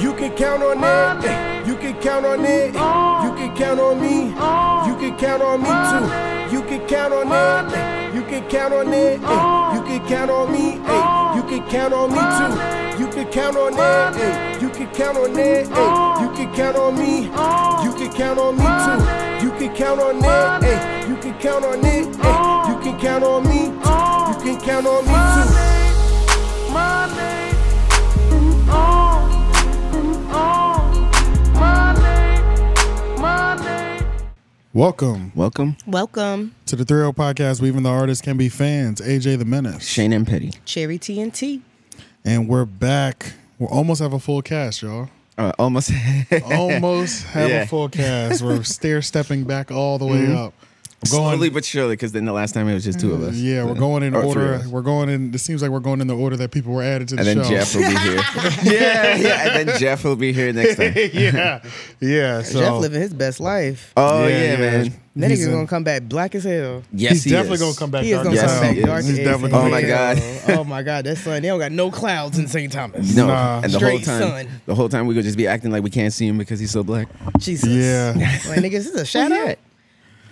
You can count on it. eh. You can count on it. eh. You can count on me. You can count on me too. You can count on it. eh. You can count on it. eh. You can count on me. eh. You can count on me too. You can count on it. eh. You can count on it. eh. You can count on me. You can count on me too. You can count on it. eh. You can count on it. eh. You can count on me. You can count on me too. Welcome Welcome, Welcome, to the 3 podcast. We even the artists can be fans. AJ the Menace. Shane and Petty. Cherry TNT. And we're back. We almost have a full cast, y'all. Uh, almost. Almost have Yeah. a full cast. We're stair stepping back all the way up. We're going Mm-hmm. Slowly but surely, because then the last time it was just two of us. Mm, Uh, Yeah, we're going in Or three order. of us. We're going in it seems like we're going in the order that people were added to the and then show. Jeff will be here. yeah, yeah. And then Jeff will be here next time. yeah. Yeah. So Jeff living his best life. Oh yeah, man. That He's nigga in- gonna come back black as hell. Yes, He's he definitely is. gonna come back. He is dark gonna as Yes, come hell. back he dark is. He's as definitely hell. Oh my God. Oh my god, that sun. They don't got no clouds in St. Thomas. No, Nah. and the Straight whole time, son. the whole time we could just be acting like we can't see him because he's so black. Jesus. Yeah. Like nigga, this is a shadow. yeah.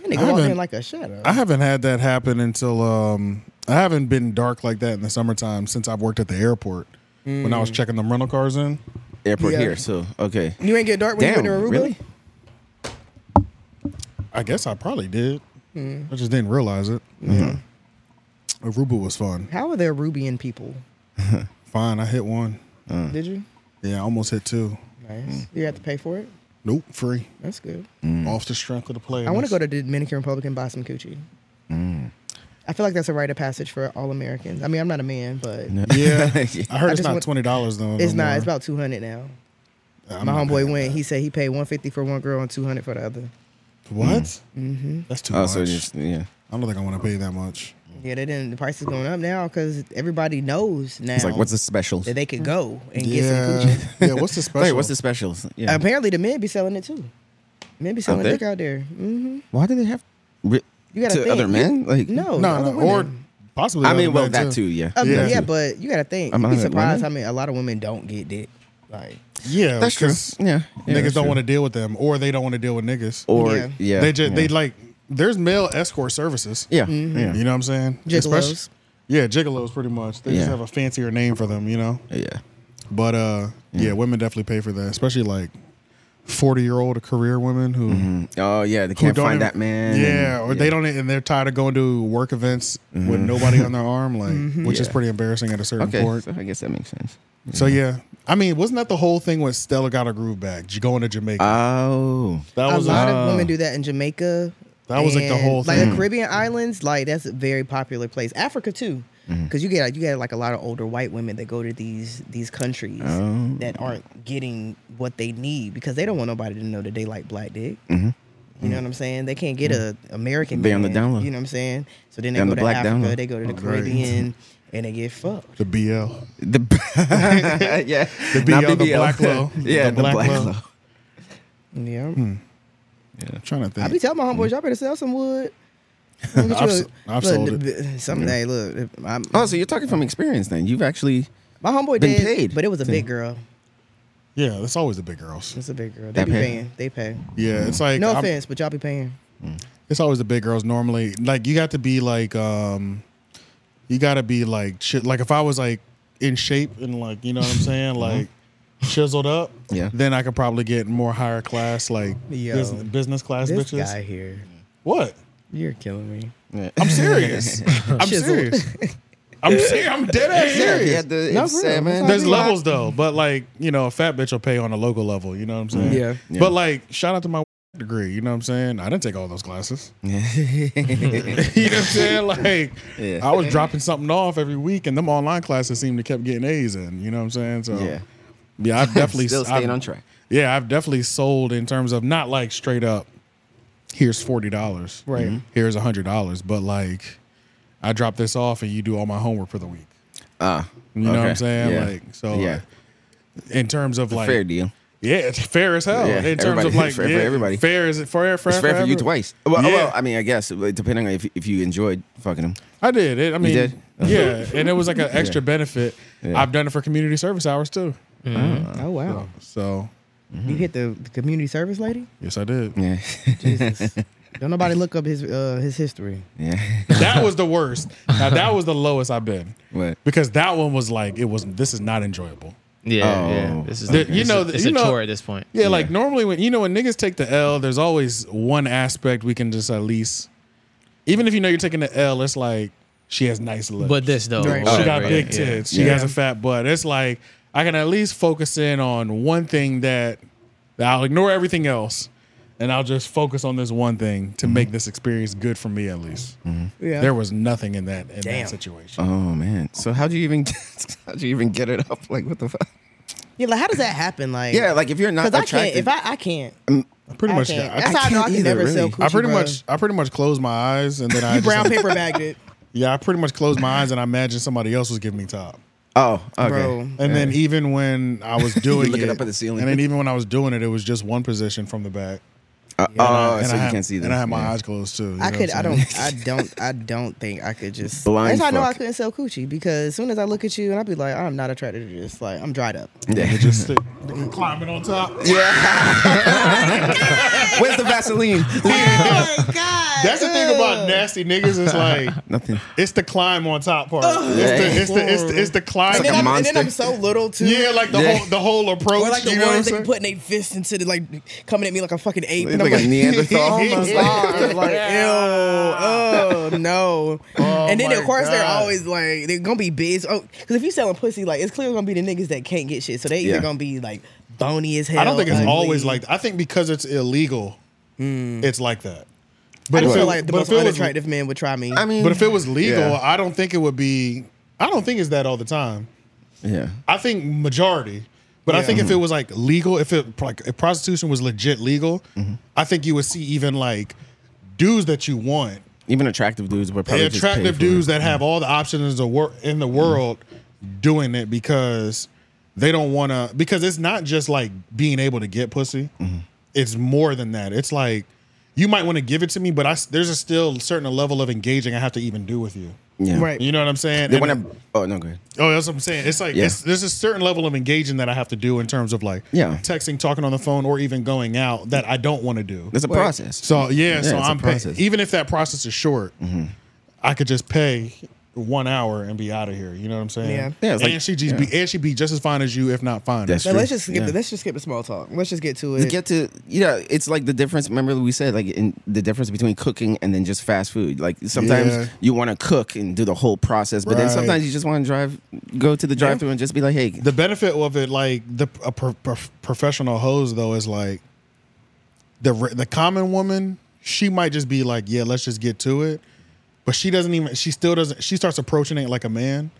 That nigga I walking haven't- like a shadow. I haven't had that happen until um I haven't been dark like that in the summertime since I've worked at the airport when Mm. I was checking them rental cars in. Airport Yeah. here, so okay. you ain't get dark when Damn, you went to Aruba. really? I guess I probably did. Mm. I just didn't realize it. Mm-hmm. Aruba was fun. How are there Rubian people? Fine, I hit one. Mm. Did you? Yeah, I almost hit two. Nice. You have to pay for it. Nope, free. That's good. Mm. Off the strength of the play. I want to go to the Dominican Republic and buy some coochie. Mm. I feel like that's a rite of passage for all Americans. I mean, I'm not a man, but Yeah, I heard I it's just not want- twenty dollars though. it's no not. more. It's about 200 now. I'm My not homeboy paying went. that. He said he paid 150 for one girl and 200 for the other. What? Mm-hmm. That's too Oh, much. so just yeah. I don't think I want to pay that much. Yeah, they didn't. The price is going up now because everybody knows now. It's like, what's the specials? that they could go and get some Yeah, coochie. yeah. What's the special? Wait, what's the specials? Yeah. Apparently, the men be selling it too. Men be selling there? dick out there. hmm Why do they have ri- You gotta to think. other men? Like No, No, other no, or women. possibly. I the mean, other well, night, that too. Yeah. Um, yeah, Yeah. but you gotta think. Um, You'd be other women? surprised how many a lot of women don't get dick. Like Yeah, That's true. 'cause Yeah. Yeah, niggas that's don't true. want to deal with them, or they don't want to deal with niggas. Or Yeah. yeah. they just yeah. they like there's male escort services. Mm-hmm. yeah. yeah. you know what I'm saying. Gigolos. Especially- yeah, gigolos, pretty much. They just Yeah. have a fancier name for them, you know. Yeah. But uh, yeah, women definitely pay for that, especially like forty year old career women who Oh yeah, they who can't don't find even- that man. Yeah, and- or they don't, e, and they're tired of going to work events with nobody on their arm, like which is Mm-hmm. Yeah. pretty embarrassing at a certain Okay, point. so I guess that makes sense. So yeah, I mean, wasn't that the whole thing when Stella got her groove back? J- Going to Jamaica, Uh, Oh, that a was lot like, of women do that in Jamaica. That was, like, the and, whole Like thing. the Caribbean islands, like that's a very popular place. Africa too, Mm-hmm. because you get you get like a lot of older white women that go to these these countries Oh. that aren't getting what they need because they don't want nobody to know that they like black dick. Mm-hmm. Mm-hmm. You know what I'm saying? They can't get a American. They on the man, download. You know what I'm saying? So then they They on go the to black Africa, download. they go to the Oh, great. Caribbean, and they get fucked. the BL. the yeah, the BL, the black low. The yeah, the, black black, low. low. Yeah, Hmm. I'm trying to think. I be telling my homeboys, y'all better sell some wood. I've, I've s- I've sold Someday, look, I'm, Oh, so you're talking from experience then? You've actually My homeboy Been did, paid. but it was a big girl. yeah, that's always the big girls. It's a big girl. They That be pay? paying. They pay. Yeah, it's like No I'm- offense, but y'all be paying. It's always the big girls normally. Like you got to be like um you got to be like shit like if I was like in shape and like you know what I'm saying Uh-huh. like chiseled up, Yeah. then I could probably get more higher class like Yo. bus- business class This bitches. guy here, What? you're killing me. I'm serious. I'm Chiseled. serious. I'm serious. I'm dead ass serious. yeah, the, No, it's for sad, real. man. There's Yeah. levels though, but like you know, a fat bitch will pay on a local level. You know what I'm saying? Yeah. Yeah. But like, shout out to my degree. You know what I'm saying? I didn't take all those classes. you know what I'm saying? Like, Yeah. I was dropping something off every week, and them online classes seemed to kept getting A's in. You know what I'm saying? So Yeah. yeah, I've definitely Still I've- staying on track. Yeah, I've definitely sold in terms of not like straight up. Here's forty dollars. mm-hmm. Right. Mhm. Here's hundred dollars, but like, I drop this off, and you do all my homework for the week. Ah, You know what okay. I'm saying? Yeah. Like, so yeah, like, in terms of like fair deal. yeah, it's fair as hell. Yeah, in terms everybody- of like fair for yeah, everybody. Fair is it fair? Fair, It's fair for you every- twice. Well, Yeah. well, I mean, I guess like, depending on if if you enjoyed fucking him. I did it. I mean, did? yeah, and it was like an extra benefit. Yeah. I've done it for community service hours too. Uh, Oh wow! So mm-hmm. You hit the, the community service lady. yes, I did. Yeah. Jesus. Don't nobody look up his uh, his history. yeah. That was the worst. Now that was the lowest I've been What? because that one was like it was. This is not enjoyable. Yeah, Oh. yeah. This is The- like- you it's know- a, it's you a know- chore at this point. Yeah, like normally when you know when niggas take the L, there's always one aspect we can just at least, even if you know you're taking the L, it's like she has nice lips, But this though, Right. she whatever, got yeah, big yeah. tits, she Yeah. has a fat butt. It's like I can at least focus in on one thing that that I'll ignore everything else, and I'll just focus on this one thing Mm-hmm. to make this experience good for me at least. Yeah. There was nothing in that in Damn. that situation. Oh man. So how'd you even get, how'd you even get it up? Like what the fuck? yeah. Like how does that happen? Like Yeah, like if you're not because I can't. attracted. If I I can't. I pretty I much, can't. I, That's how I know I can't can either, never sell really. coochie. I pretty bro. much, I pretty much closed my eyes and then I you just brown like- paper bagged it, Yeah, I pretty much closed my eyes and I imagined somebody else was giving me top. oh, okay. bro. And then even when I was doing looking up at the ceiling. and then even when I was doing it, it was just one position from the back. Uh, And I- oh, and so I you had- can't see that. And I had my eyes closed too. you I know could. what I I'm saying? don't. I don't. I don't think I could just. Blind that's how I know I fuck. couldn't sell coochie because as soon as I look at you and I be like, I'm not attracted to this. Like I'm dried up. It just sit- climbing on top. Where's the Vaseline? oh my god. That's the thing about nasty niggas. It's like Nothing. it's the climb on top part. It's the it's the it's the, it's the climb. And then, a I'm, and then monster. I'm so little too. yeah, like the Yeah. whole the whole approach. Or like the you know what I'm ones that saying? putting their fists into the like coming at me like a fucking ape. It's and I'm like a Neanderthal. Oh my god! Like, ew, oh no! and then Oh my of course they're God. always like they're gonna be biz. Oh, because if you selling pussy, like it's clearly gonna be the niggas that can't get shit. So they either Yeah. gonna be like bony as hell. I don't think it's ugly. always like. I think because it's illegal, it's like that. Mm. I But just if feel it- like the but most if it was- unattractive men would try me. I mean, But if it was legal, Yeah. I don't think it would be. I don't think it's that all the time. yeah. I think majority. But I think if it Mm-hmm. was like legal, if it like if prostitution was legit legal, Mm-hmm. I think you would see even like dudes that you want, Even attractive dudes would probably the just pay attractive for dudes it. Mm-hmm. that have all the options in the, wor- in the world doing it because they don't want to. Because it's not just like being able to get pussy. Mm-hmm. It's more than that. It's like you might want to give it to me, but I s- there's a still certain level of engaging I have to even do with you. yeah. Right. You know what I'm saying? They And- want to. Oh no, good. Oh, that's what I'm saying. It's like Yeah. it's, there's a certain level of engaging that I have to do in terms of like Yeah. texting, talking on the phone, or even going out that I don't want to do. There's a process. So yeah, Yeah, so it's a I'm pay- process. Mm-hmm. even if that process is short, I could just pay one hour and be out of here. You know what I'm saying? Yeah. Yeah, and it's like- she just be and she be just as fine as you, if not finer. That's Now, true. let's just skip. Yeah. The, let's just skip the small talk. Let's just get to to it. get to yeah it's like the difference remember we said like in the difference between cooking and then just fast food like sometimes Yeah. you want to cook and do the whole process but then Right. sometimes you just want to drive go to the drive thru and just be like hey the benefit of it, like the a pro- pro- professional hose though, is like the re- the common woman. She might just be like, "Yeah, let's just get to it," but she doesn't even. She still doesn't. She starts approaching it like a man,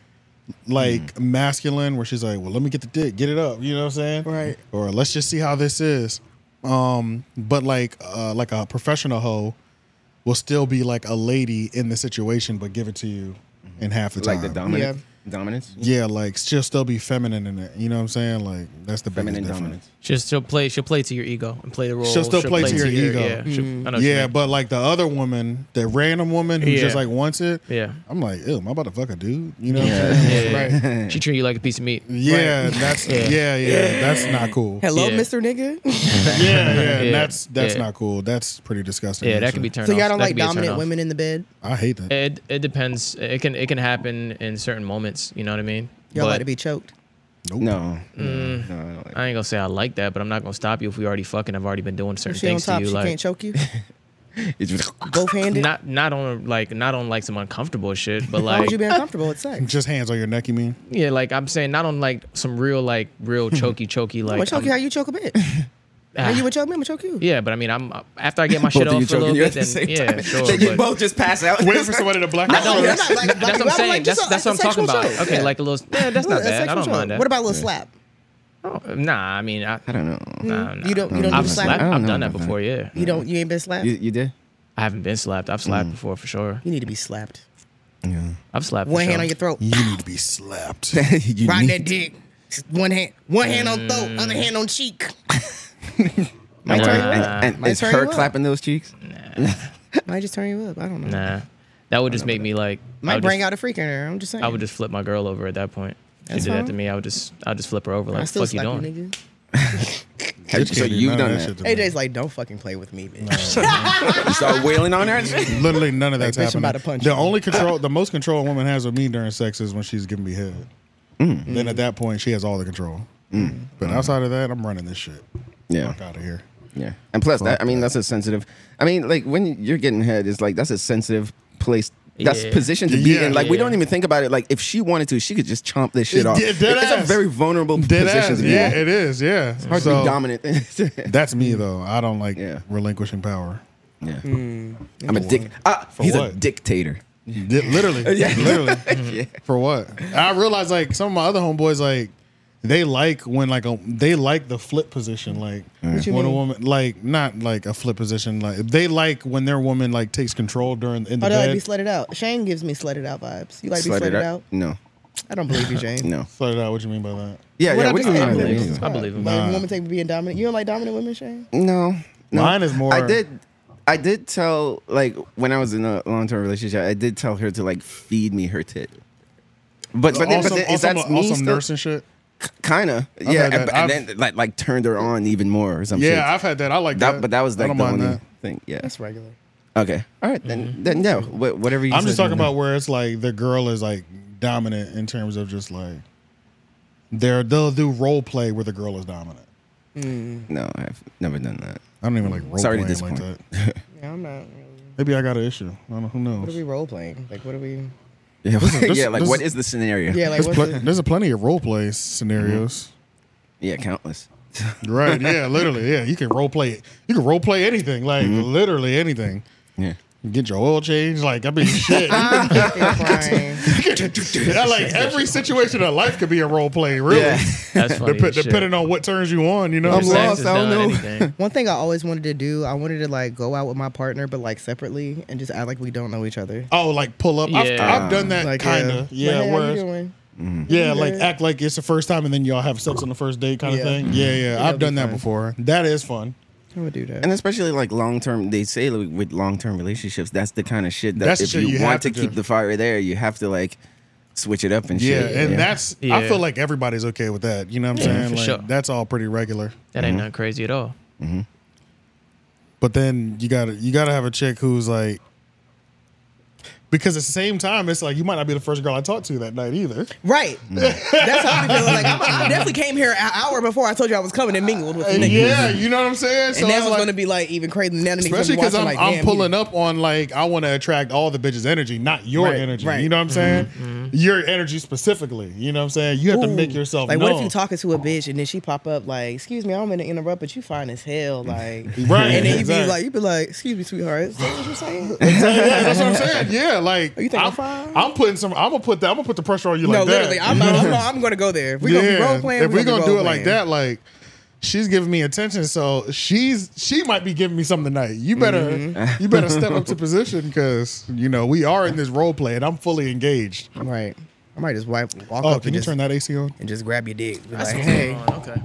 like Hmm. masculine, where she's like, "Well, let me get the dick, get it up." You know what I'm saying? Right. Or let's just see how this is. Um, but like uh, like a professional hoe will still be like a lady in the situation, but give it to you in half the time. like the dominant dominance Yeah, like she'll still be feminine in it. You know what I'm saying? Like that's the feminine biggest difference. dominance She'll still play. She'll play to your ego and play the role. She'll still play to your ego. Yeah, she'll- I know what you Yeah, mean. but like the other woman, the random woman who Yeah. just like wants it. yeah, I'm like, ew, am I about to fuck a dude? You know what I'm yeah, saying? yeah, yeah. She treat you like a piece of meat. Yeah, that's yeah. yeah, That's not cool. Hello, Yeah. Mister Nigga. Yeah, yeah, Yeah. That's that's Yeah. not cool. That's pretty disgusting. Yeah, that actually. can be turned. so y'all off. don't That like could be a turn dominant off. women in the bed. I hate that. It it depends. It can it can happen in certain moments. You know what I mean? Y'all But mm, like to be choked. Nope. no no I don't like I ain't gonna say I like that, but I'm not gonna stop you if we alady fucking. I've already been doing certain She on things top. to you, She can't like choke you. it's just Both handed. not not on like not on like some uncomfortable shit, but Why like would you be uncomfortable at sex? Just hands on your neck, you mean? yeah, like I'm saying not on like some real like real choky choky like Well, choke you how I'm- you choke a bitch. How you would choke me, I'm gonna choke you. yeah, but I mean I'm after I get my both shit of off you for a choking little you bit, at the then same yeah, time sure. Then you but- both just pass out Waiting for somebody to black I don't. you're not like- like- that's what I'm I would like saying. just That's a- that's what I'm like a talking sexual about. choke. Okay, Yeah. like a little. Yeah, that's not That's bad. I sexual don't mind choice. that. What about a little slap? Oh, Nah, I mean I, I don't know nah, nah. You don't. You don't. do I've the slap. slapped. I don't I've know done that about before. Yeah, You don't. You ain't been slapped. you, You, you did I haven't been slapped. I've slapped before for sure. need to be slapped. yeah I've slapped. One for hand sure. on your throat. You need to be slapped. you Ride need- that dick. Just One hand. One hand on throat. Other hand on cheek. and, Might turn you up. and, and Might is turn her you up. clapping those cheeks Might just turn you up. I don't know. Nah, that would just make me like. I Might would bring just, out a freak in her. I'm just saying. I would just flip my girl over at that point. She did that to me. I would just, I would just flip her over I like, still "Fuck you slap you, doing?" nigga. Have you- so Can't do you've none of done shit that. to me. AJ's like, don't fucking play with me, bitch. You start wailing on her. Literally none of that's bitch, I'm happening. about to punch the you. only control, the most control a woman has with me during sex is when she's giving me head. Mm. Then at that point, she has all the control. But outside of that, I'm running this shit. Yeah. Fuck out of here. Yeah, and plus that I mean that's a sensitive. I mean, like when you're getting head, it's like that's a sensitive place. That's Yeah. position to be Yeah. in. Like we Yeah. don't even think about it. Like if she wanted to, she could just chomp this shit It- off. yeah, dead it's a ass. very vulnerable Dead position ass. to be Yeah, in. it is. Yeah. Hard to So, be dominant. That's me though. I don't like Yeah. relinquishing power. yeah. Hmm. I'm a dick. Ah, For he's a what? dictator. Di- Literally, Yeah. literally. For what? And I realized like some of my other homeboys like they like when like a, they like the flip position like you when a mean? woman like not like a flip position like they like when their woman like takes control during in the Oh, they like bed. be slutted out. Shane gives me slutted out vibes. You like to be Slut it slutted out. out? No, I don't believe you, Shane. no. Slut it out. What you mean by that? Yeah, What yeah. I What do just you mean? said, by women that? just I believe him. Like, women take being dominant. You don't like dominant women, Shane? No, no. Mine is more- I did. I did tell like when I was in a long term relationship, I did tell her to like feed me her tit. But but, then, but then, is that awesome, me awesome still? nurse and shit. Kind of, yeah. had that. And, I've- and then like like turned her on even more or something. Yeah, I've had that. I like that. that, but that was I like don't the mind only that. Mm-hmm. thing. Yeah. That's regular. Okay. All right. Then then yeah. wha- whatever you. I'm just said, talking no. about where it's like the girl is like dominant in terms of just like they're they'll do role play where the girl is dominant. No, I've never done that. I don't even like role Sorry to playing like disappoint. that. Yeah, I'm not. Maybe I got an issue. I don't know. Who knows? What are we role playing? Like, what are we? Yeah. this- yeah. Like, this what is- is the scenario? Yeah, like there's, what's pl- the, there's a plenty of role play scenarios. Yeah. Countless. Right? Yeah, literally. Yeah, you can role play it. You can role play anything, like Mm-hmm. literally anything. Yeah. Get your oil changed. Like I mean, shit. crying. Yeah, like every situation in life could be a role play, really. Yeah. That's funny. Dep- as shit. depending on what turns you on, you know. Your what I'm saying? I'm lost, sex is I don't not know. anything. One thing I always wanted to do, I wanted to like go out with my partner, but like separately, and just act like we don't know each other. Oh, like pull up. I've, Yeah. I've done that Like kind uh, of. Eh, Yeah, like, hey, how you whereas- doing? yeah, like Yeah. act like it's the first time, and then y'all have sex on the first date, kind of Yeah. thing. Yeah, yeah. I've be done that fun. before. That is fun. I would do that. And especially like long term, they say like, with long term relationships, that's the kind of shit that That's if shit you, you have want to to, do. keep the fire there, you have to like switch it up and Yeah, shit. and that's I Yeah. feel like everybody's okay with that. You know what I'm Yeah, saying? for Like, sure. That's all pretty regular. That ain't not crazy at all. But then you gotta you gotta have a chick who's like because at the same time it's like you might not be the first girl I talked to that night either. right. That's how I be feeling. Like I'm, I definitely came here an hour before I told you I was coming and mingled with you. niggas. yeah, you know what I'm saying. And that it's was like- gonna be like even crazy. Now that niggas gonna be especially because watching, I'm, like, I'm damn, pulling up on like I want to attract all the bitches' energy, not your Right, energy. right. Mm-hmm, You know what I'm saying? Your energy specifically. You know what I'm saying? You have to make Ooh. yourself like known. what if you talking to a bitch and then she pop up like excuse me i don't mean to interrupt but you fine as hell like Right, and then you exactly. be like you be like excuse me sweetheart is that what you're saying yeah, that's what I'm saying. Yeah, like you think I'm fine? I'm, I'm putting some. I'm gonna put that. I'm gonna put the pressure on you no like that. literally I'm, not, I'm, not, I'm gonna go there if we gonna be role playing If we we're gonna, gonna, be do it role-playing. like that, like she's giving me attention, so she's she might be giving me something tonight. You better Mm-hmm. you better step up to position because you know we are in this role play and I'm fully engaged. right i might just wipe walk Oh, up can and you just, turn that AC on? and just grab your dick be like hey okay.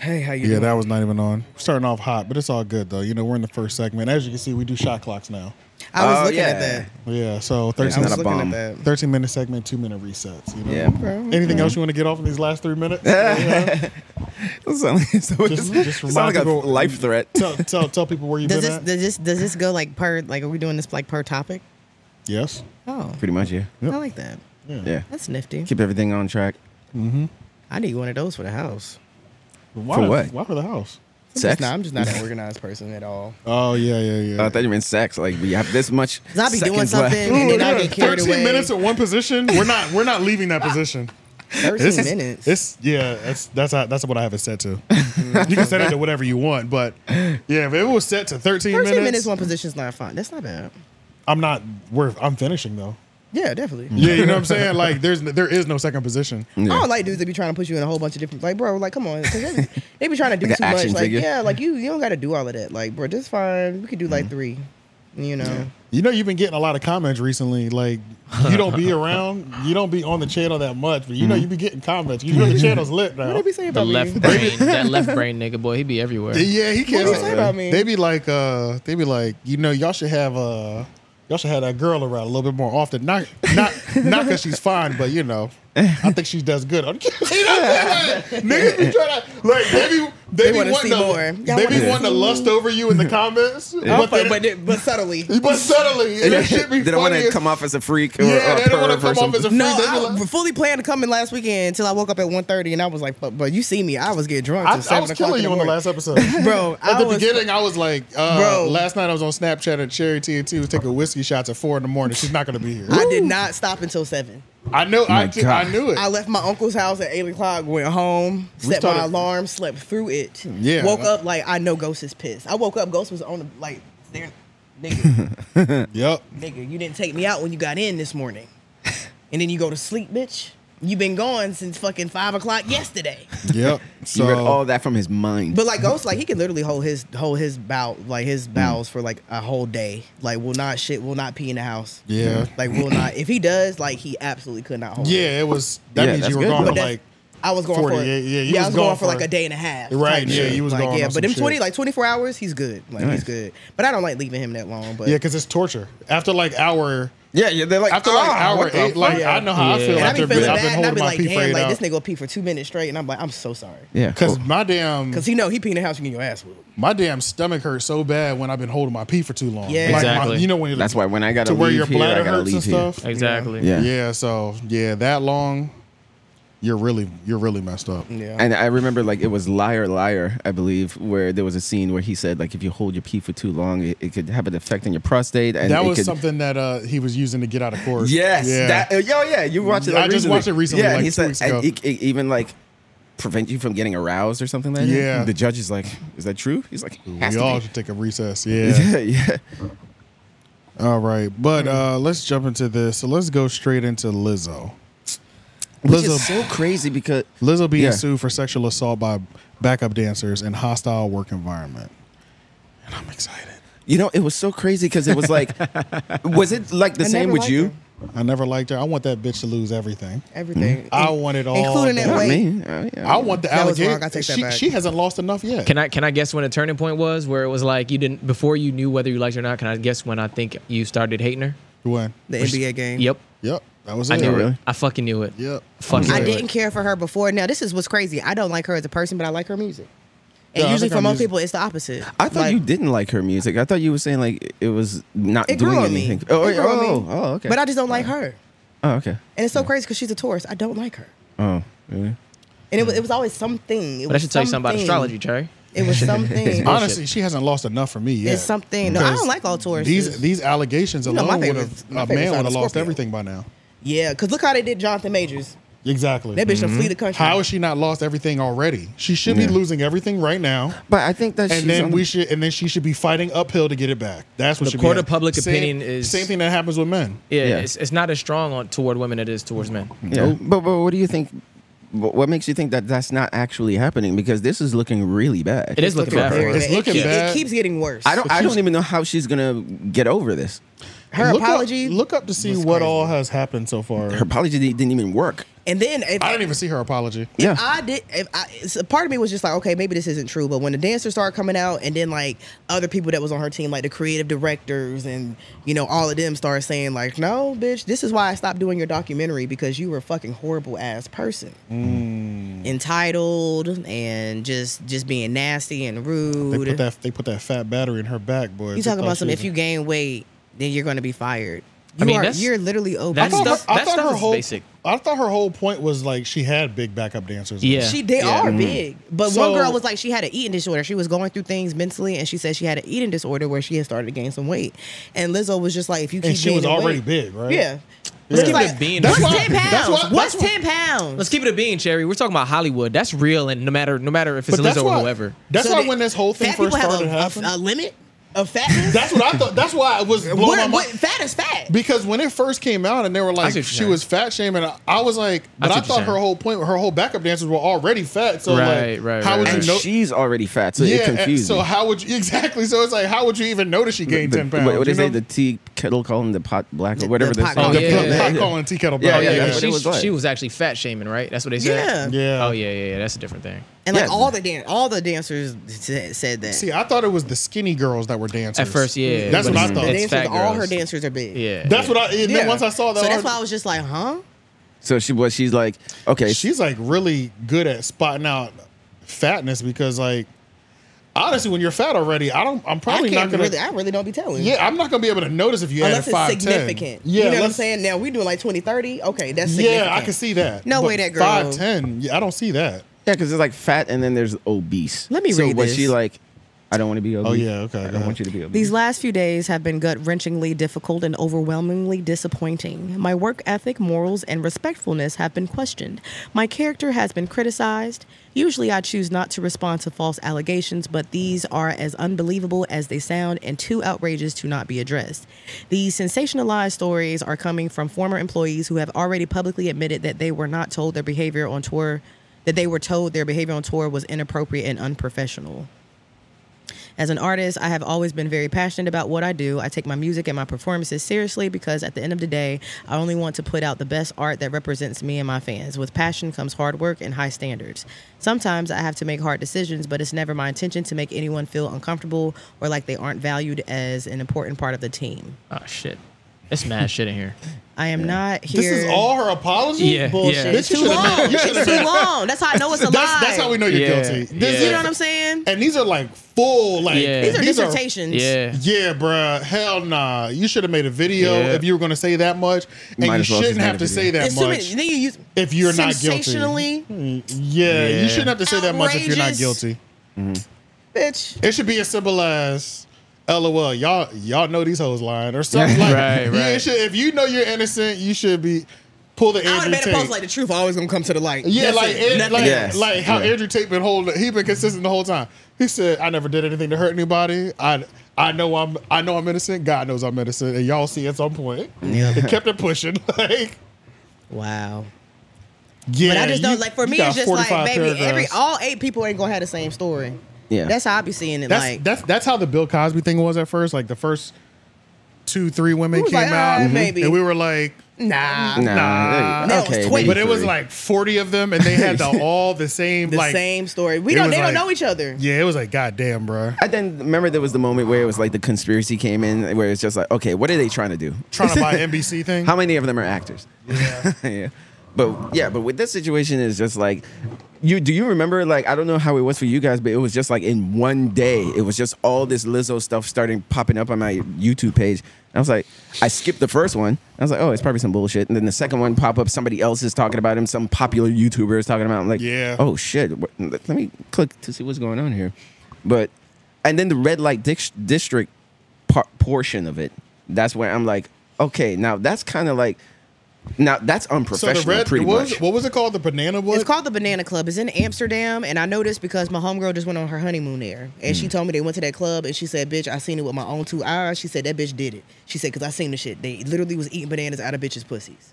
hey how you Yeah, doing that was not even on. Starting off hot, but it's all good though. You know we're in the first segment. As you can see, we do shot clocks now. i was Oh, looking yeah. at that Yeah, so i 13, was not a looking bomb. at that 13 minute segment, two minute resets. You know? Yeah. Anything else you want to get off in these last three minutes? It's not like- it's not- Just- it's just not remind like a people- life threat. tell, tell tell people where you've does been this at. does this does this go like per like are we doing this like per topic yes. oh Pretty much, yeah. i like that Yeah. that's nifty Keep everything on track. i need one of those for the house Why, For what? Why for the house? Sex. Nah, i'm just not an organized person at all Oh yeah, yeah, Oh, I yeah. thought you meant sex. Like we have this much. I be doing seconds left. something and then I get carried Thirteen away. minutes at one position. We're not. We're not leaving that position. 13 It's- minutes. It's yeah. That's that's how, that's what I have it set to. you can set it to whatever you want, but yeah, if it was set to thirteen, 13 minutes. minutes, one position's not fine. That's not bad. I'm not. We're. I'm finishing though. Yeah, definitely. Yeah, you know what I'm saying. Like there's there is no second position. I don't like dudes that be trying to put you in a whole bunch of different like, bro, like come on, 'Cause they, be- they be trying to do Like an too much. action Like figure. yeah, like you you don't got to do all of that. Like bro, just fine. We could do like three. You know, You know you've been getting a lot of comments recently. Like you don't be around, you don't be on the channel that much, but you know you be getting comments. You know the channel's lit now. what they be saying The about left me? brain, that left brain nigga boy, he be everywhere. Yeah, he can't. What do you say about me? They be like, uh, they be like, you know, y'all should have uh, Y'all should have that girl around a little bit more often. Not not not because she's fine, but you know, I think she does good. on- You know what I'm saying? Niggas be trying to like they be they, They be wanna wanting see to more. Y'all they be wanna wanting to see- lust over you in the comments, but, but, they, but, but, it- but subtly. subtly and that shit be they don't want funny to as- come off as a freak or, Yeah, or they don't want perv to or come off as a something. freak. No, They be I like- fully planned to come in last weekend until I woke up at 1.30 and I was like, but, but you see me, I was getting drunk. till I, I seven was o'clock killing in you on the morning. last episode. At Bro, I the was- beginning, I was like, uh, Bro. last night I was on Snapchat at Cherry TNT was taking whiskey shots at four in the morning. She's not going to be here. I did not stop until seven. I knew. I, My ju- I God. knew it. I left my uncle's house at eight o'clock, went home, set my started- alarm, slept through it. Yeah. Woke up like I know Ghost is pissed. I woke up, Ghost was on the like staring nigga, yep. nigga, you didn't take me out when you got in this morning. And then you go to sleep, bitch. You've been gone since fucking five o'clock yesterday. Yep. you read all So that from his mind. But like Ghost, like he can literally hold his hold his bow like his Mm. bowels for like a whole day. Like will not shit, will not pee in the house. yeah, Like will not. If he does, like he absolutely could not hold. it. yeah. It was. That Yeah, means that's you were good, gone though. for But like. that's- I was going for Yeah, yeah, yeah, you I was was going, going for like for- a day and a half. Right, type yeah, shit. you was like, going Yeah, on but some them twenty shit. like twenty four hours, he's good. Like he's good. But I don't like leaving him that long. But Yeah, because it's torture. After like hour, yeah, yeah, they're like after like "Ah, hour what the eight, like fuck?" I know how I Yeah. feel. and I be After feeling being, I've been bad, and I holding be my like, pee for damn, eight like this hours. nigga will pee for two minutes straight, and I'm like, I'm so sorry. yeah, Because cool. my damn, Cause he know he pee in the house, you get your ass whooped. my damn stomach hurts so bad when I've been holding my pee for too long. Yeah. Like, my- Exactly. you know when you're that's why when I got to to where your leave here, I bladder gotta hurts and leave here. stuff. Exactly. Yeah. Yeah. So yeah, that long, you're really you're really messed up. Yeah. And I remember like it was Liar Liar, I believe, where there was a scene where he said like if you hold your pee for too long, it, it could have an effect on your prostate. And that it was could, something that uh, he was using to get out of court. Yes, Yeah. that. uh, Yo, yeah, you watched it. I Like, just recently. watched it recently, Yeah, like, and he two said, weeks ago. and it, it even like prevent you from getting aroused or something like that. Yeah. the judge is like, "Is that true?" He's like, "Has we all to should take a recess. be." Yeah. Yeah, yeah. All right, but uh, let's jump into this. So let's go straight into Lizzo. Lizzo, Which is so crazy because Lizzo being Yeah. sued for sexual assault by backup dancers in hostile work environment. And I'm excited. you know it was so crazy because it was like, was it like the I same never with liked you? him. I never liked her. I want that bitch to lose everything. Everything. I In- want it all. Including that back. Not Wait. me. Uh, yeah. I want the That was wrong. alligator. I take that she, back. she hasn't lost enough yet. Can I can I guess when a turning point was where it was like you didn't before you knew whether you liked her or not? Can I guess when I think you started hating her? When? the NBA game. Yep, Yep. That was it. I knew really? it. I fucking knew it. Yep. Fucking I knew didn't it. care for her before. Now this is what's crazy. I don't like her as a person, but I like her music. And Yeah, I usually think her for most music- people, it's the opposite. I thought Like, you didn't like her music. I thought you were saying like it was not It doing grew on anything. me. Oh, It yeah. grew on me. oh, oh, okay. But I just don't like her. oh, okay. And it's so crazy because she's a Taurus. I don't like her. Oh, really? And it was, it was always something. It But I was should tell you something about something. astrology, Trey. It was something. Honestly, she hasn't lost enough for me yet. It's something- no, I Because don't like all Tauruses. These these allegations You know, my alone would favorite- have my a favorite man sign would have is lost Scorpio. everything by now. yeah, because look how they did Jonathan Majors. Exactly. That bitch done flee the country. Mm-hmm. How has she not lost everything already? She should Yeah. be losing everything right now. But I think that she's And then on- we should, and then she should be fighting uphill to get it back. That's what The should court be of public same, opinion is- same thing that happens with men. Yeah, Yeah. It's, it's not as strong on, toward women as it is towards men. Yeah. But, but what do you think? What what makes you think that that's not actually happening? Because this is looking really bad. It is looking bad. Very for her. It's bad. It looking keep- bad. It keeps getting worse. I don't. I don't even know how she's gonna get over this. Her Look up- apology. Look up to see was what crazy. all has happened so far. Her apology di- didn't even work. And then if, I didn't even see her apology. if Yeah. I did, if I, so part of me was just like, okay, maybe this isn't true. But when the dancers started coming out, and then like other people that was on her team, like the creative directors, and you know all of them started saying like, no, bitch, this is why I stopped doing your documentary because you were a fucking horrible ass person, Mm. entitled and just just being nasty and They rude. put that they put that fat battery in her back, boy. you They talking thought about she some? was If you gain weight, then you're going to be fired. You I mean, are that's- you're literally open. I that's thought, That her, stuff- I that thought stuff her is whole basic. I thought her whole point was like she had big backup dancers. Yeah. She they Yeah. are Mm-hmm. big. But So- one girl was like she had an eating disorder. She was going through things mentally and she said she had an eating disorder where she had started to gain some weight. And Lizzo was just like if you keep and she was gaining already weight- big, right? Yeah. Let's It's keep like, it being- What's That's why- ten pounds? that's why- What's that's why- ten pounds? Let's keep it a bean, Cherry. We're talking about Hollywood. That's real, and no matter no matter if it's But that's Lizzo or why, whoever. That's So why that when this whole thing fat first people started have a- happening. a, a limit of fatness. that's what I thought. That's why it was blowing what, my what- mind. fat is fat. Because when it first came out and they were I like see what you're she saying. was fat shaming, I- I was like, but see I, what you're thought her saying. whole point, her whole backup dancers were already fat. So Right, like, right, how right, would right. you And know? she's already fat, so it yeah, and confused so me. how would you exactly? So it's like, how would you even notice she gained The- ten pounds? What, what you is it? know? The tea kettle calling the pot black The- or whatever the this. pot Oh, the yeah, pot- yeah, pot yeah. calling tea kettle Yeah, black. yeah, yeah, that's what it she's- was like. she was actually fat shaming, right? That's what they said. Oh, Yeah. Oh yeah, yeah, yeah. That's a different thing. And like Yeah. all the dan- all the dancers said, said that. See, I thought it was the skinny girls that were dancers At first, yeah. That's but what I it's- thought. the it's dancers, fat all her girls. dancers are big. Yeah. That's what I. And Yeah. then once I saw that, so I- that's why I was just like, huh? So she was. She's like, okay, she's like really good at spotting out fatness because like honestly when you're fat already i don't i'm I probably not can't gonna really. I really don't be telling. yeah i'm not gonna be able to notice if you unless had a 5 it's significant. yeah you know what I'm let's- saying. Now we doing like 20, 30. Okay, that's significant. yeah i can see that No But way that girl- 510 yeah i don't see that yeah, because it's like fat, and then there's obese. Let me so read was this. she like, I don't want to be obese. Oh, yeah, okay, I go don't ahead. want you to be obese. These last few days have been gut wrenchingly difficult and overwhelmingly disappointing. My work ethic, morals, and respectfulness have been questioned. My character has been criticized. Usually I choose not to respond to false allegations, but these are as unbelievable as they sound and too outrageous to not be addressed. These sensationalized stories are coming from former employees who have already publicly admitted that they were not told their behavior on tour that they were told their behavior on tour was inappropriate and unprofessional. As an artist, I have always been very passionate about what I do. I take my music and my performances seriously because at the end of the day, I only want to put out the best art that represents me and my fans. With passion comes hard work and high standards. Sometimes I have to make hard decisions, but it's never my intention to make anyone feel uncomfortable or like they aren't valued as an important part of the team. Oh shit. It's mad shit in here. I am not here. this is all her apology Yeah, Bullshit. yeah. Bitch, you too should've- long. you should've- It's too long. That's how I know it's a that's, lie. that's how we know you're Yeah, guilty yeah. You know what I'm saying? and these are like full like Yeah. These These are dissertations. Yeah. yeah, bruh. Hell nah. You should have made a video Yeah. if you were going to say that much, and Might you as well just shouldn't made have a to video. say that It's too many. much. Then you use if you're not guilty. Mm, sensationally, Yeah, Yeah. you shouldn't have to say that much if you're not Outrageous. guilty. bitch. It should be as simple as LOL, y'all y'all know these hoes lying or something like Right, Yeah, right. it should, if you know you're innocent, you should be pull the I would have Andrew made a Tate. post like the truth always gonna come to the light. yeah, That's like it. Ed- Nothing like, Yes. like how Yeah. Andrew Tate been holding he been consistent the whole time. He said, I never did anything to hurt anybody. I I know I'm I know I'm innocent. God knows I'm innocent. And y'all see at some point. Yeah. It kept it pushing. Like Wow. yeah, But I just don't you- like. For you me, got it's just like, 45 baby, every paragraphs. all eight people ain't gonna have the same story. Yeah. That's how I be seeing it. That's like that's that's how the Bill Cosby thing was at first. Like the first two, three women We was came like, out, "Ah, maybe." and we were like, nah, nah, Nah. That was okay, twenty. maybe but it was three. like forty of them, and they had the, all the same, the like, same story. We it don't. was They like- don't know each other. yeah, it was like, God damn, bro, I then remember there was the moment where it was like the conspiracy came in, where it's just like, okay, what are they trying to do? trying to buy NBC thing. How many of them are actors? Yeah. But yeah, but with this situation is just like you do you remember like I don't know how it was for you guys, but it was just like in one day, it was just all this Lizzo stuff starting popping up on my YouTube page. And I was like, I skipped the first one. I was like, oh, it's probably some bullshit. And then the second one pop up, somebody else is talking about him, some popular YouTuber is talking about. Him. I'm like, Yeah. oh shit, Wh- let let me click to see what's going on here. But and then the red light dis- district par- portion of it. That's where I'm like, okay, now that's kind of like, now that's so unprofessional, the red, pretty what was, much. what was it called? The banana what? It's called the Banana Club. It's in Amsterdam, and I know this because my homegirl just went on her honeymoon there, and she told me they went to that club, and she said, "Bitch, I seen it with my own two eyes." She said that bitch did it. She said, "Cause I seen the shit. They literally was eating bananas out of bitches' pussies.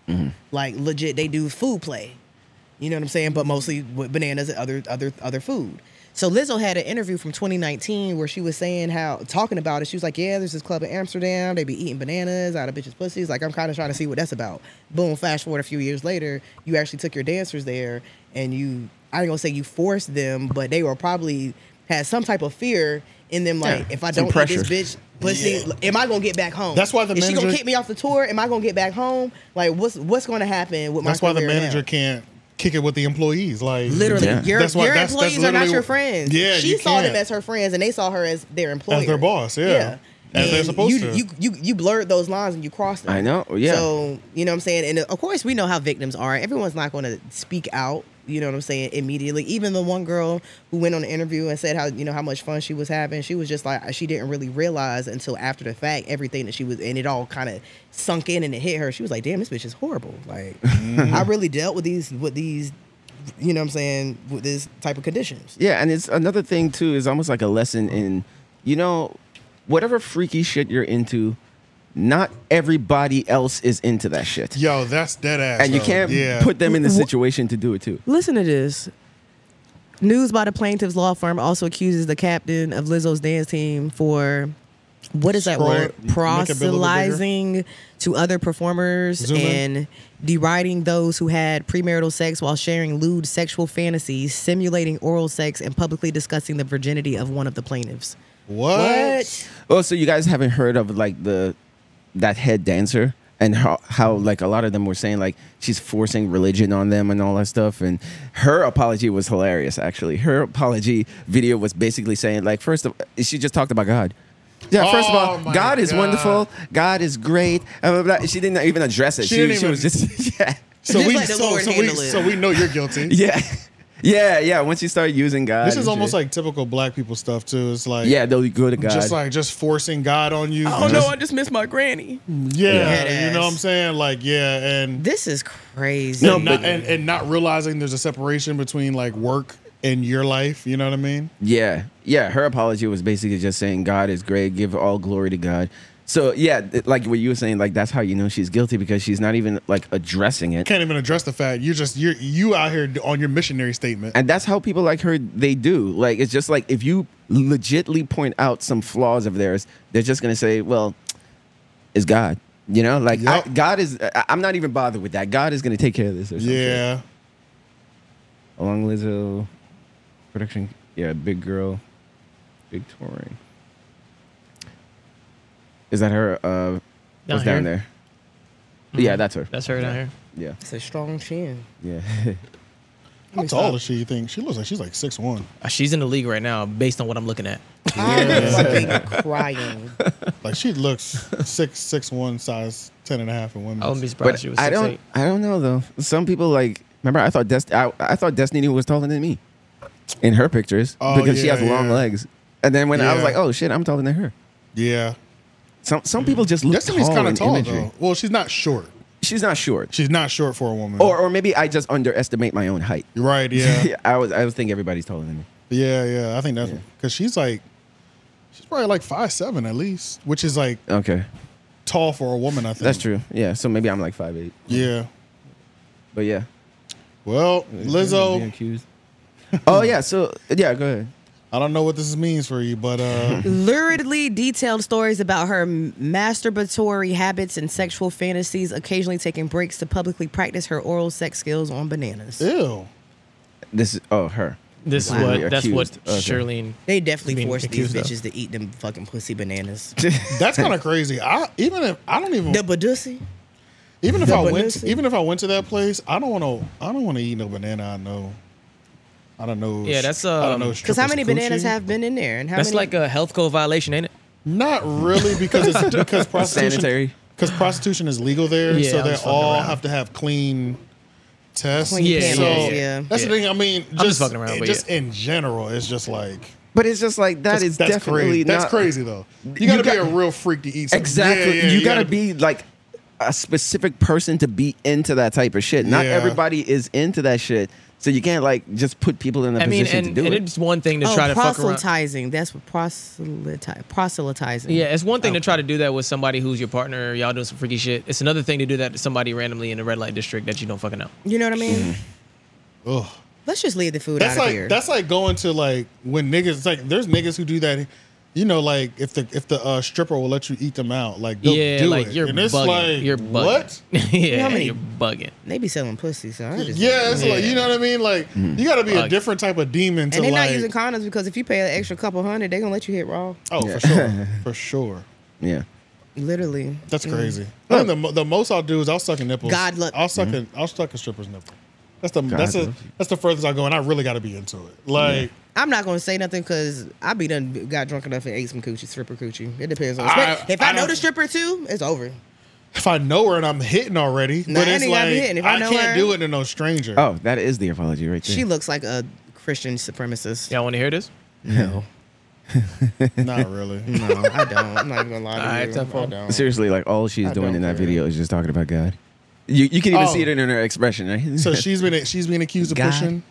Like legit, they do food play. You know what I'm saying? But mostly with bananas and other other other food." So Lizzo had an interview from 2019 where she was saying how talking about it. She was like, "Yeah, there's this club in Amsterdam. They be eating bananas out of bitches' pussies. Like I'm kind of trying to see what that's about." Boom. Fast forward a few years later, you actually took your dancers there and you I ain't gonna say you forced them, but they were probably had some type of fear in them. Like if I some don't eat this pressure. bitch pussy, am I gonna get back home? That's why the Is she gonna manager- kick me off the tour? Am I gonna get back home? Like what's what's gonna happen with my? That's why the career now? manager can't kick it with the employees. Like Literally, Yeah. your, That's why- your that's- that's employees are not literally- your friends. Yeah, she you saw them can't. as her friends, and they saw her as their employer, as their boss, yeah, as they're And supposed you, to. You, you you blurred those lines and you crossed them. I know, yeah. So you know what I'm saying, and uh, of course we know how victims are. Everyone's not going to speak out. You know what I'm saying? Immediately, even the one girl who went on the interview and said how you know how much fun she was having, she was just like she didn't really realize until after the fact everything that she was, and it all kind of sunk in and it hit her. She was like, "Damn, this bitch is horrible." Like, I really dealt with these with these, you know what I'm saying, with this type of conditions. yeah, and it's another thing too is almost like a lesson in, you know, whatever freaky shit you're into, not everybody else is into that shit, yo, that's dead ass. and you though. can't yeah. put them in the Wh- situation to do it too. Listen to this. News by the plaintiff's law firm also accuses the captain of Lizzo's dance team for what is that Scroll word? it, make it a little bit bigger. Proselytizing to other performers Zoom in. and deriding those who had premarital sex while sharing lewd sexual fantasies, simulating oral sex, and publicly discussing the virginity of one of the plaintiffs. What? Oh, so you guys haven't heard of like the that head dancer and how, how like a lot of them were saying like she's forcing religion on them and all that stuff and her apology was hilarious actually her apology video was basically saying like first of she just talked about god yeah first of Oh, all my god, is God. wonderful god is great blah, blah, blah. she didn't even address it She she, didn't she was even- just yeah So Just we let the so, Lord so we handle it. so we know you're guilty. yeah yeah yeah once you start using god This is and almost shit. like typical black people stuff too. It's like yeah they'll go to god just like just forcing God on you. Oh no, Just- I just missed my granny. yeah, Head you know what I'm ass. saying? Like yeah, and This is crazy. and, not, and and not realizing there's a separation between like work and your life. You know what I mean? Yeah, yeah. Her apology was basically just saying God is great. Give all glory to God. So yeah, th- like what you were saying, like that's how you know she's guilty because she's not even like addressing it. Can't even address the fact you're just you're you out here on your missionary statement. And that's how people like her they do. Like it's just like if you legitly point out some flaws of theirs, they're just gonna say, "Well, it's God." You know, like I, Yup. God is. I, I'm not even bothered with that. God is gonna take care of this. Or some shit. yeah, Along Lizzo, production. Yeah, big girl, big touring. Is that her? Uh, what's Down down here? Mm-hmm. there? Yeah, that's her. That's her down here. Yeah, It's a strong chin. yeah. how tall is she? You think she looks like she's like six one, Uh, She's in the league right now, based on what I'm looking at. I'm fucking crying. like she looks six six one, size ten and a half in women. I wouldn't be surprised. if but she was I don't. 6'8". I don't know though. Some people like. Remember, I thought Dest- I, I thought Destiny was taller than me, in her pictures Oh, because she yeah, has long yeah. legs. And then when I was Yeah. like, oh shit, I'm taller than her. yeah, Some some people just look Mm-hmm. Destiny's tall kind of in tall imagery. though. Well, she's not short. She's not short, She's not short for a woman. or or maybe I just underestimate my own height. You're right. Yeah. Yeah, I was I was thinking everybody's taller than me. Yeah, yeah. I think that's Yeah. because she's like, she's probably like five seven at least, which is like Okay, tall for a woman. I think that's true. Yeah, so maybe I'm like five eight. Yeah. But yeah, Well, Being Lizzo, accused. oh yeah, so yeah, go ahead. I don't know what this means for you, but uh, luridly detailed stories about her m- masturbatory habits and sexual fantasies, occasionally taking breaks to publicly practice her oral sex skills on bananas. ew. This is oh her. This is Wow. what. You're That's what accused. Okay. Shirlene. They definitely Being force these accused bitches to eat them fucking pussy bananas. That's kind of crazy. I even if I don't even the badussy. even if the I went banana- even if I went to that place, I don't want to. I don't want to eat no banana. I know. I don't know. Yeah, that's, I don't um, know. Because how strippers' many bananas coochie. have been in there? And how That's many? like a health code violation, ain't it? Not really, because it's because prostitution Sanitary. because prostitution is legal there, Yeah, so I'm they just fucking all around. have to have clean tests. Clean Yeah, so panels, yeah. that's the Yeah. thing. I mean, just, just fucking around, but just yeah. in general, it's just like But it's just like that that's, is that's definitely crazy. not That's crazy though. You You got to be got- a real freak to eat. Something. Exactly. Yeah, yeah, you, gotta gotta, be like a specific person to be into that type of shit. Not Yeah. everybody is into that shit, so you can't like just put people in a I mean, position and, to do and it. it's one thing to oh, try to fuck around. proselytizing. That's what proselytize. Proselytizing. Yeah, it's one thing Oh. Oh. to try to do that with somebody who's your partner. Y'all doing some freaky shit. It's another thing to do that to somebody randomly in a red light district that you don't fucking know. You know what I mean? Mm-hmm. Ugh. Let's just leave the food That's out like of here. that's like going to like when niggas. It's like there's niggas who do that. You know, like if the if the uh, stripper will let you eat them out, like they'll yeah, do like it. you're and it's bugging. like you're bugging. what? yeah, How many- you're bugging. They be selling pussy, so I just Yeah, it's like Yeah. you know what I mean. Like you got to be a Fuck. different type of demon to Mm. And they're like. not using condoms because if you pay an extra couple hundred, they gonna let you hit raw. oh, for sure, for sure. yeah. Literally. That's Mm-hmm. crazy. I think the, mo- the most I'll do is I'll suck a nipple. God look- I'll Mm-hmm. suck a I'll suck a stripper's nipple. That's the that's a, loves you. that's the furthest I go, and I really got to be into it. Like I'm not gonna say nothing because I be done got drunk enough and ate some coochie, stripper coochie. It depends on I- if I, I know don't- the stripper too, it's over. if I know her and I'm hitting already, Nah, but I it's ain't gotta like be hitting. If I I, know can't her- do it to no stranger. Oh, that is the apology right there. She looks like a Christian supremacist. Y'all want to hear this? No. not really. No, I don't. I'm not even gonna lie to Alright, you. tough I one. don't. Seriously, like all she's I doing don't in that care. video is just talking about God. You, you can even Oh. see it in her expression, right? So she's been she's been accused of God. pushing.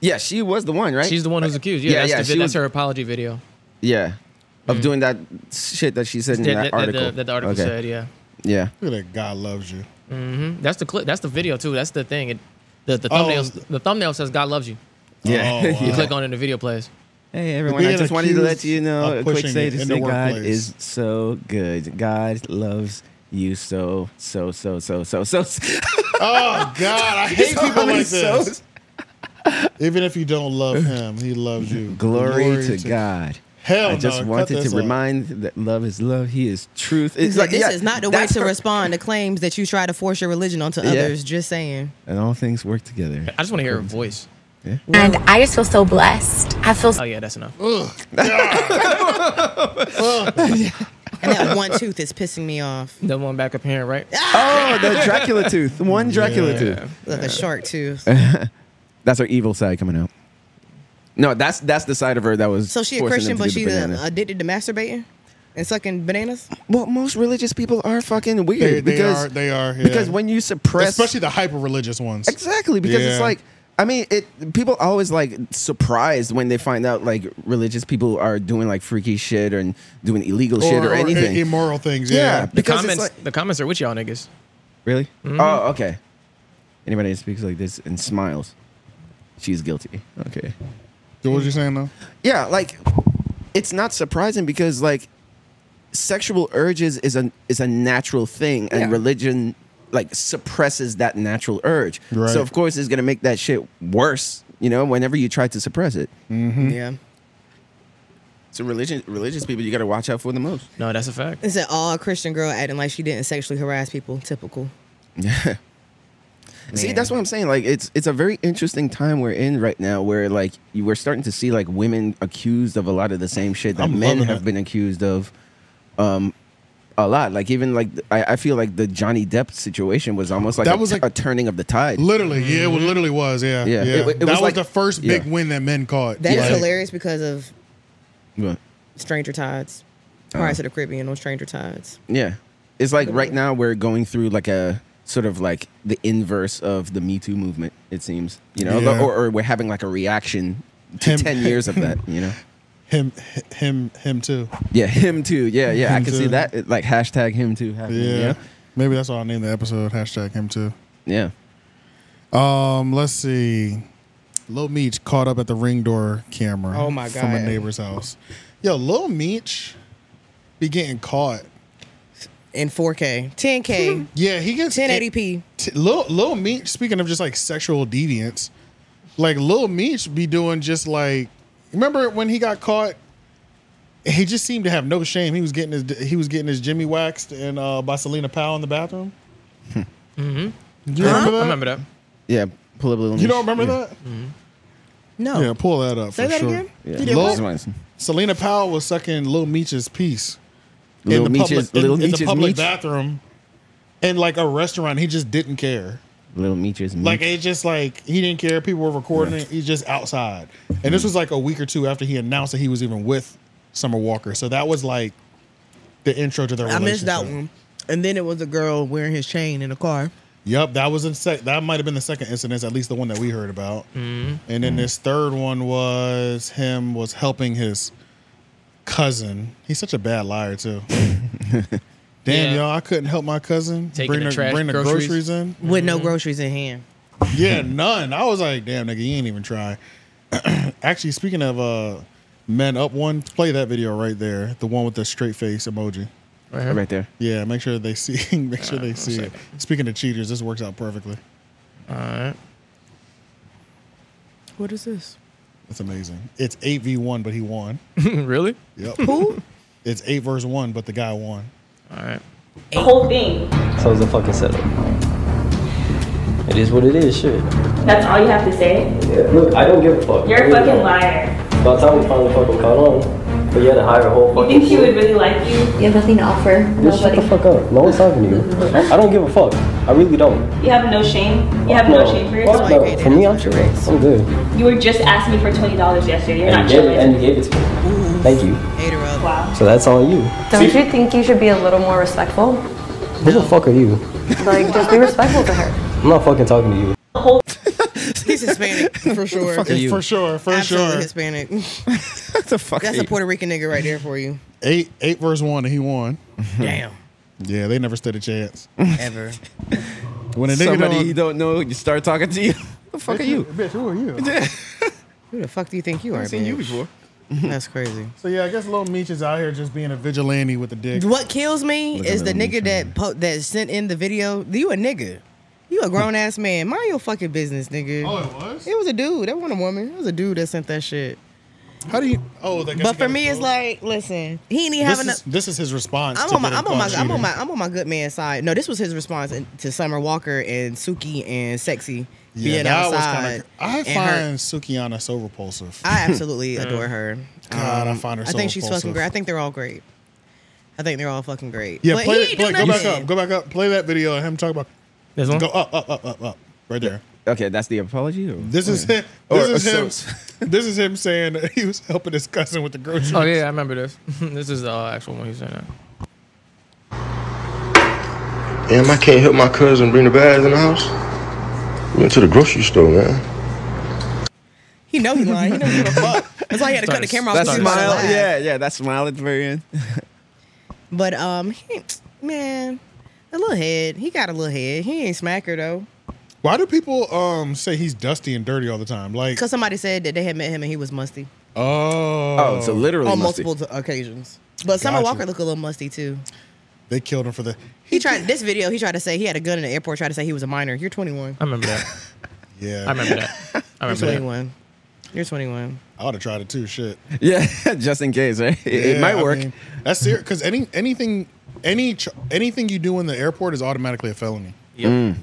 yeah, she was the one, right? She's the one who's accused. Yeah, Yeah, that's, yeah, the she vid- that's was- her apology video yeah, of doing that shit that she said in that, that, that- that article. the, that the article Okay. said. Yeah, Yeah, Look at that. God loves you. hmm that's the clip. That's the video too. That's the thing. It, the the Oh. thumbnail the thumbnail says God loves you. yeah. Oh, wow. You click on it, and the video plays. Hey everyone, I Being just wanted to accused let you know of a quick pushing say it to in the say God workplace. is so good. God loves you so so so so so so. Oh God, I hate people like so- this. Even if you don't love him, he loves you. Glory, to, God. Hell I no, just cut wanted this to out. remind that love is love. He is truth. It's He's like, this yeah, is not the way that's to per- respond to claims that you try to force your religion onto Yeah. others. Just saying. And all things work together. I just want to hear her voice. And I just feel so blessed. I feel so. Oh yeah, that's enough. And that one tooth is pissing me off. The one back up here, right? Oh, the Dracula tooth. One Dracula tooth. Oh. Like a shark tooth. That's her evil side coming out. No, that's that's the side of her that was. So she a Christian, forcing them to but do she the uh, banana. addicted to masturbating and sucking bananas. well, most religious people are fucking weird They, they because are. They are. yeah. because when you suppress especially the hyper religious ones. Exactly, because it's Yeah. like I mean, it people are always like surprised when they find out like religious people are doing like freaky shit and doing illegal shit or, anything. i- immoral things. yeah, Yeah. The because comments, it's like the comments are with y'all niggas. really. Mm-hmm. Oh, okay. Anybody that speaks like this and smiles, she's guilty. Okay. What was you saying though? Yeah, like it's not surprising because like sexual urges is a is a natural thing and Yeah. religion like suppresses that natural urge. Right. So of course it's going to make that shit worse, you know, whenever you try to suppress it. Yeah. So religion, religious people, you got to watch out for the most. No, that's a fact. It's an all Christian girl acting like she didn't sexually harass people. Typical. See, that's what I'm saying. Like, it's it's a very interesting time we're in right now, where like you, we're starting to see like women accused of a lot of the same shit that I'm men loving have it. been accused of, um, a lot. Like even like I, I feel like the Johnny Depp situation was almost like That a, was, like- a turning of the tide. Literally, yeah, it wa- literally was. Yeah, Mm-hmm. Yeah, yeah. it- it was that was like- the first big yeah. win that men caught. That is Like, hilarious because of But, Stranger Tides. Oh. Pirates of the Caribbean on Stranger Tides. yeah, it's like right now we're going through like a sort of like the inverse of the Me Too movement. It seems, you know, Yeah. or, or we're having like a reaction to Him- ten years of that, you know. Him, him, him too. Yeah, him too. Yeah, yeah. I Him can see too. that. It, Like hashtag him too. Yeah. happening, Yeah. Maybe that's why I named the episode hashtag him too. yeah. Um, let's see. Lil Meech caught up at the ring door camera. Oh, my From a God. neighbor's house. Yo, Lil Meech be getting caught. In 4K. 10K. Yeah, he gets 1080p. T- Lil Lil Meech. Speaking of just like sexual deviance, like Lil Meech be doing just like. Remember when he got caught? He just seemed to have no shame. He was getting his he was getting his Jimmy waxed and uh, by Selena Powell in the bathroom. Hmm. mm-hmm. You remember that? I remember that. Yeah. Pull up a little. You don't remember yeah. that? No. Yeah, pull that up. Oh. Say for that sure. again? Yeah. He did Lil- Lil, what? Lil, Selena Powell was sucking Lil Meech's piece Lil in the Meech's public, in- Lil in, the Meech's public Meech. bathroom, in like a restaurant. He just didn't care. Lil Meech's Like Meech. it's just like he didn't care. People were recording it. He's just outside. And this was like a week or two after he announced that he was even with Summer Walker. So that was like the intro to their I missed relationship. that one. And then it was a girl wearing his chain in a car. Yep, that was in sec- that might have been the second incident, at least the one that we heard about. Mm-hmm. And then this third one was him was helping his cousin. He's such a bad liar too. Damn, Yeah. y'all, I couldn't help my cousin Taking bring the trash, bring the groceries. groceries in. With no Mm-hmm. groceries in hand. Yeah, none. I was like, damn, nigga, you ain't even try. Actually, speaking of uh, men up one, play that video right there, the one with the straight face emoji. Right here. right there. Yeah, make sure they see. make Uh, sure they see it. Speaking of cheaters, this works out perfectly. All right. What is this? It's amazing. It's eight v one, but he won. really? Yep. Who? it's eight versus one, but the guy won. All right. The whole thing. So it's a fucking setup. It is what it is, shit. That's all you have to say. Yeah, look, I don't give a fuck. You're a I really fucking don't. liar. By the time we finally fucking caught on, but you had to hire a whole You fucking. think she would really like you? You have nothing to offer. Just shut Nobody. the fuck up. No one's talking to you. I don't give a fuck. I really don't. You have no shame. You have no shame for Fuck yourself. no. For me, I'm sure. I'm good. And You were just asked me for twenty dollars yesterday. You're you not gave it, and chilling. you gave it to me. Thank you. Ate her up. Wow. So that's on you. Don't you think you should be a little more respectful? Who the fuck are you? Like, just be respectful to her. I'm not fucking talking to you. He's Hispanic for sure. Fucking you. for sure, for Absolutely sure. Hispanic. What the fuck? That's are a you- Puerto Rican nigga right there for you. Eight eight versus one, and he won. Damn. Yeah, they never stood a chance. Ever. When a nigga Somebody you don't, don't know, you start talking to you. the fuck are you? bitch, who are you? Who the fuck do you think you are? I've seen you bitch? before. That's crazy. So yeah, I guess Little Meech is out here just being a vigilante with the dick. What kills me Look at is Lil the Meech, man. nigga that po- that sent in the video. You a nigga. You a grown ass man. Mind your fucking business, nigga. Oh, it was. It was a dude. That wasn't a woman. It was a dude that sent that shit. How do you? Oh, that But for me, it's like, listen, he ain't even this having. is, a- this is his response. I'm to on my, getting I'm on my, caught I'm on cheating. my, I'm on my good man side. No, this was his response in- to Summer Walker and Suki and Sexy Yeah, being that was outside. kinda- I and her- find Sukiana so repulsive. I absolutely adore her. Um, God, I find her I so think she's repulsive. fucking great. I think they're all great. I think they're all fucking great. yeah, But play, he it- ain't play, do go back nothing. up, go back up, play that video of him talking about This one? go up, up, up, up, up, uh, right there. Okay, that's the apology. Or? This is him. Or- This or is him. so- this is him saying that he was helping his cousin with the groceries. Oh yeah, I remember this. this is the uh, actual one he's saying. That. Damn, I can't help my cousin bring the bags in the house. We went to the grocery store, man. He know he lying. He know he give a fuck. That's why he had to cut the camera off. that because he was about to smile. laugh. Yeah, yeah, that smile at the very end. But um, he, man, a little head. He got a little head. He ain't smack her though. Why do people um say he's dusty and dirty all the time? Like, Cause somebody said that they had met him and he was musty oh, Oh, so literally on musty. multiple t- occasions. But Summer Gotcha. Walker looked a little musty too. they killed him for the. He tried this video. He tried to say he had a gun in the airport. Tried to say he was a minor. You're 21. I remember that. Yeah, I remember that. I You're remember that. 21. You're 21. I would have tried it too. Shit, Yeah, just in case, right? It, it Yeah, might I work. mean, that's serious because any anything any ch- anything you do in the airport is automatically a felony. Yep. If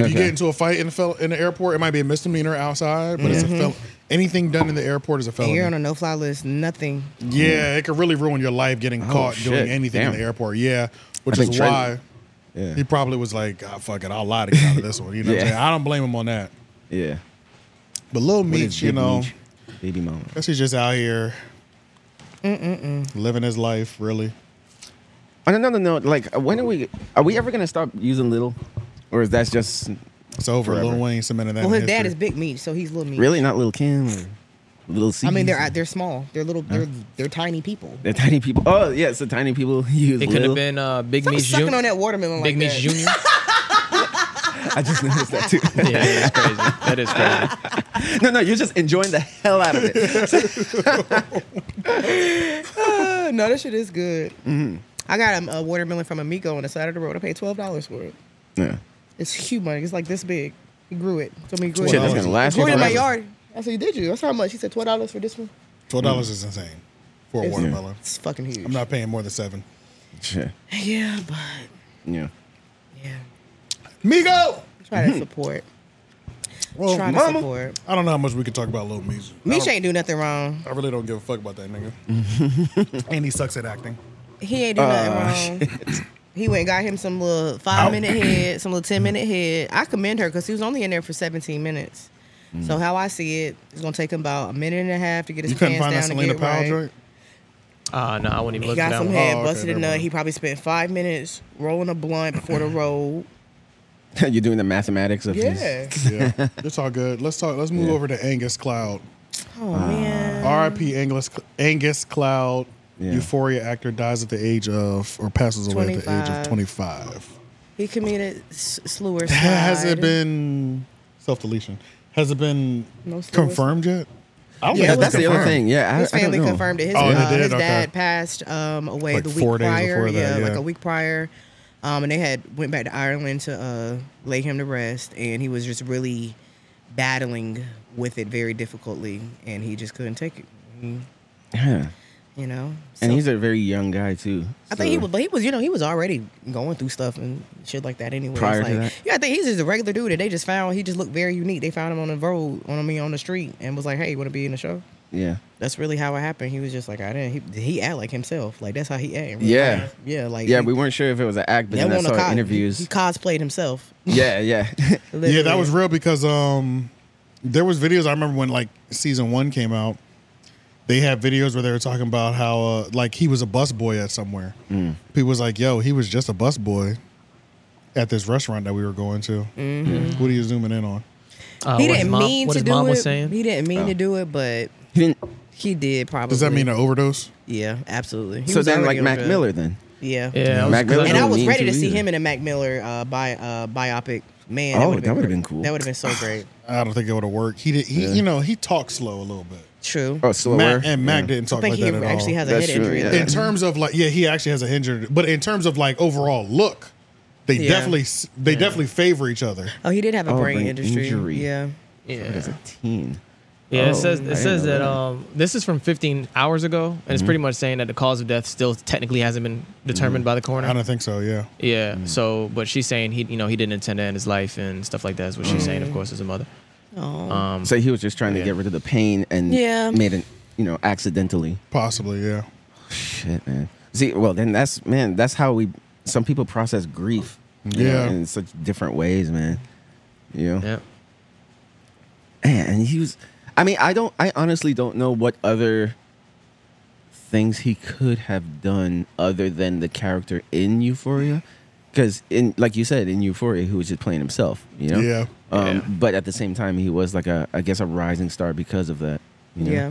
you Okay. get into a fight in the, fel- in the airport, it might be a misdemeanor outside, but it's a fel- anything done in the airport is a And felony. you're on a no-fly list. Nothing. yeah, it could really ruin your life getting caught Oh, shit. doing anything in Damn. the airport. Yeah, which I is think Trent- why Yeah. he probably was like, God, "Fuck it, I'll lie to get out of this one." You know, what I'm Yeah. saying? I don't blame him on that. Yeah. But Lil What Meech, is you Big know, Meech? baby mama. guess he's just out here living his life. Really, On another note, like when are we? Are we ever gonna stop using little, or is that just it's over. Forever. Lil Wayne cemented that. Well, in his dad history. is big meat, so he's little meat. really not little Kim or little C? I mean, they're they're small. They're little. They're they're tiny people. they're tiny people. Oh yeah, so tiny people use It could little. have been uh, Big Stop Meech sucking Junior. on that watermelon Big like Meech that. Junior. I just noticed that too. Yeah, that's crazy. That is crazy. no, no, you're just enjoying the hell out of it. Uh, no, that shit is good. I got um, a watermelon from Amigo on the side of the road. I paid twelve dollars for it. yeah. It's huge money. It's like this big. He grew it. Told me he grew Shit, it. that's I was- gonna last I grew you it in my forever. yard. I said, "Did you?" That's how much. He said, twelve dollars for this one." Twelve dollars is insane for a It's- watermelon. It's fucking huge. I'm not paying more than seven. Sure. Yeah, but Yeah. yeah, Migo. try Mm-hmm. to support. Well, try to mama. support. I don't know how much we can talk about Lil Meech. I, Meech don't- ain't do nothing wrong. I really don't give a fuck about that nigga. and he sucks at acting. He ain't do nothing wrong. He went and got him some little five minute head, some little ten minute head. I commend her because he was only in there for seventeen minutes. Mm. So how I see it, it's gonna take him about a minute and a half to get his You couldn't pants find down that and Selena get it Powell right. joint. Uh, no, I wouldn't even He look got at that some one. head, Oh, okay, busted a never nut. mind. He probably spent five minutes rolling a blunt before the road. you're doing the mathematics of his- Yeah. Yeah, it's all good. Let's talk. Let's move over to Angus Cloud. Oh man. R.I.P. Angus Angus Cloud. Yeah. Euphoria actor dies at the age of, or passes away at the age of 25. 25. He committed s- slew or Has it slide. been self deletion? Has it been No slurs. confirmed yet? I don't Yeah, think it's that's the other confirmed. thing. Yeah, I, His I don't family know. confirmed it. His, Oh, they uh, did? his Okay. dad passed um, away Like the week four days prior. before that, yeah, like yeah. a week prior. Um, and they had went back to Ireland to uh, lay him to rest, and he was just really battling with it very difficultly, and he just couldn't take it. He- Yeah. You know, And So- he's a very young guy too. I think he so- was, but he was, you know, he was already going through stuff and shit like that anyway. Prior like, to that? Yeah, I think he's just a regular dude that they just found. He just looked very unique. They found him on the road, on I mean, on the street, and was like, "Hey, you want to be in the show?" Yeah. That's really how it happened. He was just like, "I didn't." He, he act like himself. Like that's how he act. in real Yeah. life. yeah, like Yeah, he- we weren't sure if it was an act, but that then I one on saw co- interviews. He, he cosplayed himself. yeah, yeah. Yeah, that Literally. was real because um, there was videos. I remember when like season one came out, they had videos where they were talking about how uh, like he was a busboy at somewhere. Mm. People was like, "Yo, he was just a busboy at this restaurant that we were going to." Mm-hmm. What are you zooming in on? Uh, He what his didn't mom- mean what to his do mom it. was saying. He didn't Oh. mean to do it, but He didn't- he did probably. Does that mean an overdose? Yeah, absolutely. He so was then, already like on Mac drugs. Miller, then. Yeah. Yeah, I was- Mac because I Miller know- and I was mean ready to to see either. him in a Mac Miller uh, bi- uh, biopic. Man, Oh, would've that would've great. been cool. That would have been so great. I don't think it would have worked. He did. He, you know, he talked slow a little bit. True. Oh, slower. Mac, and Mac Yeah. didn't I talk think like that he at all. actually has a That's head true, injury. yeah. though. in terms of like yeah he actually has a hinder but in terms of like overall look they Yeah. definitely s- they definitely favor each other Oh, he did have a Oh, brain, brain industry. injury. Yeah. Yeah. As a teen. Yeah, Oh, it says I it didn't says know that um, this is from 15 hours ago, and it's pretty much saying that the cause of death still technically hasn't been determined by the i coroner. don't think so yeah Yeah. So, but she's saying he, you know, he didn't intend to end his life and stuff like that. Is what she's saying, of course, as a mother. Mm. Oh. Um, So he was just trying to Yeah. get rid of the pain and Yeah. made it, you know, accidentally. possibly yeah Shit, man. See, well, then that's man. That's how we. Some people process grief. you know, Yeah. in such different ways, man. You know? yeah. Man, and he was. I mean, I don't. I honestly don't know what other things he could have done other than the character in Euphoria, because in like you said, in Euphoria, he was just playing himself. You know. Yeah. Um, Yeah. But at the same time, he was like a, I guess, a rising star because of that. You know? Yeah.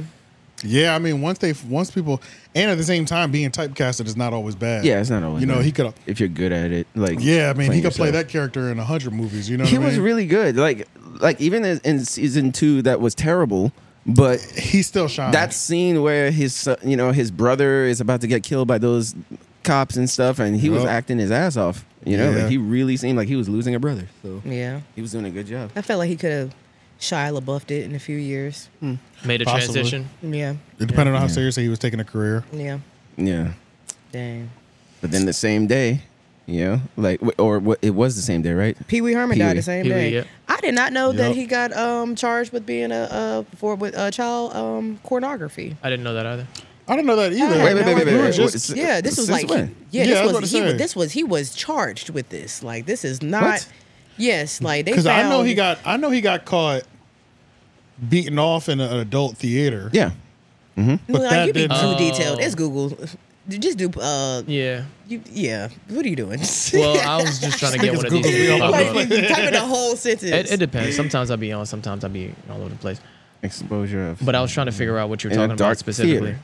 yeah i mean once they once people and at the same time being typecasted is not always bad Yeah, it's not always. you know bad. he could if you're good at it, like yeah i mean he playing could play yourself. that character in a 100 movies you know he what I was mean? really good. Like like even in, in season two, that was terrible. But he still shines that scene where his son- you know his brother is about to get killed by those cops and stuff, and he was Yup. acting his ass off. You know, Yeah. like he really seemed like he was losing a brother. So Yeah. he was doing a good job. I felt like he could have Shia LaBeoufed it in a few years. Made Possibly. a transition. Yeah. it depended on how seriously he was taking a career Yeah. Yeah, Dang. but then the same day, you know, like w- or what it was the same day, right? Pee Wee Herman died Pee-wee. the same Pee-wee, day. yep. I did not know that Yup. he got um, charged with being a, a for with uh, child um, pornography. I didn't know that either. i don't know that either Wait, wait, wait, wait, We were wait, just- Wait, Yeah, this was since like when? Yeah, I yeah, was this about was to he was say. this was he was charged with this. Like this is not What? yes, like they Because I know found- he got, I know he got caught beating off in an adult theater. Yeah, but like, that you be too didn't- detailed. It's Google. You Just do uh Yeah. you, yeah. What are you doing? Well, I was just trying to get Niggas one of Google these. me all pop-up. like you type in a whole sentence. It, it depends. Sometimes I'll be on. Sometimes I'll be all over the place. exposure of But I was trying to figure out what you were In a talking dark about specifically. theater.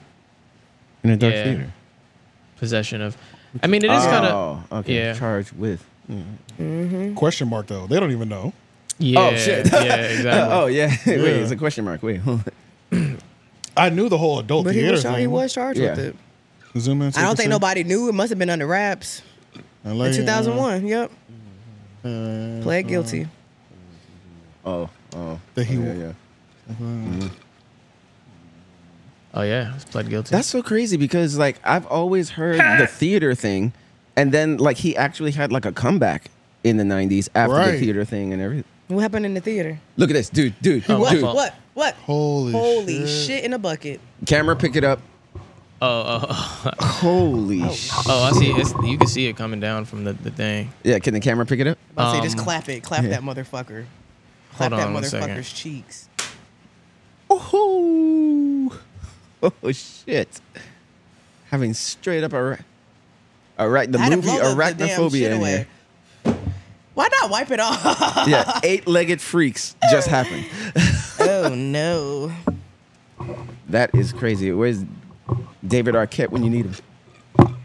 in a dark Yeah. theater. Possession of. I mean, it is kind of. oh, okay. yeah. Charged with. Question mark though. They don't even know. Yeah, Oh, shit. yeah, exactly. oh yeah. Wait, Yeah. it's a question mark. Wait. Oh, hold on. I knew the whole adult but he theater was, char- thing. he was charged Yeah. with it. Zoom in. so I you don't can think see. nobody knew. It must have been under wraps And like, in 2001. Yep. uh, Pled guilty. Oh. Oh. That he oh, wa- Oh yeah, it's pled guilty. That's so crazy because like I've always heard the theater thing, and then like he actually had like a comeback in the '90s after the Right. theater thing and everything. What happened in the theater? Look at this, dude, dude, Oh, What? dude. fuck. What? What? Holy Holy shit. shit in a bucket. Camera, pick it up. oh, oh, oh, Holy. sh- oh, I see. It's, you can see it coming down from the, the thing. Yeah, can the camera pick it up? I say just Um, clap it. Clap yeah. that motherfucker. Clap Hold that on one second. motherfucker's cheeks. Oh. Oh shit. Having straight up a. All right, the I had to movie blow the- the damn shit Arachnophobia in away. here. Why not wipe it off? Yeah, eight-legged freaks just happened. oh no. That is crazy. Where's David Arquette when you need him?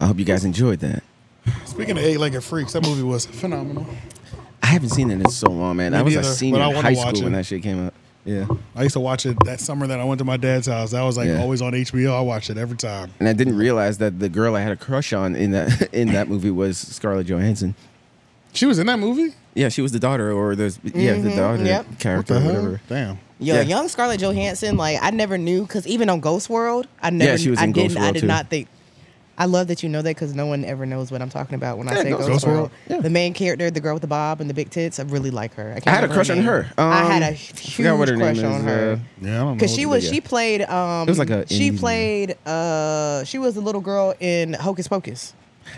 I hope you guys enjoyed that. Speaking of eight-legged freaks, that movie was phenomenal. I haven't seen it in so long, man. I Me was neither, a but senior I in wanna high watch school when it. that shit came out. Yeah. I used to watch it that summer that I went to my dad's house. That was like Yeah. always on HBO. I watched it every time. And I didn't realize that the girl I had a crush on in that in that movie was Scarlett Johansson. She was in that movie. Yeah, she was the daughter or the yeah, the daughter yep. What character the or hell? whatever. Damn. Yo, Yeah. young Scarlett Johansson, like I never knew because even on Ghost World, I never, she was I in Ghost didn't, I World, did too. not think. I love that you know that because no one ever knows what I'm talking about when I Yeah, say Ghost Ghost, World. World. Yeah. The main character, the girl with the bob and the big tits, I really like her. I, can't I had a remember crush on name. her. I had a Um, huge forgot what her name crush on is, her uh, Yeah, I don't know. because what she to was do. she played um It was like a she indie- played uh she was the little girl in Hocus Pocus.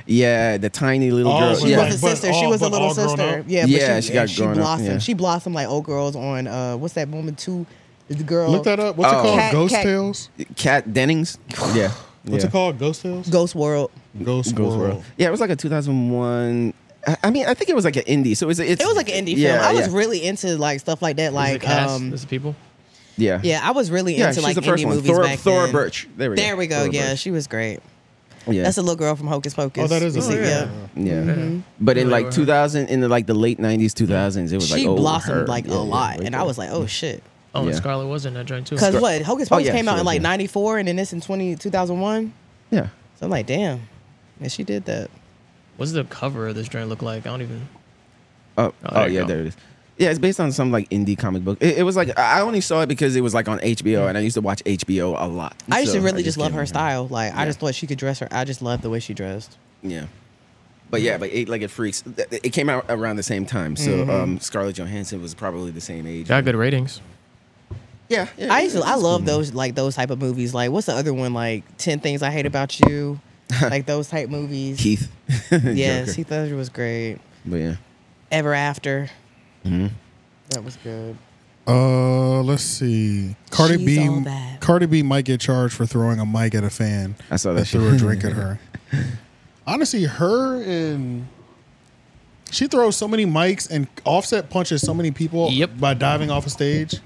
Yeah, the tiny little Oh, girl. she She yeah. Like, was a but sister. she all- was a but little all grown sister. up? Yeah, Yeah, but she, she got she grown up, blossomed. yeah. She blossomed like old girls on uh what's that woman two? The girl Look that up. What's Oh. it called? Cat- Ghost cat- Tales. Cat Dennings. Yeah. What's Yeah. it called? Ghost Tales. Ghost World. Ghost, Ghost World. World. Yeah, it was like a 2001. I- I mean, I think it was like an indie. So it's, it's It was like an indie yeah, film. I was yeah, really into like stuff like that. Like, Like cast? um There's people. yeah, yeah, I was really yeah. into she's like the first indie one. movies Thora, back Thora then. Birch. There we go. There we go. Thora yeah, Birch. she was great. Yeah. That's a Mm-hmm. little girl from Hocus Pocus. Oh, that is a yeah. singer. Yeah. But in like 2000, in the, like the late 90s, 2000s, it was like She oh, blossomed her. like Yeah, a yeah, lot, right and there. I was like, oh shit. Oh, and Yeah. Scarlett was in that joint too. Because Scar- what Hocus Oh, Pocus yeah, came out sure, in like yeah. '94, and then this in 20, 2001. yeah. So I'm like, damn, and she did that. What's the cover of this joint look like? I don't even. Oh, Oh, oh there you yeah, go. there it is. Yeah, it's based on some like indie comic book. It, it was like I only saw it because it was like on HBO, and I used to watch HBO a lot. I used So to really just love came- her style. Like I Yeah. just thought she could dress her. I just loved the way she dressed. Yeah. But yeah, but Eight Legged Freaks, th- th- it came out around the same time. So um, Scarlett Johansson was probably the same age. Got Mm-hmm. good ratings. Yeah, yeah, I used to. it's- I it's love cool. those like those type of movies. Like what's the other one? Like Ten Things I Hate About You. like those type movies. Keith. yes, Joker. Heath Ledger was great. But yeah. Ever After. Mm-hmm. That was good. Uh, let's see. Cardi She's B. all that. Cardi B might get charged for throwing a mic at a fan. I saw that threw shit. a drink at her. Honestly, her and she throws so many mics and Offset punches so many people Yep. by diving off a stage.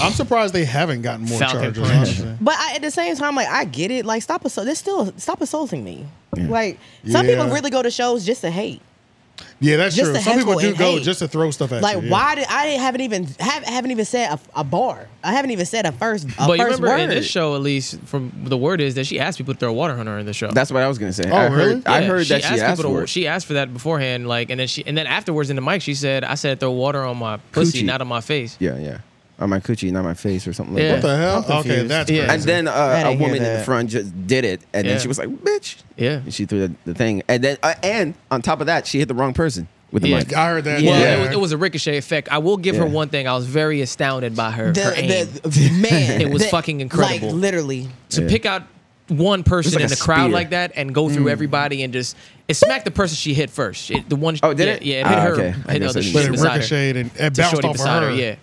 I'm surprised they haven't gotten more Falcon charges. punch. honestly. But I, at the same time, like I get it. Like stop assault. This still stop assaulting me. Like some people Yeah. really go to shows just to hate. Yeah, that's Just true. to Some people heckle do and go hate. just to throw stuff at Like you. yeah. why did I haven't even have, haven't even said a, a bar. I haven't even said a first a but Uh, first you remember word. in this show, at least from the word is that she asked people to throw water on her in the show. That's what I was gonna say. Oh, I heard, really? I Yeah, heard that she asked people for to, it. She asked for that beforehand, like, and then she and then afterwards in the mic, she said, "I said throw water on my pussy, Coochie. not on my face." Yeah, yeah. On my coochie, not my face, or something like Yeah. What that. the hell? I'm confused. Okay, that's Yeah. yeah. And then uh, I a didn't hear woman in the that. front just did it, and Yeah. then she was like, "Bitch!" Yeah. And she threw the, the thing, and then uh, and on top of that, she hit the wrong person with the Yeah. mic. I heard that. Well, Yeah. It, was, it was a ricochet effect. I will give her Yeah. one thing. I was very astounded by her. her aim. the, the man, It was the- fucking incredible. Like literally, to Yeah. pick out one person like in a the crowd spear. Mm. like that and go through everybody and just it smacked the person she hit first. It, the one. Oh, did yeah, it? Yeah, it Ah, hit okay. I her. Hit guess the I other didn't shit but it beside her. ricocheted and it The bounced shorty off of beside her. her. Yeah.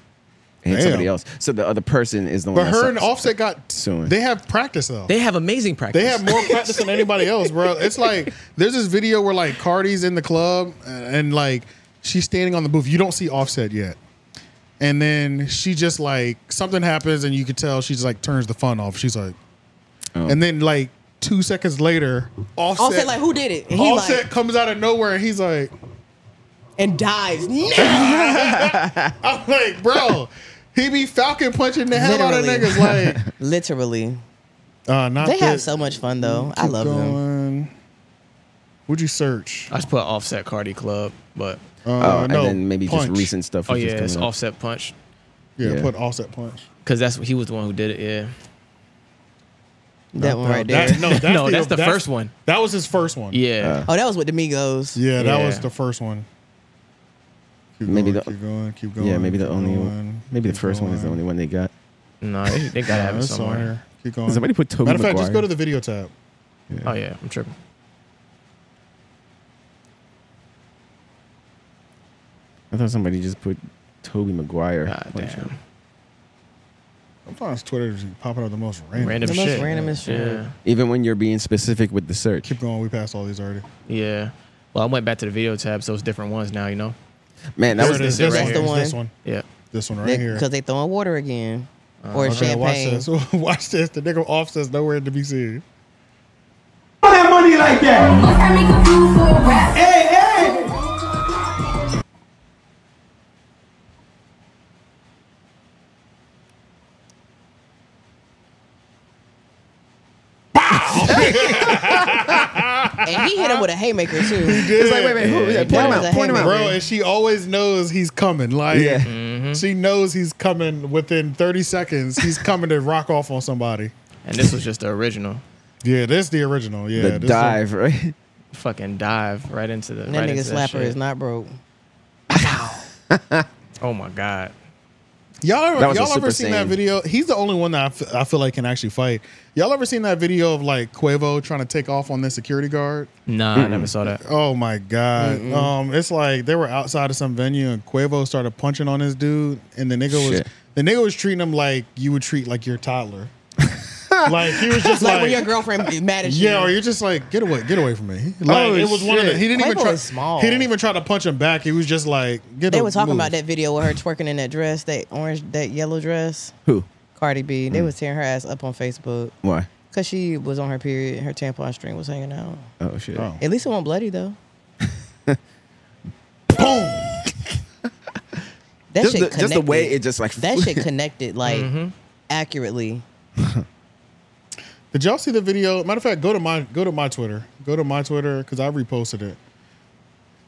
And hit somebody Damn. else. So the other person is the one. But that her and sucks. Offset got. Suing. They have practice though. They have amazing practice. They have more practice than anybody else, bro. It's like there's this video where like Cardi's in the club and, and, like she's standing on the booth. You don't see Offset yet, and then she just like something happens and you can tell she's like turns the fun off. She's like, and then like two seconds later, Offset, Offset like who did it? And he Offset like comes out of nowhere and he's like, and dives. No! I'm like, bro, he be Falcon punching the hell out of Literally. niggas. Like, literally, uh, not they have that- so much fun though. I Keep love them. going. Would you search? I just put Offset Cardi Club, but Uh, Oh, and no, then maybe punch. just recent stuff. oh was yeah, just it's coming up. Offset Punch Yeah, Yeah. put offset punch. because that's he was the one who did it. Yeah. That one right there. That- no, that's No, the, that's the first one. That was his first one. Uh, Ah. Yeah. oh, that was with the Migos. Yeah, that Yeah. was the first one. Keep Maybe going, the- keep going, keep going. Yeah, maybe the keep only going, one. Maybe the keep first one is the going. only one they got. no, they, they gotta Yeah, have it it's on somewhere. here. Keep going. Somebody put Tobey Matter of fact, just Maguire. go to the video tab. Oh yeah, I'm tripping. I thought somebody just put Toby Maguire. Ah, God damn. Sometimes Twitter is popping up the most random. Random The most shit. randomest shit. Yeah. Even when you're being specific with the search. Keep going. We passed all these already. Yeah. Well, I went back to the video tab, so it's different ones now. You know. Man, that There was it is. this This, right one. here. It's That's This the one. Yeah. This one right here. because they throwing water again Uh-huh. or Okay, watch champagne. this. Watch this. The nigga offset's nowhere to be seen. All that money like that. Don't have me confused for a rap. Hey, hey. and he hit him with a haymaker too. It's like, wait, wait, who? Yeah, point him That was out. a Point him out. Bro, and she always knows he's coming. Like Yeah. she knows he's coming within 30 seconds. He's coming to rock off on somebody. And this was just the original. Yeah, this the original. Yeah, the this dive, right? Fucking dive right into the. And right that nigga into that slapper is shit. not broke. Oh my god. Is, y'all That ever, was a y'all ever Super seen that Saiyan. video? He's the only one that I f- I feel like can actually fight. Y'all ever seen that video of like Quavo trying to take off on this security guard? Nah, I never saw that. Oh my god! Um, it's like they were outside of some venue and Quavo started punching on this dude, and the nigga was Shit. the nigga was treating him like you would treat like your toddler. like he was just Like, like, when your girlfriend be mad at you. yeah, or you're just like get away, get away from me. Like Oh, it was one of the shit. he didn't even Quavo try. is small. He didn't even try to punch him back. He was just like get. they a- Oh, were talking move. about that video with her twerking in that dress, that orange, that yellow dress. Who? Mm. Cardi B. They was tearing her ass up on Facebook Why? Cause she was on her period, and her tampon string was hanging out. Oh shit. Oh. At least it won't bloody though. Boom. That Just shit the- connected. just the way it just, like, that shit connected like Mhm. accurately. Did y'all see the video? Matter of fact, go to my go to my Twitter. Go to my Twitter because I reposted it.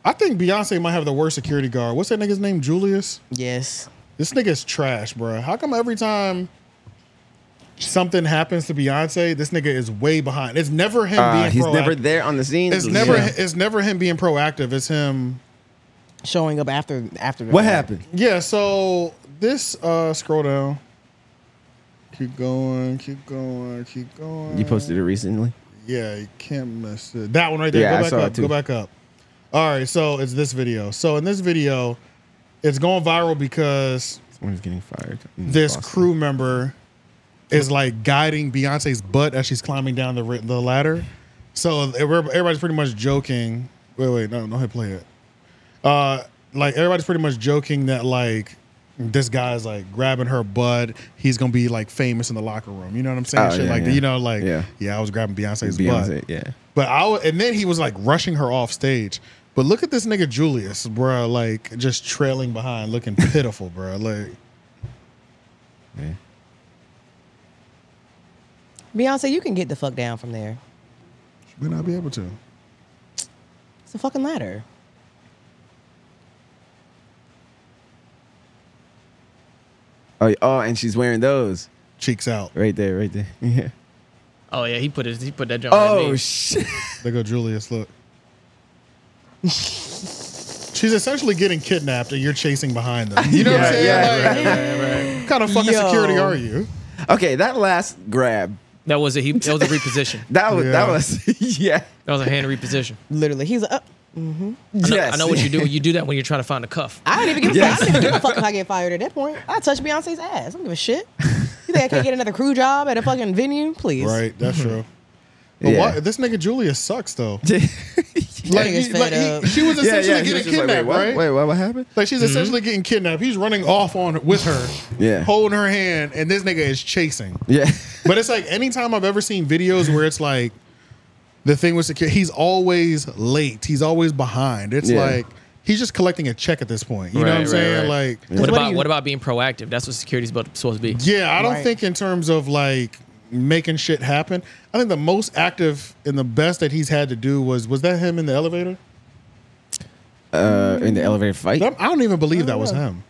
I think Beyonce might have the worst security guard. What's that nigga's name? Julius. Yes. This nigga's trash, bro. How come every time something happens to Beyonce, this nigga is way behind? It's never him Uh, being. he's proact- never there on the scene. It's never. Yeah. It's never him being proactive. It's him. Showing up after after. the What fact. happened? Yeah. So this. uh Scroll down. Keep going. Keep going. Keep going. You posted it recently. Yeah, you can't miss it. That one right there. Yeah, go I back saw it up. too. Go back up. All right, so it's this video. So in this video, it's going viral because Someone's getting fired. in this Boston. crew member is like guiding Beyonce's butt as she's climbing down the ri- the ladder. So everybody's pretty much joking. Wait, wait, no, don't hit play it. Uh, like everybody's pretty much joking that like this guy's like grabbing her butt. He's gonna be like famous in the locker room. You know what I'm saying? Oh, Shit yeah, like yeah. you know, like Yeah. yeah. I was grabbing Beyonce's butt. Beyonce. Yeah. But I wa- and then he was like rushing her off stage. But look at this nigga Julius, bruh, like just trailing behind, looking pitiful, bruh. Like yeah. Beyonce, you can get the fuck down from there. she may not be able to. It's a fucking ladder. Oh, yeah. oh, and she's wearing those Cheeks out. right there, right there. Yeah. Oh yeah, he put his he put that jump. on Oh his knee. shit. There go Julius. Look, she's essentially getting kidnapped, and you're chasing behind them. You know what I'm saying? yeah, Like, What kind of fucking Yo. security are you? Okay, that last grab. that was a he, that was a reposition. That was that Yeah. was yeah. That was a hand reposition. Literally, he's up. I know, yes. I know what you do. You do that when you're trying to find a cuff. I don't even give a Yes. fuck. I don't even give a fuck if I get fired at that point. I touch Beyonce's ass. I don't give a shit. You think I can't get another crew job at a fucking venue? Please. Right. That's true. Mm-hmm. But Yeah. why, this nigga Julius sucks though. Like, nigga's he- fed like, he- up. she was essentially yeah, yeah. She was getting just like, kidnapped, wait, what? right? Wait, what, what happened? Like she's essentially getting kidnapped. He's running off on with her, Yeah. holding her hand, and this nigga is chasing. Yeah. But it's like anytime I've ever seen videos where it's like the thing with security, he's always late. He's always behind. It's Yeah. like he's just collecting a check at this point. You know what Right, I'm right, saying? right. Like, What, what do about you- what about being proactive? That's what security's bu- supposed to be. yeah, I don't Right. think in terms of like making shit happen. I think the most active and the best that he's had to do was was that him in the elevator? Uh, in the elevator fight. I don't even believe that was Uh. him.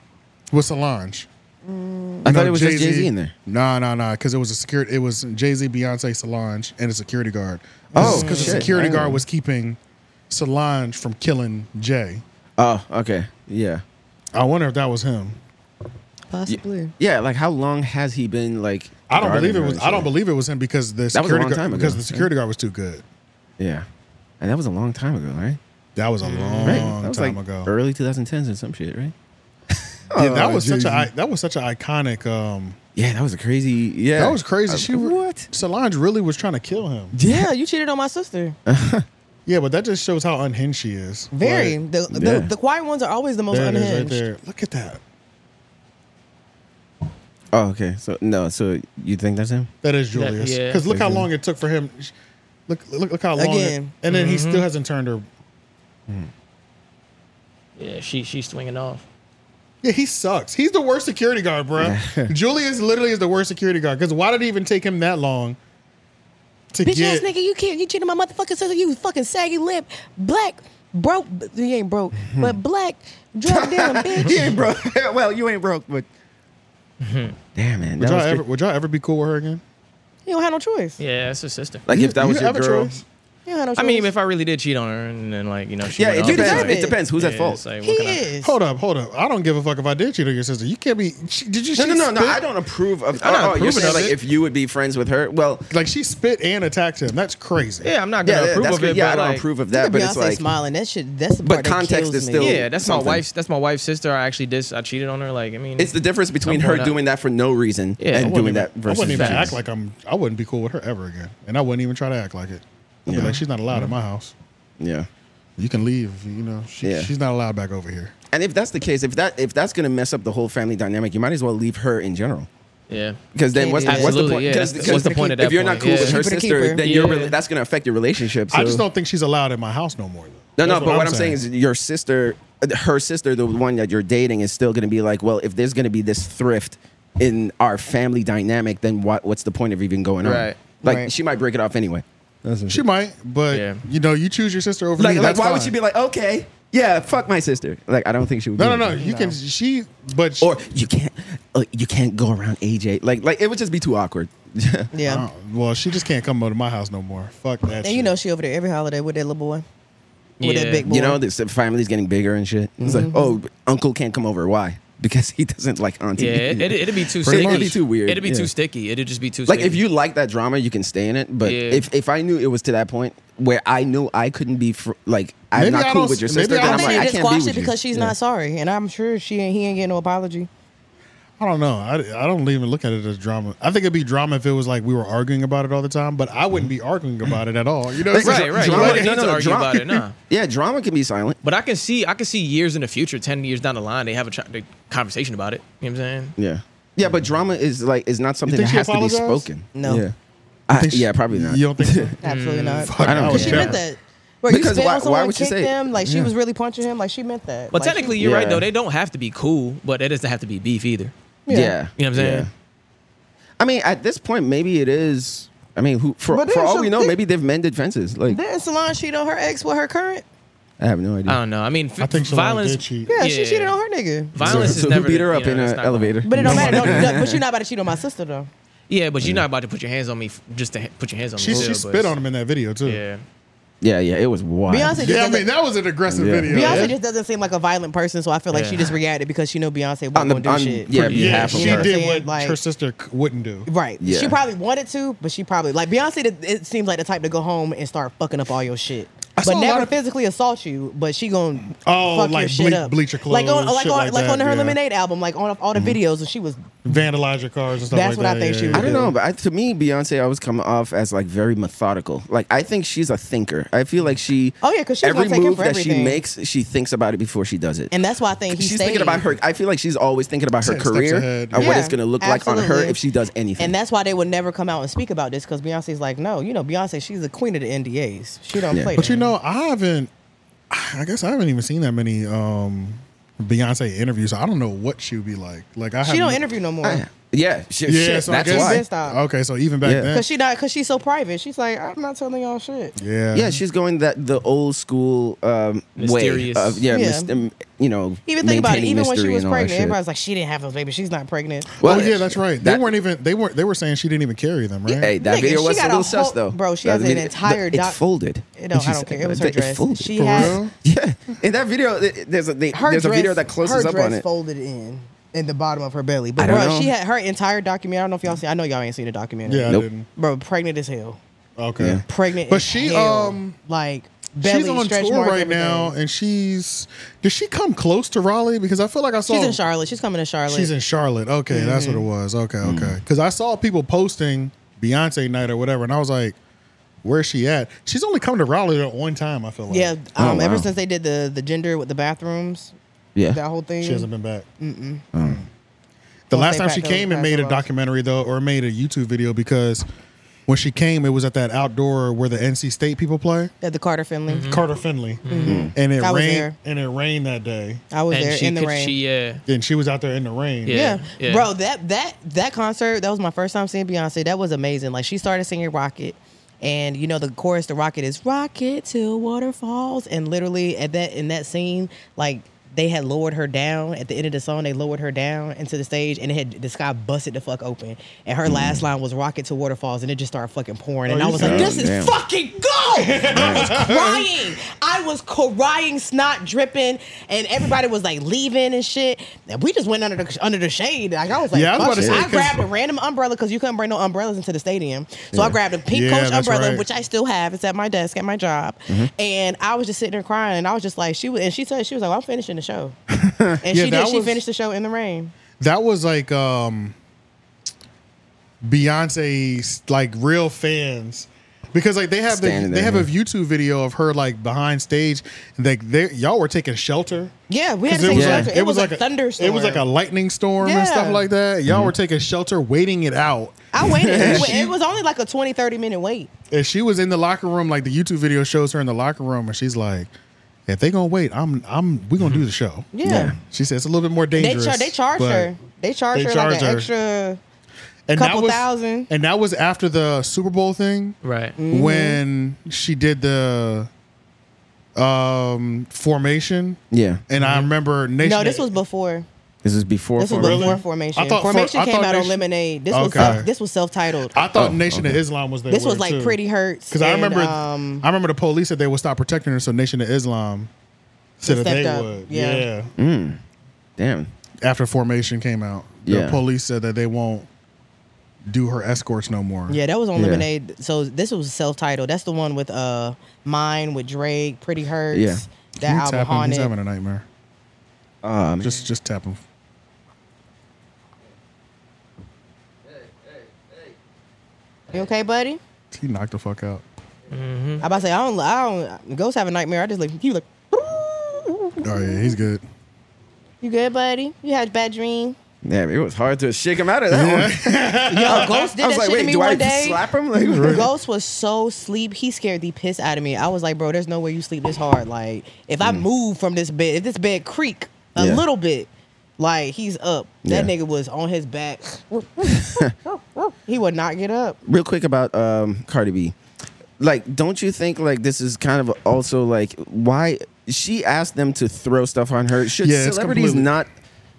With Solange. I No, thought it was just Jay Z in there. Nah, nah, nah. Because it was a security. It was Jay Z, Beyonce, Solange, and a security guard. Oh, because the shit. security I guard know. was keeping Solange from killing Jay. Oh, okay. Yeah. I wonder if that was him. Possibly. Yeah, like how long has he been like? I don't believe it guarding her was. and I don't shit? believe it was him because the That was a security long time guard, ago. because the security guard was too good. Yeah, and that was a long time ago, right? That was a long Right. that was time like ago. early 2010s or some shit, right? Yeah, that Oh, was such Jay-Z. a that was such an iconic. Um, Yeah, that was a crazy. Yeah, That was crazy. I- she re- what? Solange really was trying to kill him. Yeah, you cheated on my sister. Yeah, but that just shows how unhinged she is. Very. Like, the, the, Yeah. the quiet ones are always the most there it is, right unhinged. there. Look at that. Oh, okay. So no, so you think that's him? That is That- Julius. yeah. Because look how That's long it took for him. sh- Look, look, look how long. it- Again. and then he Mm-hmm. still hasn't turned her. Yeah, she she's swinging off. Yeah, he sucks. He's the worst security guard, bro. Julius literally is the worst security guard. Because why did it even take him that long to Bitch ass get? nigga, you can't. You cheated on my motherfucking sister. You fucking saggy lip, black, broke. You ain't broke, but black, drug dealing bitch. You ain't broke. well, you ain't broke, but damn man, Would that y'all, was ever, cra- would y'all ever be cool with her again? You don't have no choice. Yeah, that's her sister. like if that You was your have a girl. choice. You don't have no choice. I mean, if I really did cheat on her, and then like you know, she Yeah, went it off, You depends. deserve it's like- It it. depends. Who's at yeah, fault? it's like, he what can I- is. Hold up, hold up. I don't give a fuck if I did cheat on your sister. You can't be. She, did you? No, she no, no, no. spit? I don't approve of. I'm Oh, not you're approving saying of like it. if you would be friends with her? Well, Like she spit and attacked him. That's crazy. Yeah, I'm not gonna yeah, yeah, approve that's of it. good. yeah, but I don't like, approve of Look that, at but Beyonce it's like smiling. That shit. That's the But part that context kills is me. still- Yeah, that's something. my wife's. That's my wife's sister. I actually dis. I cheated on her. Like I mean, it's the difference between I'm her not- doing that for no reason Yeah, I I and wouldn't doing even- that I versus. wouldn't even you. act like I'm. I wouldn't be cool with her ever again, and I wouldn't even try to act like it. I'd be Yeah. like she's not allowed in my house. Yeah. You can leave. You know, she, Yeah. she's not allowed back over here. And if that's the case, if that if that's gonna mess up the whole family dynamic, you might as well leave her in general. Yeah. Because then what's, the- Can't do what's the that. point? Absolutely, yeah. 'cause- That's- 'cause what's the point at that If you're not point? cool Yeah. with her Cheaper to sister, keeper. then you're Yeah. really- that's going to affect your relationship. I just so- don't think she's allowed in my house no more. Though. No, no. That's But what, I'm saying. is, your sister, her sister, the one that you're dating, is still going to be like, well, if there's going to be this thrift in our family dynamic, then what? What's the point of even going on? Right. Like Right. she might break it off anyway. she might, but Yeah. you know, you choose your sister over Like, me. like that's why would fine. she be like, okay, yeah, fuck my sister? Like, I don't think she would. No, do no, no. that. You can. She, but she, Or you can't, uh, you can't go around AJ. Like, like it would just be too awkward. Yeah. Oh, well, she just can't come over to my house no more. Fuck that. And you shit. know she over there every holiday with that little boy. With that Yeah. big boy. you know, this family's getting bigger and shit. It's like, oh, uncle can't come over. Why? Because he doesn't like auntie. Yeah, it, it, it'd be too Pretty sticky. much. It'd be too weird, It'd be yeah. too sticky. It'd just be too Like sticky. if you like that drama, you can stay in it. But Yeah. if if I knew it was to that point where I knew I couldn't be fr- like I'm Maybe I not cool don't- with your maybe sister, I then I I'm think like they I just can't be squashed with it you. because she's Yeah. not sorry, and I'm sure she ain't, he ain't getting no apology. I don't know. I, I don't even look at it as drama. I think it'd be drama if it was like we were arguing about it all the time, but I wouldn't be arguing about it at all. You know, what I'm Right, saying? right. You Drama- wouldn't need to argue drama- about it, nah. yeah, drama can be silent. but I can see, I can see years in the future, ten years down the line, they have a, tr- the conversation about it. You know what I'm saying? Yeah, yeah, but drama is like is not something that think she has to be apologized? spoken. No. yeah, I- think she- yeah, probably not. You don't think so? Absolutely not. Fuck, Mm. I don't would care. She never. meant that. Where you Because spit why- on why someone, would she kicked say it? him, like she Yeah. was really punching him, like she meant that. Well, Like, she- technically, you're right Yeah. though. They don't have to be cool, but it doesn't have to be beef either. yeah. You know what I'm saying? Yeah. I mean, at this point, maybe it is. I mean, who for, But for then all she'll we know, think- maybe they've mended fences. Like Didn't Solange cheat on her ex with her current? I have no idea. I don't know. I mean, f- I think Solange violence. did cheat. Yeah, she cheated on her nigga. Violence so is who never. beat her up you know, in that's an not gonna- elevator? But it don't matter. No, no, but you're not about to cheat on my sister though. Yeah, but you're not about to put your hands on me f- just to ha- put your hands on She, me. she still, but spit on him in that video too. Yeah. Yeah, yeah, it was wild. Beyonce just Yeah, I doesn't- mean that was an aggressive Yeah. video. Beyonce Yeah. just doesn't seem like a violent person, so I feel like she Yeah. just reacted because she know Beyonce On wasn't the- gonna do on- shit. yeah, Yeah, behalf of she her. did what Like- her sister c- wouldn't do. Right. Yeah. She probably wanted to, but she probably like Beyonce. did- It seems like the type to go home and start fucking up all your shit, saw but a never lot of- physically assault you. But she gonna Oh, fuck your like shit ble- up, bleach your like on clothes, like shit on like like, on that, her yeah. Mm-hmm. Lemonade album, like on all the videos, and she was Vandalize your cars and stuff That's like what I that. think yeah, she yeah, would I yeah. don't know, but I, to me, Beyonce always come off as like very methodical. Like I think she's a thinker. I feel like she. Oh, yeah, 'cause she's every gonna take him move for that she everything. makes, she thinks about it before she does it. and that's why I think he she's stayed. thinking about her. I feel like she's always thinking about her Ten steps career ahead. and what Yeah, it's going to look like on her absolutely. if she does anything. And that's why they would never come out and speak about this because Beyonce's like, no, you know, Beyonce, she's the queen of the NDAs. She don't Yeah. play. But that. you know, I haven't. I guess I haven't even seen that many um, Beyonce interviews. So I don't know what she would be like. Like I she don't haven't- interview no more Ah, yeah, shit, Yeah, shit, so I that's guess- why. She's been- Stop. Okay, so even back Yeah. then, because she not because she's so private. She's like, I'm not telling y'all shit. yeah, Yeah, she's going that the old school um, way Mysterious. of yeah, Yeah. mys- um, you know, Even think about it. maintaining Even when she mystery was and all that pregnant, shit. everybody's like, she didn't have those babies. She's not pregnant. Oh Well, yeah, that's right. They that- weren't even. They weren't. They were saying she didn't even carry them, right? Hey, that Nigga, video she was a got a little sus whole- though. bro, she That has an video- entire the- It's doc- folded. It don't- I She's- don't care. It was her dress. folded. She For had- real? Yeah, in that video, th- there's a they, Her there's dress, a video that closes her up dress on it. folded in in the bottom of her belly. But I don't bro, know. she had her entire documentary. I don't know if y'all seen. I know y'all ain't seen the documentary. yeah, Nope. I didn't. bro, pregnant as hell. Okay, Yeah. Pregnant. But as she, hell. um, like belly she's on stretch tour marks, right everything. now, and she's. Did she come close to Raleigh? Because I feel like I saw. She's in Charlotte. She's coming to Charlotte. She's in Charlotte. Okay, that's Mm-hmm. what it was. Okay, okay. Because I saw people posting Beyonce night or whatever, and I was like, "Where's she at?" She's only come to Raleigh that one time. I feel like. yeah. Oh, Um, Ever wow. since they did the the gender with the bathrooms, that Yeah, whole thing. She hasn't been back. Mm. The Don't last say time Pat she Doe- came and Pat made a Doe. documentary though, or made a YouTube video, because when she came, it was at that outdoor where the NC State people play, At the Carter Finley. Mm-hmm. Carter Finley, and it I Mm-hmm. was rained. there. And it rained that day, I was And there she in the could- rain. She yeah. and she was out there in the rain. Yeah. yeah. yeah. bro. That that that concert that was my first time seeing Beyonce. That was amazing. Like she started singing Rocket, and you know the chorus to Rocket is Rocket till water falls, and literally at that in that scene, like they had lowered her down at the end of the song. They lowered her down into the stage, and it had the sky busted the fuck open. And her last line was Rocket till water falls, and it just started fucking pouring. And Oh, I you was saw like, that. this is Damn. fucking go. I was crying. I was crying, snot dripping, and everybody was like leaving and shit. And we just went under the under the shade. Like I was like, Yeah, I was fuck about to it. say, I 'cause- grabbed a random umbrella because you couldn't bring no umbrellas into the stadium. So I grabbed a pink Yeah, coach that's umbrella, right. which I still have. It's at my desk at my job. Mm-hmm. And I was just sitting there crying, and I was just like, she was, and she said she was like, well, I'm finishing the show, and she that did. She was- finished the show in the rain. That was like um Beyonce's like real fans Because like they have the, Standing they there, have a yeah. YouTube video of her like behind stage, like they y'all were taking shelter. Yeah, we 'Cause had to it take was, shelter. like, it was like a a thunderstorm. It was like a lightning storm and stuff Yeah. like that. Mm-hmm. Y'all were taking shelter, waiting it out. I waited. And It wa- she- it was only like a 20, 30 minute wait. And she was in the locker room, like the YouTube video shows her in the locker room, and she's like, "If they gonna wait, I'm, I'm, we gonna do the show." Yeah. Yeah. She said it's a little bit more They, dangerous. char- they charged but- her. They charged They her like charged an her. extra. and couple thousand. Mm-hmm. and that was after the Super Bowl thing Right. Mm. when she did the um formation. Yeah. And I remember Nation. No, this was before. This is before. This was formation? before Really? formation. I thought for- formation I came thought out on Nation- Lemonade. This was Okay. self, this was self titled. I thought Oh, Nation of okay. Islam was there. This was with her, like too. Pretty Hurts. Because I and, remember, um, I remember the police said they would stop protecting her, so Nation of Islam said They that they stepped up, would. yeah. Yeah. Mm-hmm. Damn. After Formation came out, the Yeah. police said that they won't do her escorts no more. yeah, that was on Yeah. Lemonade. So this was self titled. That's the one with uh Mine with Drake, Pretty Hurts. Yeah. That Can you tap album him? He's haunted. having a nightmare. Um, Just, just tap him. You okay, buddy? He knocked the fuck out. I'm about to say I don't. I don't. Ghost have a nightmare. I just like you. Like Oh yeah, he's good. you good, buddy? You had a bad dream. damn, it was hard to shake him out of that one. Yo, Ghost did I was that like, shit to wait, me do one I day. slap him? Like, Ghost was so sleep, he scared the piss out of me. I was like, bro, there's no way you sleep this hard. Like, if Mm. I move from this bed, if this bed creak a Yeah. little bit, like he's up. That Yeah. nigga was on his back. he would not get up. real quick about um, Cardi B. Like, don't you think like this is kind of also like why she asked them to throw stuff on her? Should Yeah, it's celebrities completely- not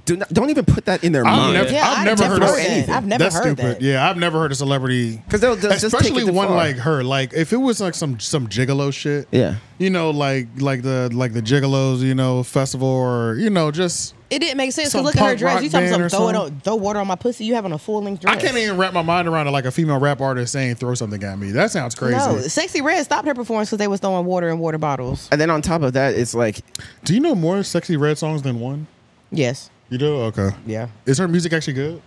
do not don't even put that in their I've mind? never, Yeah, I've I never heard definitely of heard that. anything. I've never That's heard stupid. that. Yeah, I've never heard a celebrity 'Cause they'll- they'll just take especially it too one far. like her. Like if it was like some some gigolo shit. Yeah. you know, like like the like the gigolos, you know, festival or you know, just It didn't make sense. Some Cause look at her punk dress. rock You talking band some or throw it something? on, throw water on my pussy. You having a full length dress. I can't even wrap my mind around it like a female rap artist saying throw something at me. That sounds crazy. No, sexy red stopped her performance because they was throwing water in water bottles. And then on top of that, it's like Do you know more sexy red songs than one? Yes. You do? Okay. Yeah. Is her music actually good?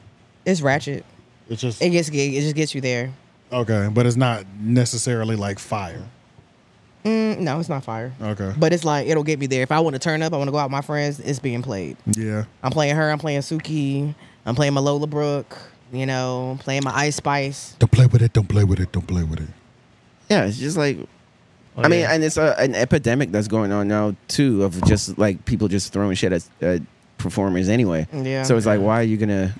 It's ratchet. It's just It gets it just gets you there. okay, but it's not necessarily like fire. Mm, No, it's not fire. Okay. But it's like it'll get me there. If I want to turn up, I want to go out with my friends. It's being played. Yeah. I'm playing her. I'm playing Suki. I'm playing my Lola Brooke. You know, I'm playing my Ice Spice. Don't play with it. Don't play with it. Don't play with it. yeah, it's just like Oh, I mean, and it's a, an epidemic that's going on now too of just like people just throwing shit at, at performers anyway. Yeah. So it's like, why are you gonna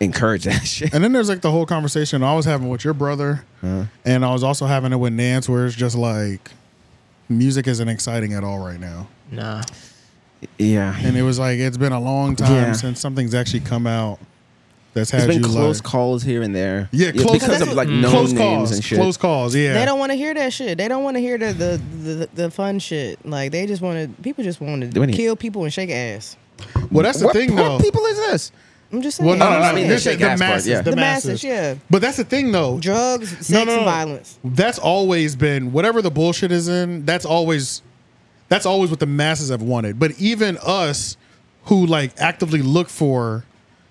encourage that shit? And then there's like the whole conversation I was having with your brother, and I was also having it with Nance, where it's just like music isn't exciting at all right now. Nah. Yeah. And it was like it's been a long time Yeah. since something's actually come out that's had There's been you close like, calls here and there. yeah, close because of like known close names calls, and shit. close calls. Yeah, They don't want to hear that shit. They don't want to hear the the, the the fun shit. Like they just want to. People just want Do to any- kill people and shake ass. well, that's the what, thing what though. people is this? I'm just saying. well, no, no, no, I'm I mean, saying. this is shake the ass part, masses, yeah. the, The masses, yeah. But that's the thing though. drugs, sex, and violence. That's always been whatever the bullshit is in. That's always that's always what the masses have wanted. But even us who like actively look for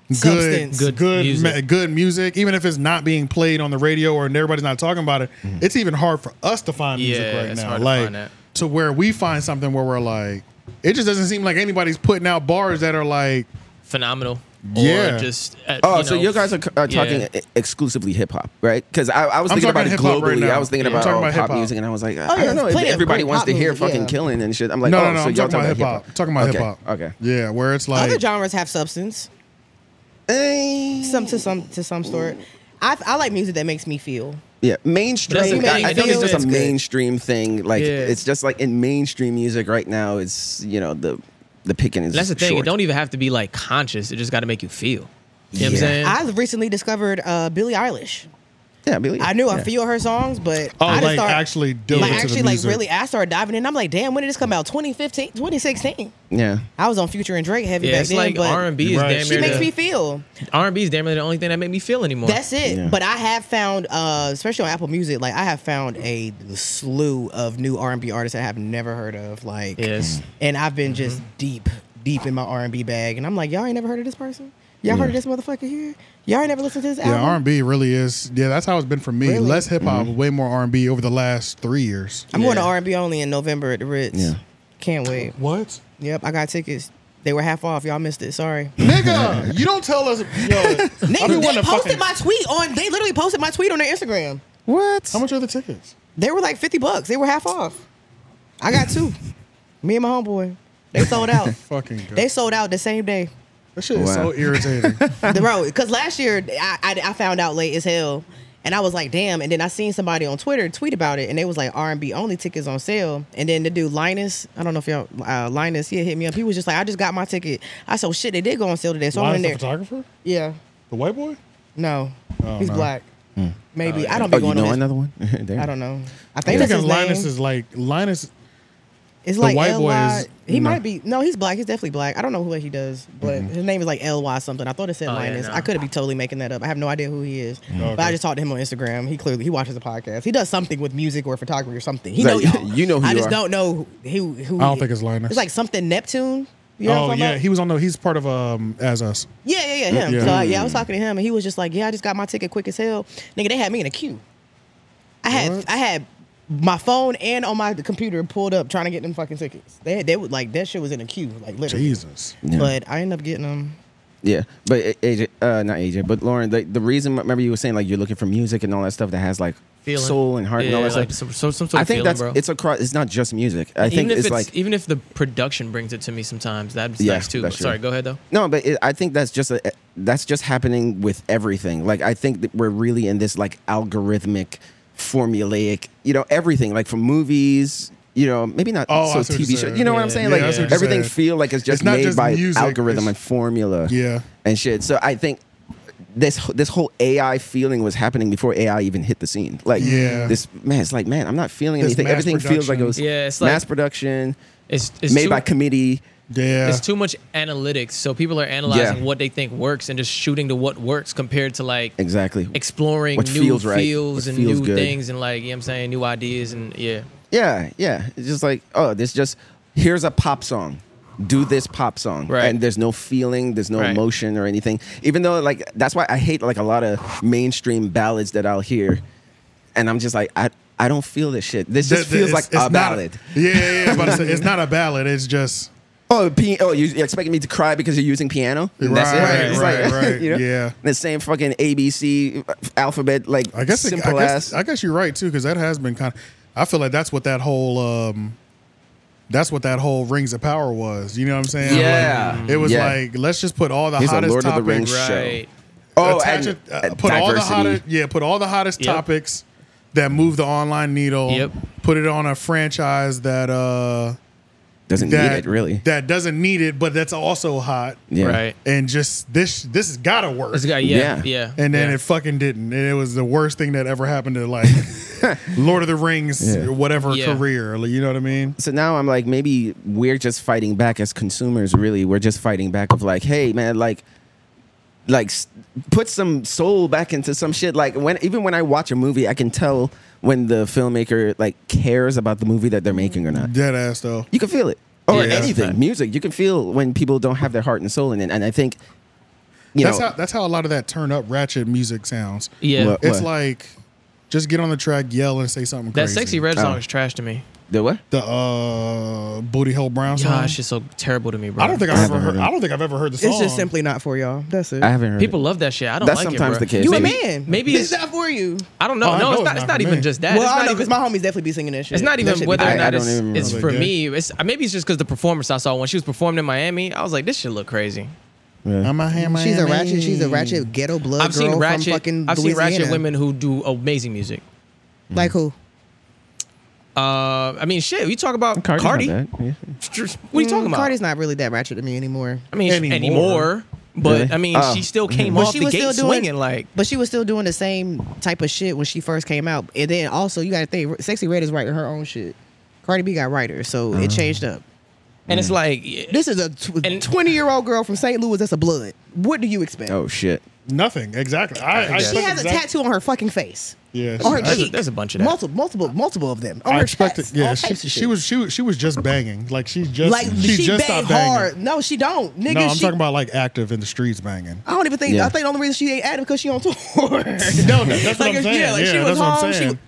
Substance. good, Good good, music. music. good music, even if it's not being played on the radio or and everybody's not talking about it, it's even hard for us to find music Mm-hmm. Yeah, right it's now. hard to like find that. to where we find something where we're like, it just doesn't seem like anybody's putting out bars that are like. Phenomenal. Yeah. Or just. At, Oh, you so know, you guys are, c- are yeah. talking e- exclusively hip hop, right? Because I, I was I'm thinking about talking it hip-hop right globally. now. I was thinking Yeah. about I'm talking all about pop hip-hop. music, and I was like, Oh, I yeah, don't know if plenty of everybody great wants pop to hear music, fucking yeah. killing and shit. I'm like, No, oh, no, no, so I'm y'all talking talking about hip about hop. Talking about Okay, hip hop. Okay. Yeah, where it's like Other genres have substance. Eh, Some to some to some sort. I I like music that makes me feel. Yeah, mainstream. Doesn't I, make I think any it's just sense. a mainstream thing. Like Yeah. it's just like in mainstream music right now. It's you know the the picking is. That's the thing. Short. It don't even have to be like conscious. It just got to make you feel. You know what I'm Yeah. saying? I recently discovered uh, Billie Eilish. Yeah, Billie- I knew yeah. a few of her songs, but Oh, I just like started, actually dove like into actually the like music. really. I started diving in. I'm like, damn, when did this come out? 2015, 2016. Yeah. I was on Future and Drake heavy yeah, back it's then, like but R and B is Right. damn She she near makes the- me feel. R&B is damn near the only thing that make me feel anymore. That's it. Yeah. But I have found, uh, especially on Apple Music, like I have found a slew of new R and B artists that I have never heard of. Like, Yes. Mm-hmm. and I've been just deep, deep in my R and B bag, and I'm like, y'all ain't never heard of this person. Y'all heard of this motherfucker here? Y'all ain't never listened to this Yeah, album? R and B really is. Yeah, that's how it's been for me. Really? Less hip hop, way more R and B over the last three years. I'm going to R&B only in November at the Ritz. Yeah. Can't wait. What? Yep, I got tickets. They were half off. Y'all missed it. Sorry. Nigga, you don't tell us. Yo, I be Nigga, they wanting to posted fucking- my tweet on. They literally posted my tweet on their Instagram. What? How much are the tickets? They were like fifty bucks. They were half off. I got two. Me and my homeboy. They sold out. Fucking good. they sold out the same day. that shit is Wow. Oh, so irritating. the road. Because last year, I, I I found out late as hell, and I was like, damn. And then I seen somebody on Twitter tweet about it, and they was like R and B only tickets on sale. And then the dude Linus, I don't know if y'all uh, Linus, he hit me up. He was just like, I just got my ticket. I said, "Oh, shit, they did go on sale today, so Linus I'm the in there. photographer, Yeah, the white boy. no, Oh, he's no. black. Maybe I don't Oh, be you going know on. His, another one? Damn. I don't know. I I think think that's his Linus name. is like Linus. It's like white L boy Y. is- He no. Hmm. might be. No, he's black. He's definitely black. I don't know what he does, but his name is like L Y something. I thought it said Oh, yeah, Linus. no. I could be totally making that up. I have no idea who he is. Hmm. But Okay. I just talked to him on Instagram. He clearly he watches the podcast. He does something with music or photography or something. He Like, know y'all. you know who I you just are. don't know who. who I don't think it's Linus. It's like something Neptune. You know what oh I'm talking yeah, about? he was on the. He's part of um as us. yeah, yeah, yeah, him. Yeah. So yeah, I was talking to him, and he was just like, "Yeah, I just got my ticket quick as hell, nigga. They had me in a queue. I had What? I had my phone and on my computer pulled up trying to get them fucking tickets. They they would like that shit was in a queue, like literally. Jesus. Yeah. But I ended up getting them. Yeah, but A- AJ, uh, not AJ, but Lauren. Like the reason, remember you were saying like you're looking for music and all that stuff that has like Feeling. soul and heart and all Yeah, that like stuff. some- some- some sort I of think feeling, that's bro. it's across. It's not just music. I think even if it's, it's like even if the production brings it to me sometimes, that's Yeah, nice too. that's But sorry, true. go ahead though. no, but it, I think that's just a, that's just happening with everything. Like I think that we're really in this like algorithmic, formulaic, you know, everything like from movies. You know, maybe not Oh, I so see what TV you're show. saying. You know what Yeah, I'm saying? yeah, like I see what you're everything saying. feel like it's just It's not made just by music, algorithm it's- and formula. Yeah. and shit. So I think this this whole AI feeling was happening before AI even hit the scene. Like Yeah. this man, it's like man, I'm not feeling This anything. mass Everything feels like it production. was Yeah, it's mass like- production It's it's made too, by committee. Yeah. it's too much analytics. So people are analyzing Yeah. what they think works and just shooting to what works compared to like Exactly. exploring What new feels right, fields what and feels new good. things and like you know what I'm saying, new ideas and yeah. Yeah, yeah. It's just like oh, this just here's a pop song. Do this pop song, Right. and there's no feeling, there's no Right. emotion or anything. Even though, like, that's why I hate like a lot of mainstream ballads that I'll hear, and I'm just like, I, I don't feel this shit. This just That- that- feels it's- it's like a not ballad. yeah, yeah, yeah. I'm about to say, it's not a ballad. It's just Oh, p- oh, you- you're expecting me to cry because you're using piano? Right, It's right, right. Yeah. The same fucking ABC uh, alphabet, like I guess it- simple I guess, ass. I guess you're right too, because that has been kind of. I feel like that's what that whole. um that's what that whole Rings of Power was. You know what I'm saying? Like, Yeah. it was Yeah. like let's just put all the Here's a hottest Lord of the topics. Rings show. Right. oh, attach and, it- uh, uh, put all the diversity. hottest, yeah, put all the hottest Yep. topics that move the online needle. Yep. Put it on a franchise that uh Doesn't that need it really. that doesn't need it, but that's also hot. Yeah. Right. And just this this has gotta work. It's got yeah, Yeah. yeah. and then yeah. it fucking didn't. And it was the worst thing that ever happened to like Lord of the Rings, Yeah. whatever Yeah. career. like, You know what I mean? So now I'm like, maybe we're just fighting back as consumers. Really, we're just fighting back of like, hey, man, like, like, s- put some soul back into some shit. Like when even when I watch a movie, I can tell when the filmmaker like cares about the movie that they're Mm. making or not. Dead ass though. You can feel it. Or Yeah. anything, Yeah. music. You can feel when people don't have their heart and soul in it. And I think, you that's know, how that's how a lot of that turn up ratchet music sounds. yeah. What- It's like just get on the track, yell, and say something. that crazy. sexy red Oh. song is trash to me. the what? the uh booty hole brown song. Gosh, it's so terrible to me, bro. I don't think I've ever haven't heard. heard it. I don't think I've ever heard the song. It's just simply not for y'all. That's it. I haven't heard. people it. love that shit. I don't That's like sometimes it, the bro. case. you a Maybe- man. maybe it's it's- not for you. I don't know. Oh, I no, know it's it's not. not It's for not even me. just that. Well, it's I not know even. because my homies definitely be singing that shit. It's not That even shit be whether I- I or fire. not don't it's, even it's remember. for Like, me. It's I- maybe it's just because the performance I saw when she was performed in Miami. I was like, this shit look crazy. I'm a hammer. She's a ratchet. She's a ratchet ghetto blood I've girl seen from ratchet. I've fucking seen ratchet Louisiana. women who do amazing music. like who? Uh, I mean, shit. We talk about Cardi's not Cardi. bad, yeah. What are you talking Mm, about? Cardi's not really that ratchet to me anymore. I mean, anymore. Anymore. but Really? I mean, Oh. she still came But off the gate swinging like. but she was still doing the same type of shit when she first came out. And then also, you got to think, Sexy Red is writing her own shit. Cardi B got writers, so it Mm. changed up. And it's like, yeah, This is a And- twenty year old girl from St. Louis that's a blood. What do you expect? Oh shit. Nothing exactly. I, I she expect has a exact- tattoo on her fucking face. Yeah, on her There's a- cheek. there's a bunch of that. Multiple, multiple, multiple of them. On I her expected. chest, Yeah, all she, types of she shit. was she was- she was just banging. Like she just like she, just banged stopped banging. hard. No, she don't, nigga. No, I'm she, talking about like active in the streets banging. I don't even think. Yeah. I think the only reason she ain't at it because she on tour. no, No, no, that's what I'm saying. Yeah, like she Yeah, was that's what I'm home. saying. She,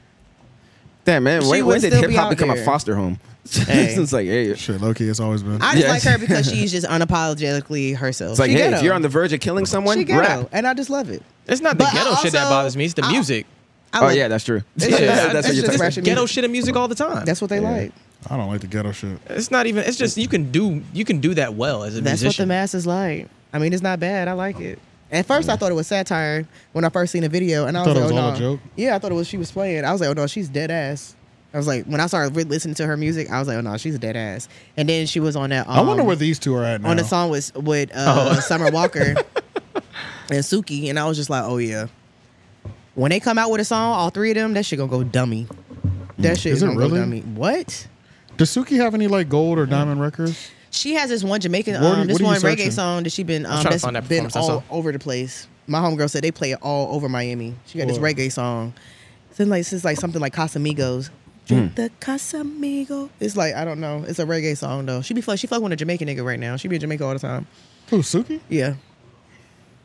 Damn man, She when, would when did still hip be hop out become a there. foster home? Hey. it's like, hey, Shit, low key, it's always been. I just Yeah. like her because she's just unapologetically herself. it's like, she hey, ghetto. if you're on the verge of killing someone, she ghetto, rap. and I just love it. It's not the But I ghetto shit that also- bothers me. It's the I- music. I Oh love- yeah, that's true. It's just- Yeah, it's that's what you're talking. just rap. about. Russian ghetto music. shit in music all the time. That's what they like. I don't like the ghetto shit. it's not even. It's just you can do you can do that well as a That's what the musician. masses like. I mean, it's not bad. I like it. At first, I thought it was satire when I first seen the video, and I was thought it like, was "Oh all no!" a joke? Yeah, I thought it was she was playing. I was like, "Oh no, she's dead ass." I was like, when I started re- listening to her music, I was like, "Oh no, she's dead ass." And then she was on that. Um, I wonder where these two are at now. on the song with with uh, Oh. Summer Walker and Suki, and I was just like, "Oh yeah." When they come out with a song, all three of them, that shit gonna go dummy. That shit Mm. Is is, it gonna really? go dummy. What? Does Suki have any like gold or diamond records? She has this one Jamaican, What are you- um, this what are you one searching? reggae song that she been um, trying to that's find that been performance I all over the place. My homegirl said they play it all over Miami. She got Whoa. this reggae song. It's in like it's like something like Casamigos. Hmm. Drink The Casamigo. It's like I don't know. It's a reggae song though. She be fuck. She fuck with a Jamaican nigga right now. She be in Jamaica all the time. Who Suki? Yeah.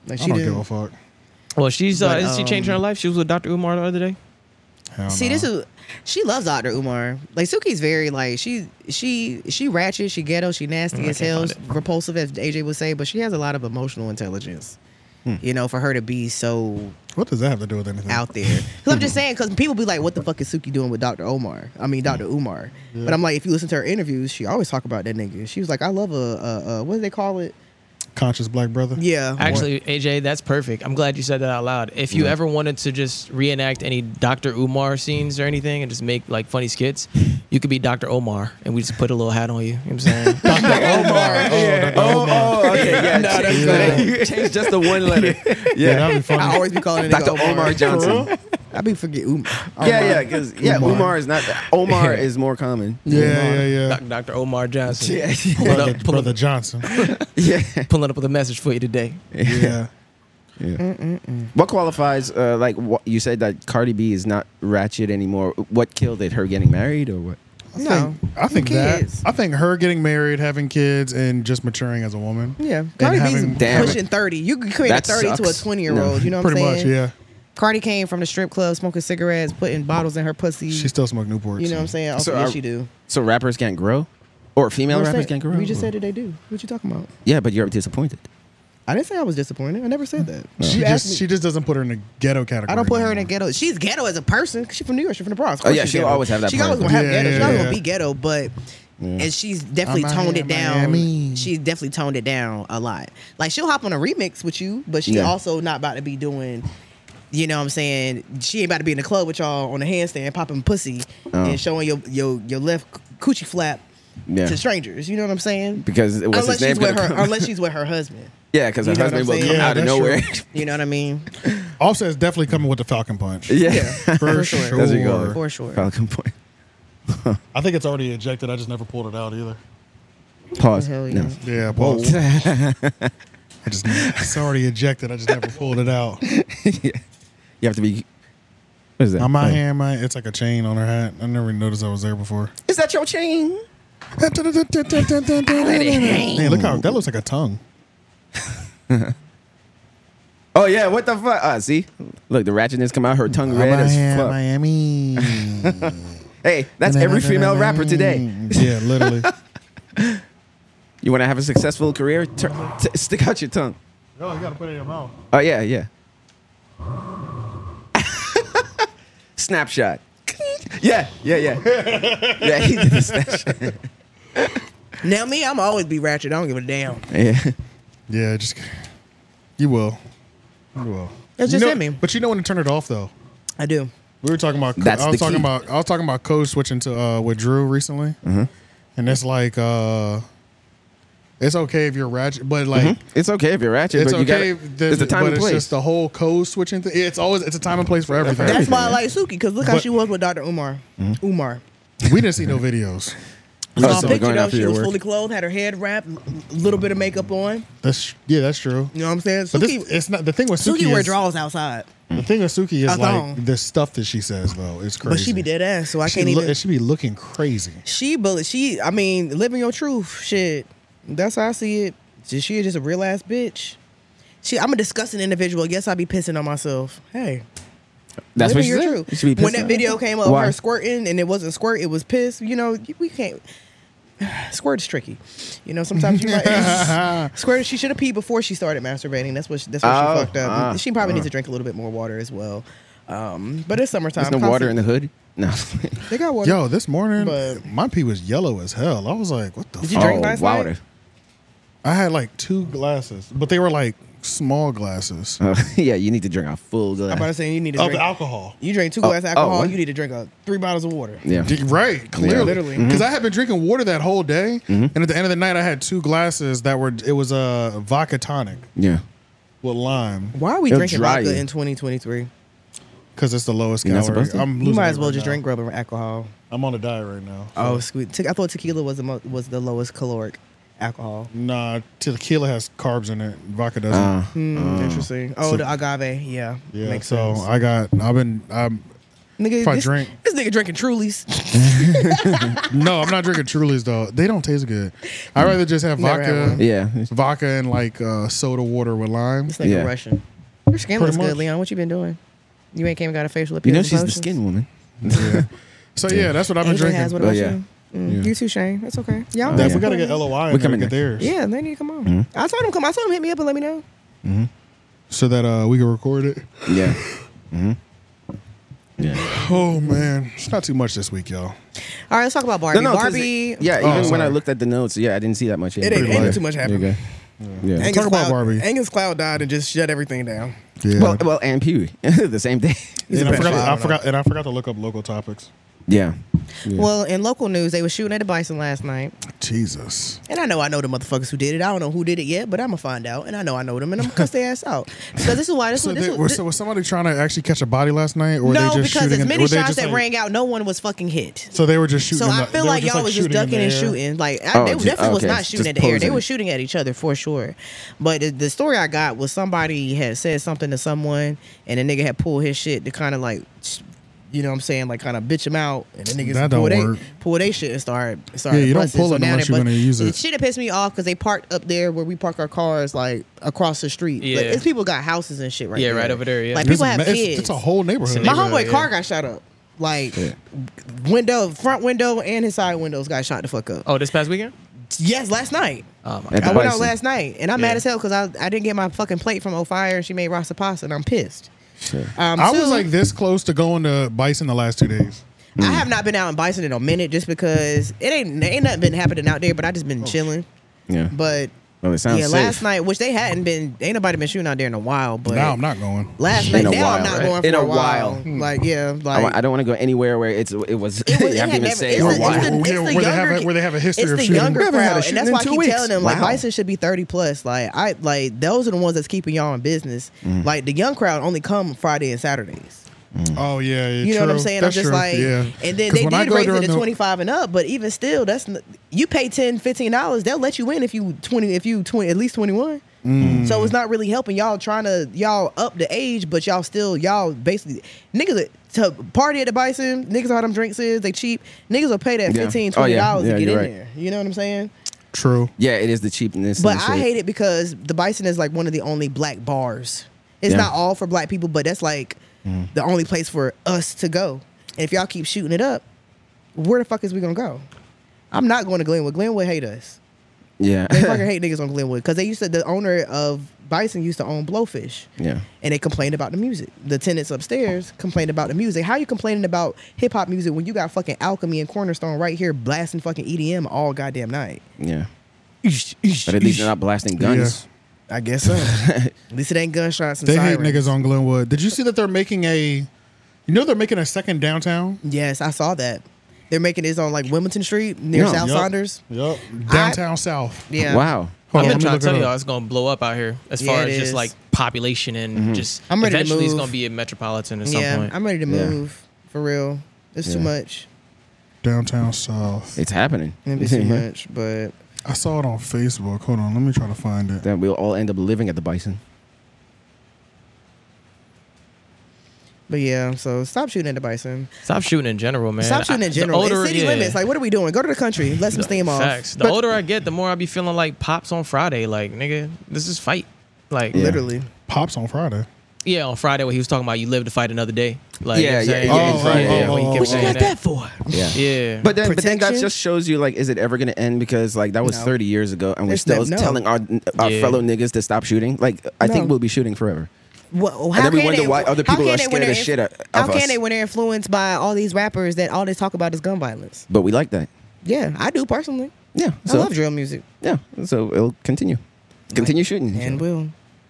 Like I don't did- give a fuck. Well, she's uh, But, isn't she changing her um, life? She was with Dr. Umar the other day. Hell See, no. this is she loves Dr. Umar. Like Suki's very like she she she ratchet, she ghetto, she nasty I as can't hell, find it. repulsive as AJ would say, but she has a lot of emotional intelligence. You know, for her to be so what does that have to do with anything? out there. Cause I'm just saying, cause people be like, "What the fuck is Suki doing with Dr. Omar?" I mean, Dr. Umar. But I'm like, if you listen to her interviews, she always talk about that nigga. She was like, "I love a, a, a what do they call it?" Conscious black brother. Yeah, Actually, AJ, that's perfect. I'm glad you said that out loud. If you ever wanted to just reenact any Dr. Umar scenes or anything and just make like funny skits, you could be Dr. Omar and we just put a little hat on you. You know what I'm saying? Dr. Omar. Oh, Dr. Oh, Omar. oh, okay, yeah. change, that. Change just the one letter. Yeah, Yeah, that'd be I funny. always be calling it Dr. Omar Johnson. I be forget Umar. Yeah, yeah, because yeah, Umar. Umar is not. Omar is more common. Yeah, yeah, yeah. Doc- Dr. Omar Johnson. Yeah, Pulling, Brother, up, pulling, brother Johnson. yeah, pulling up with a message for you today. Yeah. What qualifies? Uh, like what, you said that Cardi B is not ratchet anymore. What killed it? Her getting married or what? No, I think that. kids. I think her getting married, having kids, and just maturing as a woman. Yeah, And Cardi B's having- Damn it. pushing thirty. You can create That a thirty to a sucks. twenty year old. You know what Pretty I'm much, saying? yeah. Cardi came from the strip club, smoking cigarettes, putting bottles in her pussy. She still smoked Newports. you know what I'm saying? Oh, So yes, are- she do. So rappers can't grow, or female What I'm rappers saying- can't grow. We just said that they do. What you talking about? Yeah, but you're disappointed. I didn't say I was disappointed. I never said that. She You asked just me- she just doesn't put her in the ghetto category. I don't put her in a anymore. ghetto. She's ghetto as a person. 'cause She's from New York. She's from the Bronx. Of Oh, course yeah, she's she'll ghetto. always have that She part always of gonna have her. ghetto. Yeah, She's always yeah, gonna yeah. be ghetto, but and she's definitely I'm out toned here it in down. Miami. She's definitely toned it down a lot. Like she'll hop on a remix with you, but she Yeah. also not about to be doing. You know what I'm saying? She ain't about to be in the club with y'all on a handstand popping pussy Oh. and showing your your your left coochie flap Yeah. to strangers. You know what I'm saying? Because what's unless his name she's with gonna her, come? unless she's with her husband. Yeah, because her You know what husband I'm will saying? come Yeah, out of that's nowhere. You know what I mean? Offset's definitely coming with the Falcon Punch. yeah, For sure. sure. That's what you call it. For sure. Falcon point. I think it's already ejected. I just never pulled it out either. Pause. Hell yeah. No. Yeah, pause. I just it's already ejected. I just never pulled it out. You have to be. What is that? On my Oh. hand, my it's like a chain on her hat. I never even noticed I was there before. Is that your chain? Hey, look how that looks like a tongue. Oh yeah, what the fuck? Ah, see, look, the ratchetness come out. Her tongue red I'm out as here in fuck. Miami. Hey, that's every female rapper today. Yeah, literally. You want to have a successful career? Tur t- stick out your tongue. No, you gotta put it in your mouth. Oh yeah, yeah. snapshot. yeah, yeah, yeah. Yeah, he did the snapshot. Now me, I'm always be ratchet. I don't give a damn. Yeah. Yeah, just you will. You will. It's You just know- in me. But you know when to turn it off though. I do. We were talking about. That's I was the talking key. about. I was talking about Code switching to uh, with Drew recently, Mm-hmm. and it's like uh, it's okay if you're ratchet, but like It's okay if you're ratchet, it's Mm-hmm. but you got okay. to if It's the time but and it's place. just the whole Code switching thing. It's always it's a time and place for everything. That's why I like Suki because look how But- she was with Dr. Umar. Umar. we didn't see no videos. Oh, Saw so a we're picture going though. after She your was work. fully clothed, had her head wrapped, a little bit of makeup on. That's yeah, that's true. You know what I'm saying? But Suki, this, it's not the thing with Suki, Suki. wear is, drawers outside, The thing with Suki I is don't. like the stuff that she says though is crazy. but she be dead ass, so I She can't look- even. She be looking crazy. She bullet. She, I mean, living your truth. Shit. That's how I see it. She, she is just a real ass bitch. She, I'm a disgusting individual. Yes, I be pissing on myself. Hey, That's living what she your said. truth. You should be when pissed that off. video came up, Why? her squirting, and it wasn't squirt, it was piss. You know, we can't. Squirt's tricky. You know, sometimes you like squirt. She should have peed before she started masturbating. That's what. She, that's what Oh, she fucked up. ah, she probably needs to drink a little bit more water as well. Um, but it's summertime. There's no water in the Constant- hood. No. They got water. Yo, this morning But- my pee was yellow as hell. I was like, what the? Did Fuck? you drink oh, last night? water. I had like two glasses, but they were like small glasses Oh, yeah, you need to drink a full glass. I'm about to say you need to of drink. alcohol. You drink two Oh, glasses of oh, alcohol, what? you need to drink uh, three bottles of water. yeah. D- Right, clearly, literally. because I had been drinking water that whole day, and at the end of the night, I had two glasses that were it was a uh, vodka tonic Yeah. with lime Why are we It'll drinking dry vodka you. in 2023? because it's the lowest You're not calorie. supposed to. I'm losing You might it as well right just now. drink rubbing alcohol. I'm on a diet right now. Oh, sweet. Te- I thought tequila was the mo- was the lowest caloric alcohol. Nah, tequila has carbs in it. Vodka doesn't. Uh, Hmm, interesting. Oh, So- the agave. Yeah. yeah. Makes so sense. I got. I've been. I'm. nigga, if I this, drink- this nigga drinking Trulies. No, I'm not drinking Trulies though. They don't taste good. I'd rather just have Never had vodka. one. Mm. yeah. Vodka and like uh, soda water with lime. This nigga Yeah. Russian. Your skin Pretty looks good, much. Leon. What you been doing? You ain't came and got a facial You appearance. know she's the skin woman. Yeah. So yeah, that's what I've been drinking. has. What Oh, about yeah. you? Mm, Yeah. You too, Shane. That's okay. Y'all Oh, got Yeah, yeah. we some gotta fun. get LOI We and coming get theirs. Yeah, they need to come on. Mm-hmm. I told him come. I told him hit me up and let me know. So that uh, we can record it. Yeah. Mm-hmm. Yeah. Oh man, it's not too much this week, y'all. All right, let's talk about Barbie. No, no, 'cause Barbie. it- yeah, Oh, even when I sorry. looked at the notes, yeah, I didn't see that much. It ain't- Pretty ain't much. too much happened. You're good. Yeah. Angus Talk about Cloud- Barbie. Angus Cloud died and just shut everything down. Yeah. Well, well, and Pee Wee the same day. and a I forgot, pedophile. I forgot- and I forgot to look up local topics. Yeah. Yeah. Well, in local news, they were shooting at a bison last night. Jesus. And I know I know the motherfuckers who did it. I don't know who did it yet, but I'm gonna find out. And I know I know them, and I'm gonna cuss their ass out. So this is why this So, was. This they, was was, so was somebody trying to actually catch a body last night, or were no, they just because shooting? as in- many were they shots just, that like- rang out, no one was fucking hit. So they were just shooting. in So I the- feel they were like just, y'all was just shooting in ducking the and air. shooting. Like I, Oh, they just- definitely was okay, not shooting just at the air. They posing. were shooting at each other for sure. But the, the story I got was somebody had said something to someone, and the nigga had pulled his shit to kind of like, you know, what I'm saying, like kind of bitch him out, and the niggas That don't pulled work. they pulled they shit and started started. Yeah, you don't busting. pull so it now unless they you're bust- gonna use the it. Shit, that pissed me off because they parked up there where we park our cars, like across the street. Like, Yeah. it's people got houses and shit right Yeah, there. right over there, yeah. like It's people have ma- it's, kids. It's a whole neighborhood. It's a My neighborhood. homeboy yeah. car got shot up. Like Yeah. window, front window, and his side windows got shot the fuck up. Oh, this past weekend? Yes, last night. Oh my At god. the I went out Bison. last night, and I'm Yeah. mad as hell because I, I didn't get my fucking plate from O'Fire, and she made rasa pasta, and I'm pissed. Sure. Um, I was two, like this close to going to Bison the last two days. I have not been out in Bison in a minute just because it ain't ain't nothing been happening out there, but I just been chilling. Yeah. But well, it Oh. sounds yeah, safe. last night, which they hadn't been, ain't nobody been shooting out there in a while. But Now I'm not going. last In night, a now while, I'm not right? Hmm. going for In a, a while. while. Like yeah, like I, wa- I don't want to go anywhere where it's it was. It was- I it have to had even never- say it's or the- why. it's the- Where- it's the where they have younger it- where they have a history it's of the shooting. younger We haven't had a crowd, shooting and that's in why I two keep weeks. telling them like Wow. Bison should be thirty plus. Like I like those are the ones that's keeping y'all in business. Mm. Like the young crowd only come Friday and Saturdays. Oh yeah, yeah You know what I'm true. saying? That's I'm just true. like, yeah. and then 'Cause they when I did go raise it during to the- 25 and up, but even still, that's n- you pay 10, 15 dollars, they'll let you in if you 20, if you 20, at least 21. Mm. So it's not really helping y'all trying to y'all up the age, but y'all still y'all basically niggas to party at the Bison. Niggas know how them drinks is they cheap. Niggas will pay that Yeah. 15 Oh, 20 yeah. dollars Yeah, to get in you're right. there. You know what I'm saying? True. Yeah, it is the cheapness. But and I shit. hate it because the Bison is like one of the only black bars. It's Yeah. not all for black people, but that's like the only place for us to go. And if y'all keep shooting it up, where the fuck is we gonna go? I'm not going to Glenwood. Glenwood hate us. Yeah. They fucking hate niggas on Glenwood because they used to. The owner of Bison used to own Blowfish, yeah. and they complained about the music. The tenants upstairs complained about the music. How you complaining about hip hop music when you got fucking Alchemy and Cornerstone right here blasting fucking EDM all goddamn night? Yeah. But at least they're not blasting guns. I guess so. At least it ain't gunshots and They hate sirens. niggas on Glenwood. Did you see that they're making a? You know they're making a second downtown. Yes, I saw that. They're making this on like Wilmington Street near Yeah. South Yup. Saunders. Yep. Downtown South. Yeah. Wow. Hold I've on, been let me trying look to tell it up. y'all it's gonna blow up out here as Yeah, far it as is. just like population and just I'm ready to eventually it's move. gonna be a metropolitan at some Yeah, point. I'm ready to Yeah. move for real. It's too Yeah. much. Downtown South. It's happening. NBC much, but I saw it on Facebook. Hold on, let me try to find it. Then we'll all end up living at the Bison. but yeah. So stop shooting at the bison. Stop shooting in general, man. Stop shooting I- in the general. older- it's city yeah. limits. Like, what are we doing? Go to the country. Let some steam off. Facts. The But- older I get, the more I be feeling like pops on Friday. Like nigga, this is fight. Like yeah, literally. Pops on Friday. on Friday when he was talking about you live to fight another day. Like Yeah, you know yeah, yeah, what I'm saying? Oh, yeah, yeah, when he yeah. What kept you saying got that for? Yeah. Yeah, But then, but then that Protection? just shows you like, is it ever going to end? Because like that was No. 30 years ago, and we're It's still not- no. telling our our Yeah. fellow niggas to stop shooting. Like, I think No. we'll be shooting forever. Well, then we can wonder why other how people can are they scared when they're of inf- shit out How of can us? they when they're influenced by all these rappers that all they talk about is gun violence? But we like that. Yeah, I do personally. Yeah. So, I love drill music Yeah. So it'll continue. Continue shooting. and will.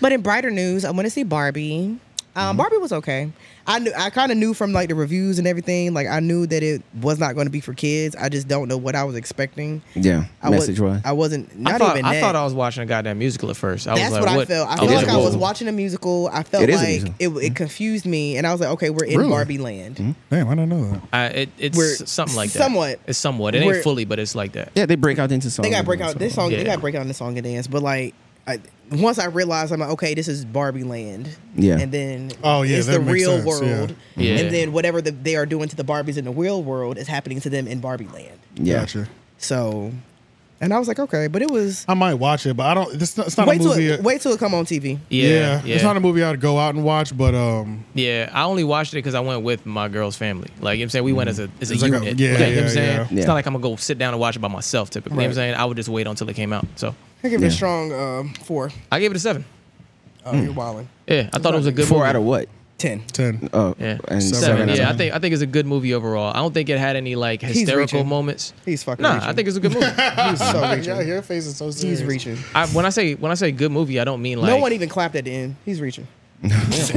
but in brighter news, I want to see Barbie. Mm-hmm. Um, Barbie was okay. I knew I kind of knew from like the reviews and everything. Like I knew that it was not going to be for kids. I just don't know what I was expecting. yeah. I was, message wise. I wasn't. Not I thought even I that. thought I was watching a goddamn musical at first. I That's was what, like, I what? felt. I is felt is like a I was musical. watching a musical. I felt It is a like musical. Mm-hmm. it, it confused me, and I was like, okay, we're in Really? Barbie land. Damn, I didn't know that. I, it, it's We're something like that. somewhat- It's somewhat. It ain't we're- fully, but it's like that. yeah. They break out into songs. They got to break out this song. yeah. They got to break out in the song and dance. But like, I, once I realized, I'm like, okay, this is Barbie land. Yeah. And then Oh, yeah, it's that the makes real sense, yeah. world. Yeah. And then whatever the, they are doing to the Barbies in the real world is happening to them in Barbie land. Yeah. Gotcha. So, and I was like, okay, but it was I might watch it, but I don't. It's not, it's not a wait till movie. uh, it, wait till it come on TV. Yeah, yeah. it's not a movie I'd go out and watch, but um, Yeah, I only watched it because I went with my girl's family. Like, you know what I'm saying? We went as a, as a It's like a- unit. yeah, you know what yeah, I'm saying? yeah. Yeah. It's not like I'm going to go sit down and watch it by myself typically. You know what I'm saying? I would just wait until it came out. So I give it Yeah. Hmm. a strong um, four. I gave it a seven. Oh, you're wilding. Yeah, I thought it was a good Four movie. out of what? Ten. ten. Oh. yeah. And Seven. seven. seven. out yeah, of I think I think it's a good movie overall. I don't think it had any like hysterical reaching. moments. He's fucking Nah, reaching. I think it's a good movie. He's so reaching. your face is so serious. He's reaching. I, when I say when I say good movie, I don't mean like no one even clapped at the end. He's reaching.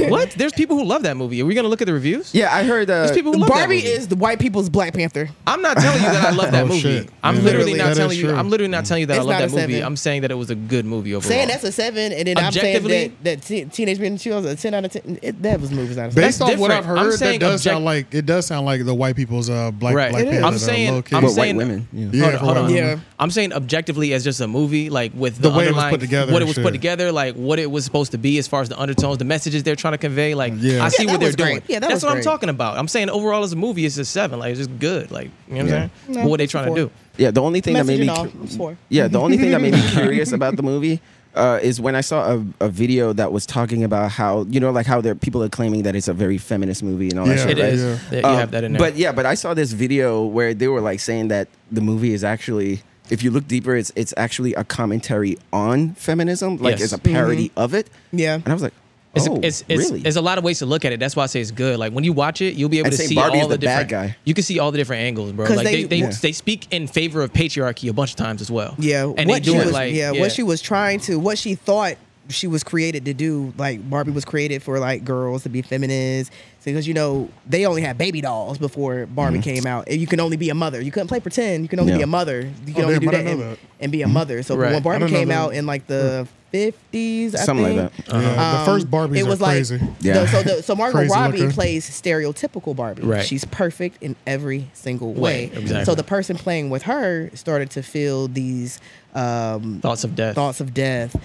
what? There's people who love that movie. Are we gonna look at the reviews? Yeah. I heard. Uh, There's people who love that Barbie movie. is the white people's Black Panther. I'm not telling you that I love that Oh, movie. shit. I'm Yeah, literally that- not that telling is you. true. I'm literally not telling you that It's I love not that a movie. seven. I'm saying that it was a good movie overall. Saying that's a seven, and then I'm saying Objectively- that, that ten, Teenage Mutant Ninja Turtles a ten out of ten. It, that was movies not a seven. Based off what different. I've heard, I'm that saying does object- sound like it does sound like the white people's uh black right. black It is. Panther, I'm the saying. little kid. I'm But white saying. women, yeah. Yeah, Hold on, hold for on. white Yeah. I'm saying objectively as just a movie, like with The the, way it was underlying- put together what it and was shit. put together, like what it was supposed to be as far as the undertones, the messages they're trying to convey. Like Yeah. I see Yeah, that what they're was great. doing. Yeah, that That's was what I'm great. talking about. I'm saying overall as a movie, it's a seven. Like it's just good. Like you know what Yeah. I'm saying? But what they trying to four. do? Yeah, the only thing that made Message me and all. cu- It's four. yeah, the only thing that made me curious about the movie uh, is when I saw a, a video that was talking about how you know like how there people are claiming that it's a very feminist movie and all Yeah, that shit. It right, is. yeah. Yeah, You Um, have that in there. But yeah, but I saw this video where they were like saying that the movie is actually, if you look deeper, it's it's actually a commentary on feminism, like Yes. it's a parody of it. Mm-hmm. Yeah. and I was like, It's, oh, it's, it's, really? it's a lot of ways to look at it. That's why I say it's good. Like when you watch it, you'll be able I'd to say see Barbie is all the, the bad different. guy. You can see all the different angles, bro. 'Cause Like they- they they, Yeah. they speak in favor of patriarchy a bunch of times as well. Yeah, and what they do she it was, like yeah, what she was trying to, what she thought she was created to do. Like Barbie was created for like girls to be feminists because you know they only had baby dolls before Barbie came out. You can only be a mother. You couldn't play pretend. You can only Yeah. be a mother. You can Oh, only damn, do I that didn't and, know that. and be a mother. So Right. when Barbie I didn't know came that. out in like the fifties, I Something like think, that. Uh-huh. Yeah, the um, first Barbies it was are crazy. Like, Yeah. the- so the, so Margot Crazy Robbie looking. plays stereotypical Barbie. Right. She's perfect in every single Way, way. exactly. So the person playing with her started to feel these um, thoughts of death. thoughts of death.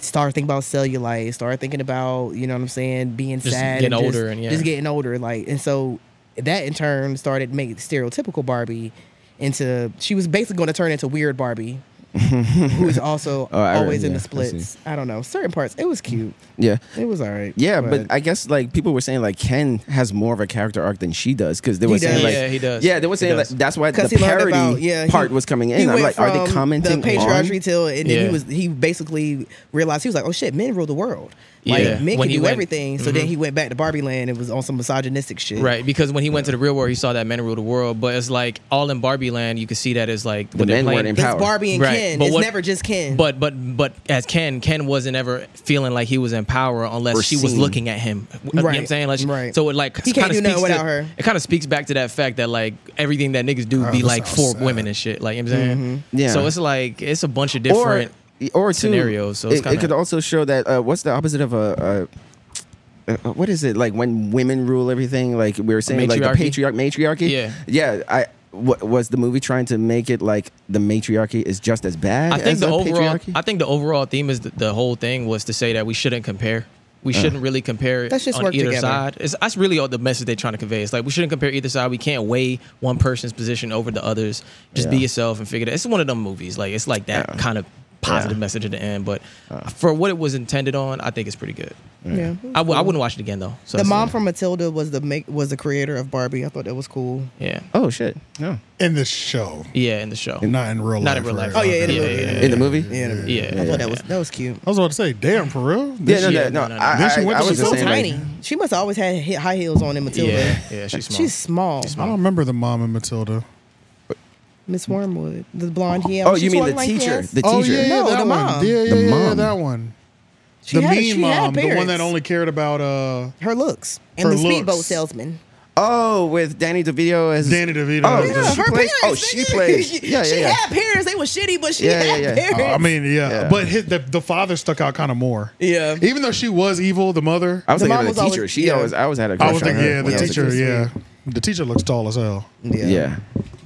Start thinking about cellulite. Start thinking about you know what I'm saying, being Just sad, getting and older just, and, yeah. just getting older. Like and so that in turn started making stereotypical Barbie into she was basically going to turn into weird Barbie. who is also Oh, I re- always in yeah, I the see. splits. I, don't know certain parts. It was cute. yeah. It was all right. Yeah, but, I guess like people were saying like Ken has more of a character arc than she does because they were He saying does. like Yeah, he does. Yeah, they were He saying like does. that's why the because he learned parody about yeah he- part was coming he in. I'm went like, are from they commenting the patriarchy on? till and then Yeah. he was he basically realized he was like oh shit men rule the world like Yeah. men When can he do went- Mm-hmm. everything so then he went back to Barbie land and was on some misogynistic shit Right, because when he went to the real world, he saw that men rule the world. But it's like all in Barbie land, you can see that as like The when they're men weren't playing. it's Power. Barbie and Right. Ken But it's what- never just Ken But but but as Ken, Ken wasn't ever feeling like he was in power unless Or she was seen. looking at him. You know what I'm Right. saying? Like she- Right. So it like He can't do kinda nothing speaks to- without her. It kind of speaks back to that fact that like everything that niggas do Oh, be that like sounds for sad. women and shit. Like you know what I'm saying? Mm-hmm. Yeah. So it's like it's a bunch of different. or or too, scenarios, so it's it, it kinda- could also show that uh, what's the opposite of a. a uh, uh, what is it like when women rule everything? Like we were saying, like the matriarchy? patriarch matriarchy. Yeah. yeah. I wa- was the movie trying to make it like the matriarchy is just as bad? I think as the overall patriarchy? I think the overall theme is the, the whole thing was to say that we shouldn't compare. We Uh. shouldn't really compare Let's just on work either together. side. It's, that's really all the message they're trying to convey. It's like we shouldn't compare either side. We can't weigh one person's position over the others. Just be Yeah. yourself and figure it out. It's one of them movies. Like it's like that kind of positive message at the end. But for what it was intended on, I think it's pretty good. Yeah. I w- I wouldn't watch it again though. So The that's- mom from Matilda was the make was the creator of Barbie. I thought that was cool. yeah oh shit, no, in the show, yeah in the show. not in real Not life. in real life. right? Oh, yeah, in the Okay. movie. in the movie. Yeah, Yeah. I thought that was that was cute. I was about to say, damn, for real? Yeah, This no, shit- no, no, no. no, no. I, Then she I, went I to was She's the so same. like- tiny. she must have always had hi- high heels on in Matilda. Yeah, yeah, she's small. She's small. I don't remember the mom in Matilda. Miss Wormwood, the blonde. Yeah. oh, she's you mean the walking like teacher? this. The Oh teacher. yeah, yeah, No, that one. the mom. Yeah, yeah, The yeah, mom. that one. Oh, She the had- she mean had mom, the one that parents. only cared about uh, her looks and Her the speedboat looks. salesman. Oh, with Danny DeVito as Danny DeVito. Oh, Yeah, she her plays. parents. Oh, she nigga. plays. Yeah, yeah, she yeah. had parents. They were shitty, but she Yeah, yeah, had yeah. parents. I mean, yeah, Yeah. but his, the the father stuck out kind of more. Yeah. even though she was evil, the mother. I was The thinking mom of the was teacher. always- she yeah. always. I always had a crush I was on thinking, her yeah, when the I was a teacher, kid. yeah, the teacher looks tall as hell. yeah. Yeah.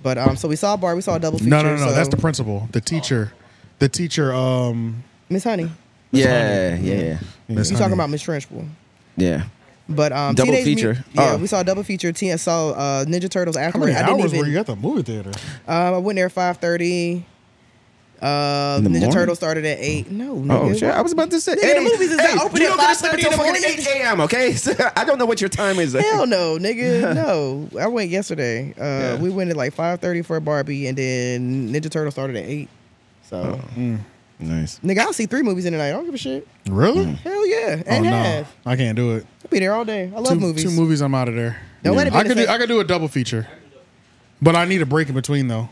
But um, so we saw Barbie. We saw a double feature. No, no, no, so- that's the principal. The teacher, the teacher. Um, Miss Honey. Yeah, yeah, yeah, Miss You Honey. talking about Miss Trenchbull? yeah. But um, Double Teenage Mut- feature. yeah, Oh. we saw a double feature. Teen saw uh, Ninja Turtles How after. many I didn't hours were even. you at the movie theater? um, I went there at five thirty. Uh, In the Ninja morning? Turtles started at eight. No, Oh nigga, shit! what? I was about to say. Nigga, the Eddie, movies is not hey, open you at don't gotta start 5:30 until in the fucking morning. eight a.m. Okay, So, I don't know what your time is. Hell no, nigga. No, I went yesterday. Uh, Yeah. We went at like five thirty for Barbie, and then Ninja Turtle started at eight. So, Oh. Nice. nigga, I'll see three movies in the night. I don't give a shit. Really? Hell yeah, Oh and no, half. I can't do it. I'll be there all day. I love two movies. Two movies, I'm out of there. Don't let it be I the could do. same- I could do a double feature, but I need a break in between though.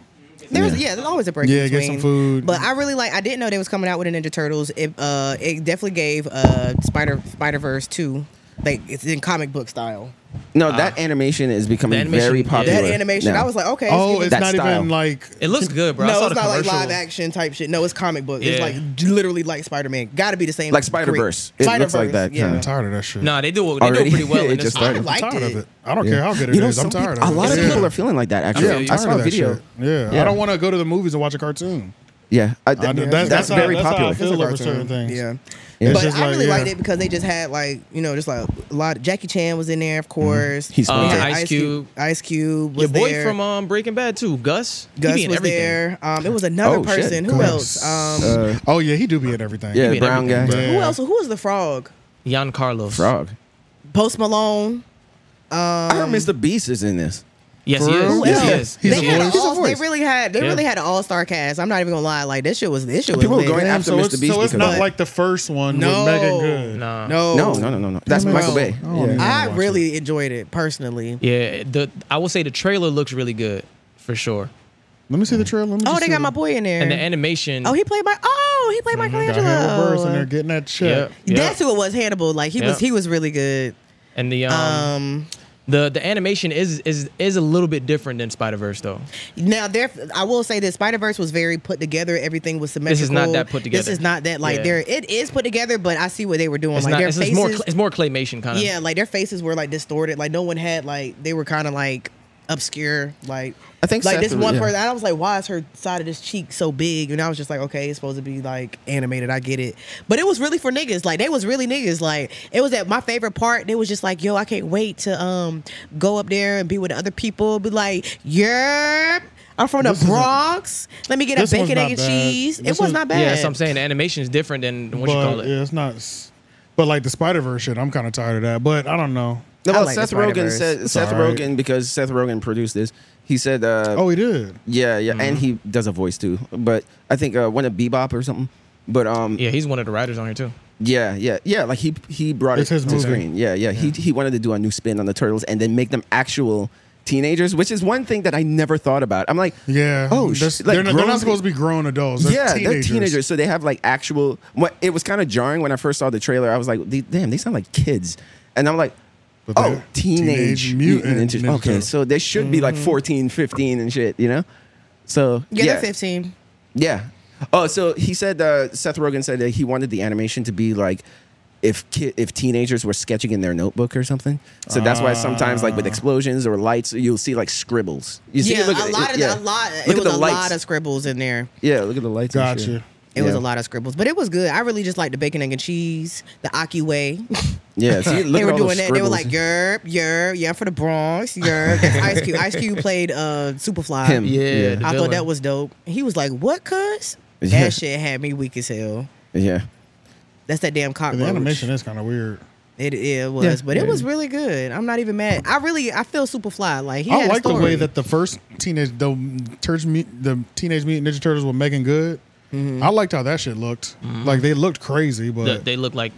There's yeah. there's always a break. in Yeah, get between. some food. But I really like. I didn't know they was coming out with a Ninja Turtles. It uh, it definitely gave uh Spider Spider Verse two. Like it's in comic book style. No, that animation is becoming The animation- very yeah. popular. That animation, I was like, okay. Oh, it's giving- That not style. even like It looks good, bro. I no, saw it's the not like commercial. live action type shit. No, it's comic book. It's Yeah. like j- literally like Spider Man. Got to be the same. Like Spider-Verse. It looks like that, Yeah. I'm kinda. tired of that shit. Nah, they do they Already? do pretty well It in this just one. started. I'm liked tired it. of it. I don't care how good it you know, is. some I'm tired people, of it. a lot of Yeah. people are feeling like that. Actually, feel you. I saw Tired a of that video. shit. Yeah. Yeah. I don't want to go to the movies and watch a cartoon. Yeah, I, I, th- do- that's, that's, that's, very how, popular. That's how I feel over certain things. Yeah. It's But just I like, really yeah. liked it because they just had like you know just like a lot. Of, Jackie Chan was in there, of course. He's They Uh, had Ice Cube. Ice Cube was Your boy there. from um, Breaking Bad too, Gus. He Gus be in was everything. there. Um, it was another Oh, shit. person. Who Gus. else? Um, Uh, oh yeah, he do be at everything. yeah, mean brown guy, everything, bro. who yeah. else? Who was the frog? Jan Carlos. frog. Post Malone. I heard Mr. Beast is in this. Yes, For he is. real? Yes, he Yeah. is. He's they a had voice. an He's a all. They voice. really had. They Yeah. really had an all star cast. I'm not even gonna lie. Like this shit was. This shit was. People were big. going Yeah. after So Mr. it's, Beast. so it's because not of- like the first one No. with Megan Good. Nah. No. no, no, no, no, no. oh, That's Bro. Michael Bay. Oh, Yeah. man. I Watch really enjoyed it personally. Yeah, the I will say the trailer looks really good for sure, Let me see the trailer. Let me Oh, just they see got my the- boy in there. and the Mhm. animation. oh, he played my. Oh, he played Got Michelangelo. Harold Burris in there getting that yeah, check. yeah. That's who it was. Hannibal. Like he was. Yep. He was really good. and the um, Um. the the animation is is is a little bit different than Spider Verse though. Now there, I will say this: Spider Verse was very put together. Everything was symmetrical. is not that put This together. is not that like Yeah. there. It is put together, but I see what they were doing. It's like not. their It's, faces, it's more cl- it's more claymation Uh-huh. kind of. yeah, like their faces were like distorted. Like no one had like they were kind of like obscure. Like I think like Seth this was- one yeah. person. I was like, why is her side of this cheek so big? And I was just like, okay, it's supposed to be like animated. I get it, but it was really for niggas. Like they was really niggas. Like it was at my favorite part. They was just like, yo, I can't wait to um go up there and be with other people. Be like, yeah. I'm from the This isn't- Bronx. Let me get a this one's bacon, not egg, and bad. cheese. it This was, was- not bad. yeah. So I'm saying the animation is different than what but, you call it. Yeah, it's not. s- But like the Spider Verse shit, I'm kind of tired of that. But I don't know. No, I well, like the Seth Rogen Spider-Verse. said It's Seth alright. Rogen because Seth Rogen produced this. He said, uh, Oh, he did. yeah, yeah, and he does a voice too. But I think uh, one of Bebop or something. But um, Yeah, he's one of the writers on here too. Yeah, yeah, yeah. Like he he brought It's it his to movie. screen. Yeah, yeah. He he wanted to do a new spin on the turtles and then make them actual teenagers, which is one thing that I never thought about. I'm like, Yeah. oh, That's- sh- like they're, not, they're grown- not supposed to be grown adults. They're yeah, teenagers. they're teenagers, so they have like actual. What it was kind of jarring when I first saw the trailer. I was like, "The- damn, they sound like kids, and I'm like. But Oh, they're teenage, teenage mutant. mutant Ninja- ninja Mm-hmm. Okay, turtles. so they should be like 14, 15 and shit, you know? So, yeah, yeah. they're 15. Yeah. Oh, so he said uh, Seth Rogen said that he wanted the animation to be like if ki- if teenagers were sketching in their notebook or something. So that's why sometimes Ah. like with explosions or lights, you'll see like scribbles. You see, yeah, look a at it, lot of yeah. a lot. Look It at was the a lights. lot of scribbles in there. yeah, look at the lights. and Gotcha. shit. It was Yeah. a lot of scribbles, but it was good. I really just liked the bacon egg and cheese, the Aki way. Yeah, see, look they at were all those doing that. They were scribbles. like, "Yerp, yerp, yeah, for the Bronx, yerp." That's Ice Cube. Ice Cube played uh, Superfly. Him. Yeah, Yeah. the I villain. thought that was dope. He was like, "What, cuz?" That Yeah. shit had me weak as hell. yeah, That's that damn cockroach. The animation is kind of weird. It, it was, Yeah. but it Yeah. was really good. I'm not even mad. I really, I feel Superfly. Like he I had a like the story. way that the first teenage the Turtles, Mu- the Teenage Mutant Ninja Turtles were Megan Good. Mm-hmm. I liked how that shit looked. Like they looked crazy, but The- they look like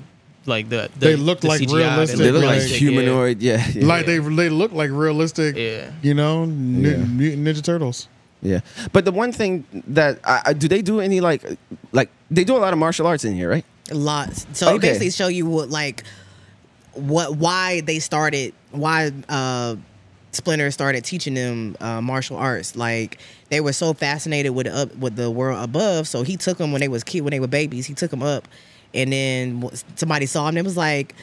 like the, the They look the like CGI, realistic, they look Like, like yeah. humanoid. Yeah, yeah. like they they look like realistic. Yeah. you know, ni- Yeah. mutant Ninja Turtles. Yeah, but the one thing that I, I, do they do any like like they do a lot of martial arts in here, right? Lots. So Okay. it basically show you what like what why they started why uh Splinter started teaching them uh, martial arts. Like they were so fascinated with up with the world above, so he took them when they was kid when they were babies. He took them up, and then w- somebody saw him. and was like.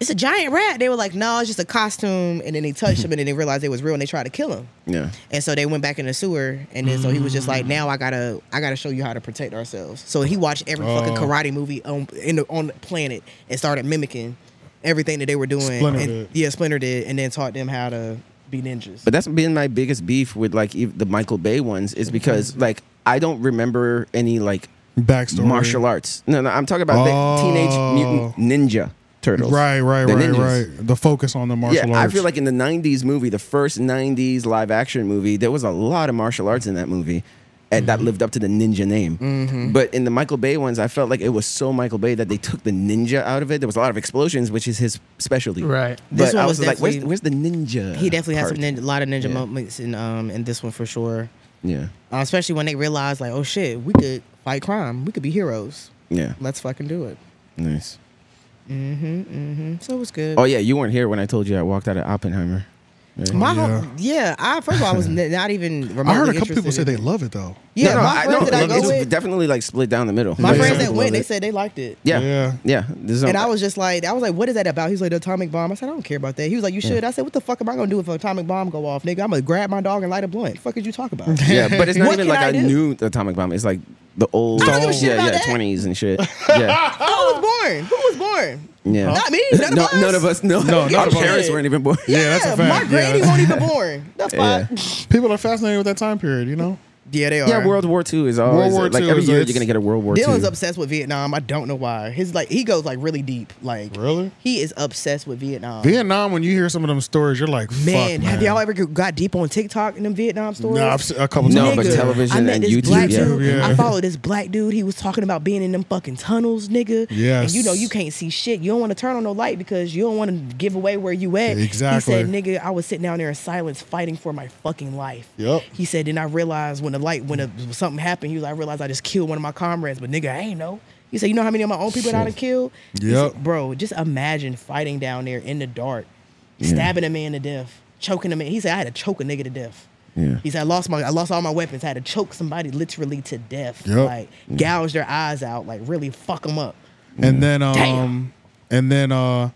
It's a giant rat. They were like, no, it's just a costume. And then they touched him, and then they realized it was real, and they tried to kill him. Yeah. And so they went back in the sewer, and then so he was just like, Mm. "Now I gotta, I gotta show you how to protect ourselves." So he watched every fucking Oh. karate movie on in the, on the planet and started mimicking everything that they were doing. Splinter And- did. Yeah, Splinter did, and then taught them how to be ninjas. But that's been my biggest beef with like ev- the Michael Bay ones is because like I don't remember any like Backstory. martial arts. No, no, I'm talking about the Oh. Teenage Mutant Ninja Turtles. Right, right, The right, ninjas. right. The focus on the Yeah, martial I arts. feel like in the '90s movie, the first '90s live action movie, there was a lot of martial arts in that movie, and that lived up to the ninja name. But in the Michael Bay ones, I felt like it was so Michael Bay that they took the ninja out of it. There was a lot of explosions, which is his specialty. Right. But This one I was, was like, where's, definitely- where's the ninja? he definitely had part? some ninja, a lot of ninja Yeah. moments in um in this one for sure. Yeah, Uh, especially when they realized like, oh shit, we could fight crime, we could be heroes. yeah, Let's fucking do it. nice. Mm, So it was good. Oh yeah, you weren't here when I told you I walked out of Oppenheimer. Right? My Yeah. yeah. yeah, I first of all I was n- not even. Remotely I heard a couple people interested say they in it. love it though. Yeah, no, no, my I, friends no, that I go it's with, definitely like split down the middle. My Yeah. friends Yeah. that went, they said. said they liked it. Yeah. Yeah. Yeah. yeah. There's no- And I was just like, I was like, what is that about? He was like, the atomic bomb. I said, I don't care about that. He was like, you should. I said, what the fuck am I gonna do if an atomic bomb go off, nigga? I'm gonna grab my dog and light a blunt. fuck did you talk about? Yeah, but it's not What even can like I I, do? knew the atomic bomb. It's like the old, I don't give a shit yeah, about yeah, that. twenties and shit. Yeah, Who was born? Who was born? yeah. Not me. None of no, us. None of us. No, No, our none of us. parents weren't even born. Yeah, that's a my fact. granny yeah. wasn't even born. That's Yeah. fine. Yeah, People are fascinated with that time period. You know, they are. Yeah, World War II is always War like II every is- year it's- you're gonna get a World War II. Dylan's obsessed with Vietnam. I don't know why. His like he goes like really deep. Like Really? he is obsessed with Vietnam. Vietnam. When you hear some of them stories, you're like, man, Fuck, man, have y'all ever got deep on TikTok in them Vietnam stories? Nah, I've seen a couple No, times. but Nigga, television I met and this YouTube, Black yeah. dude, Yeah. I follow this black dude. He was talking about being in them fucking tunnels, nigga. Yes. And you know you can't see shit. You don't want to turn on no light because you don't want to give away where you at. Exactly. He said, nigga, I was sitting down there in silence fighting for my fucking life. Yup. He said, then I realized when the light, when a, something happened, he was like, I realized I just killed one of my comrades, but nigga, I ain't know. He said, you know how many of my own people that I done killed? He Yup. said, Bro, just imagine fighting down there in the dark, stabbing a man to death, choking a man. He said, I had to choke a nigga to death. Yeah. He said, I lost my I lost all my weapons. I had to choke somebody literally to death. Yup. Like gouge their eyes out, like really fuck them up. And then um Damn. and then uh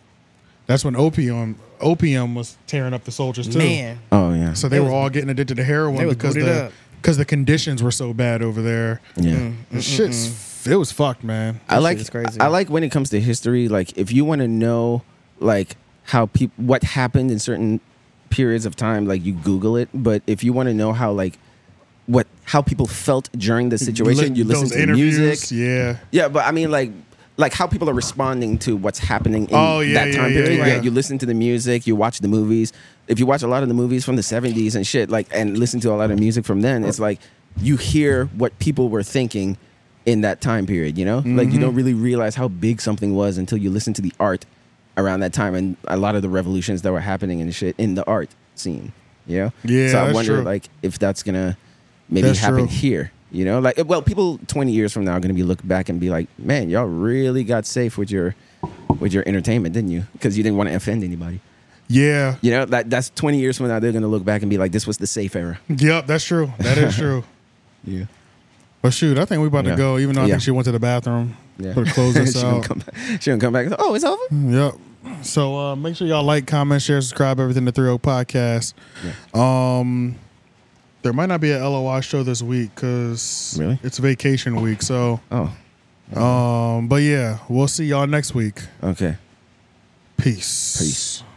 that's when opium opium was tearing up the soldiers too. Man. oh yeah. So they were all getting addicted to they heroin was because booted the up. because the conditions were so bad over there. yeah. The shit's it was fucked, man. I like Mm. is crazy. I like when it comes to history. Like if you want to know like how people what happened in certain periods of time, like you Google it. But if you want to know how like what how people felt during the situation, Li- you listen those to music. Yeah. Yeah, but I mean, like, like how people are responding to what's happening in Oh, yeah, that time yeah, yeah, period. yeah. you listen to the music, you watch the movies. If you watch a lot of the movies from the '70s and shit, like, and listen to a lot of music from then, it's like you hear what people were thinking in that time period. You know, like Mm-hmm. you don't really realize how big something was until you listen to the art around that time and a lot of the revolutions that were happening and shit in the art scene. You know, Yeah, So I that's wonder, true. like, if that's gonna maybe That's happen true. here. You know, like well, people twenty years from now are going to be look back and be like, "Man, y'all really got safe with your with your entertainment, didn't you? Because you didn't want to offend anybody." Yeah. You know, that that's twenty years from now they're going to look back and be like, "This was the safe era." Yep, that's true. That is true. Yeah. But shoot, I think we about Yeah. to go, even though I Yeah. think she went to the bathroom. Yeah. We'll close this she gonna out. Hmm. Come back. She gonna come back. and say, Oh, it's over. Yep. So uh, make sure y'all like, comment, share, subscribe, everything to Three O Podcast. Um, there might not be a LOI show this week because Really? it's vacation week. So, Oh, um, but yeah, we'll see y'all next week. okay. Peace. Peace.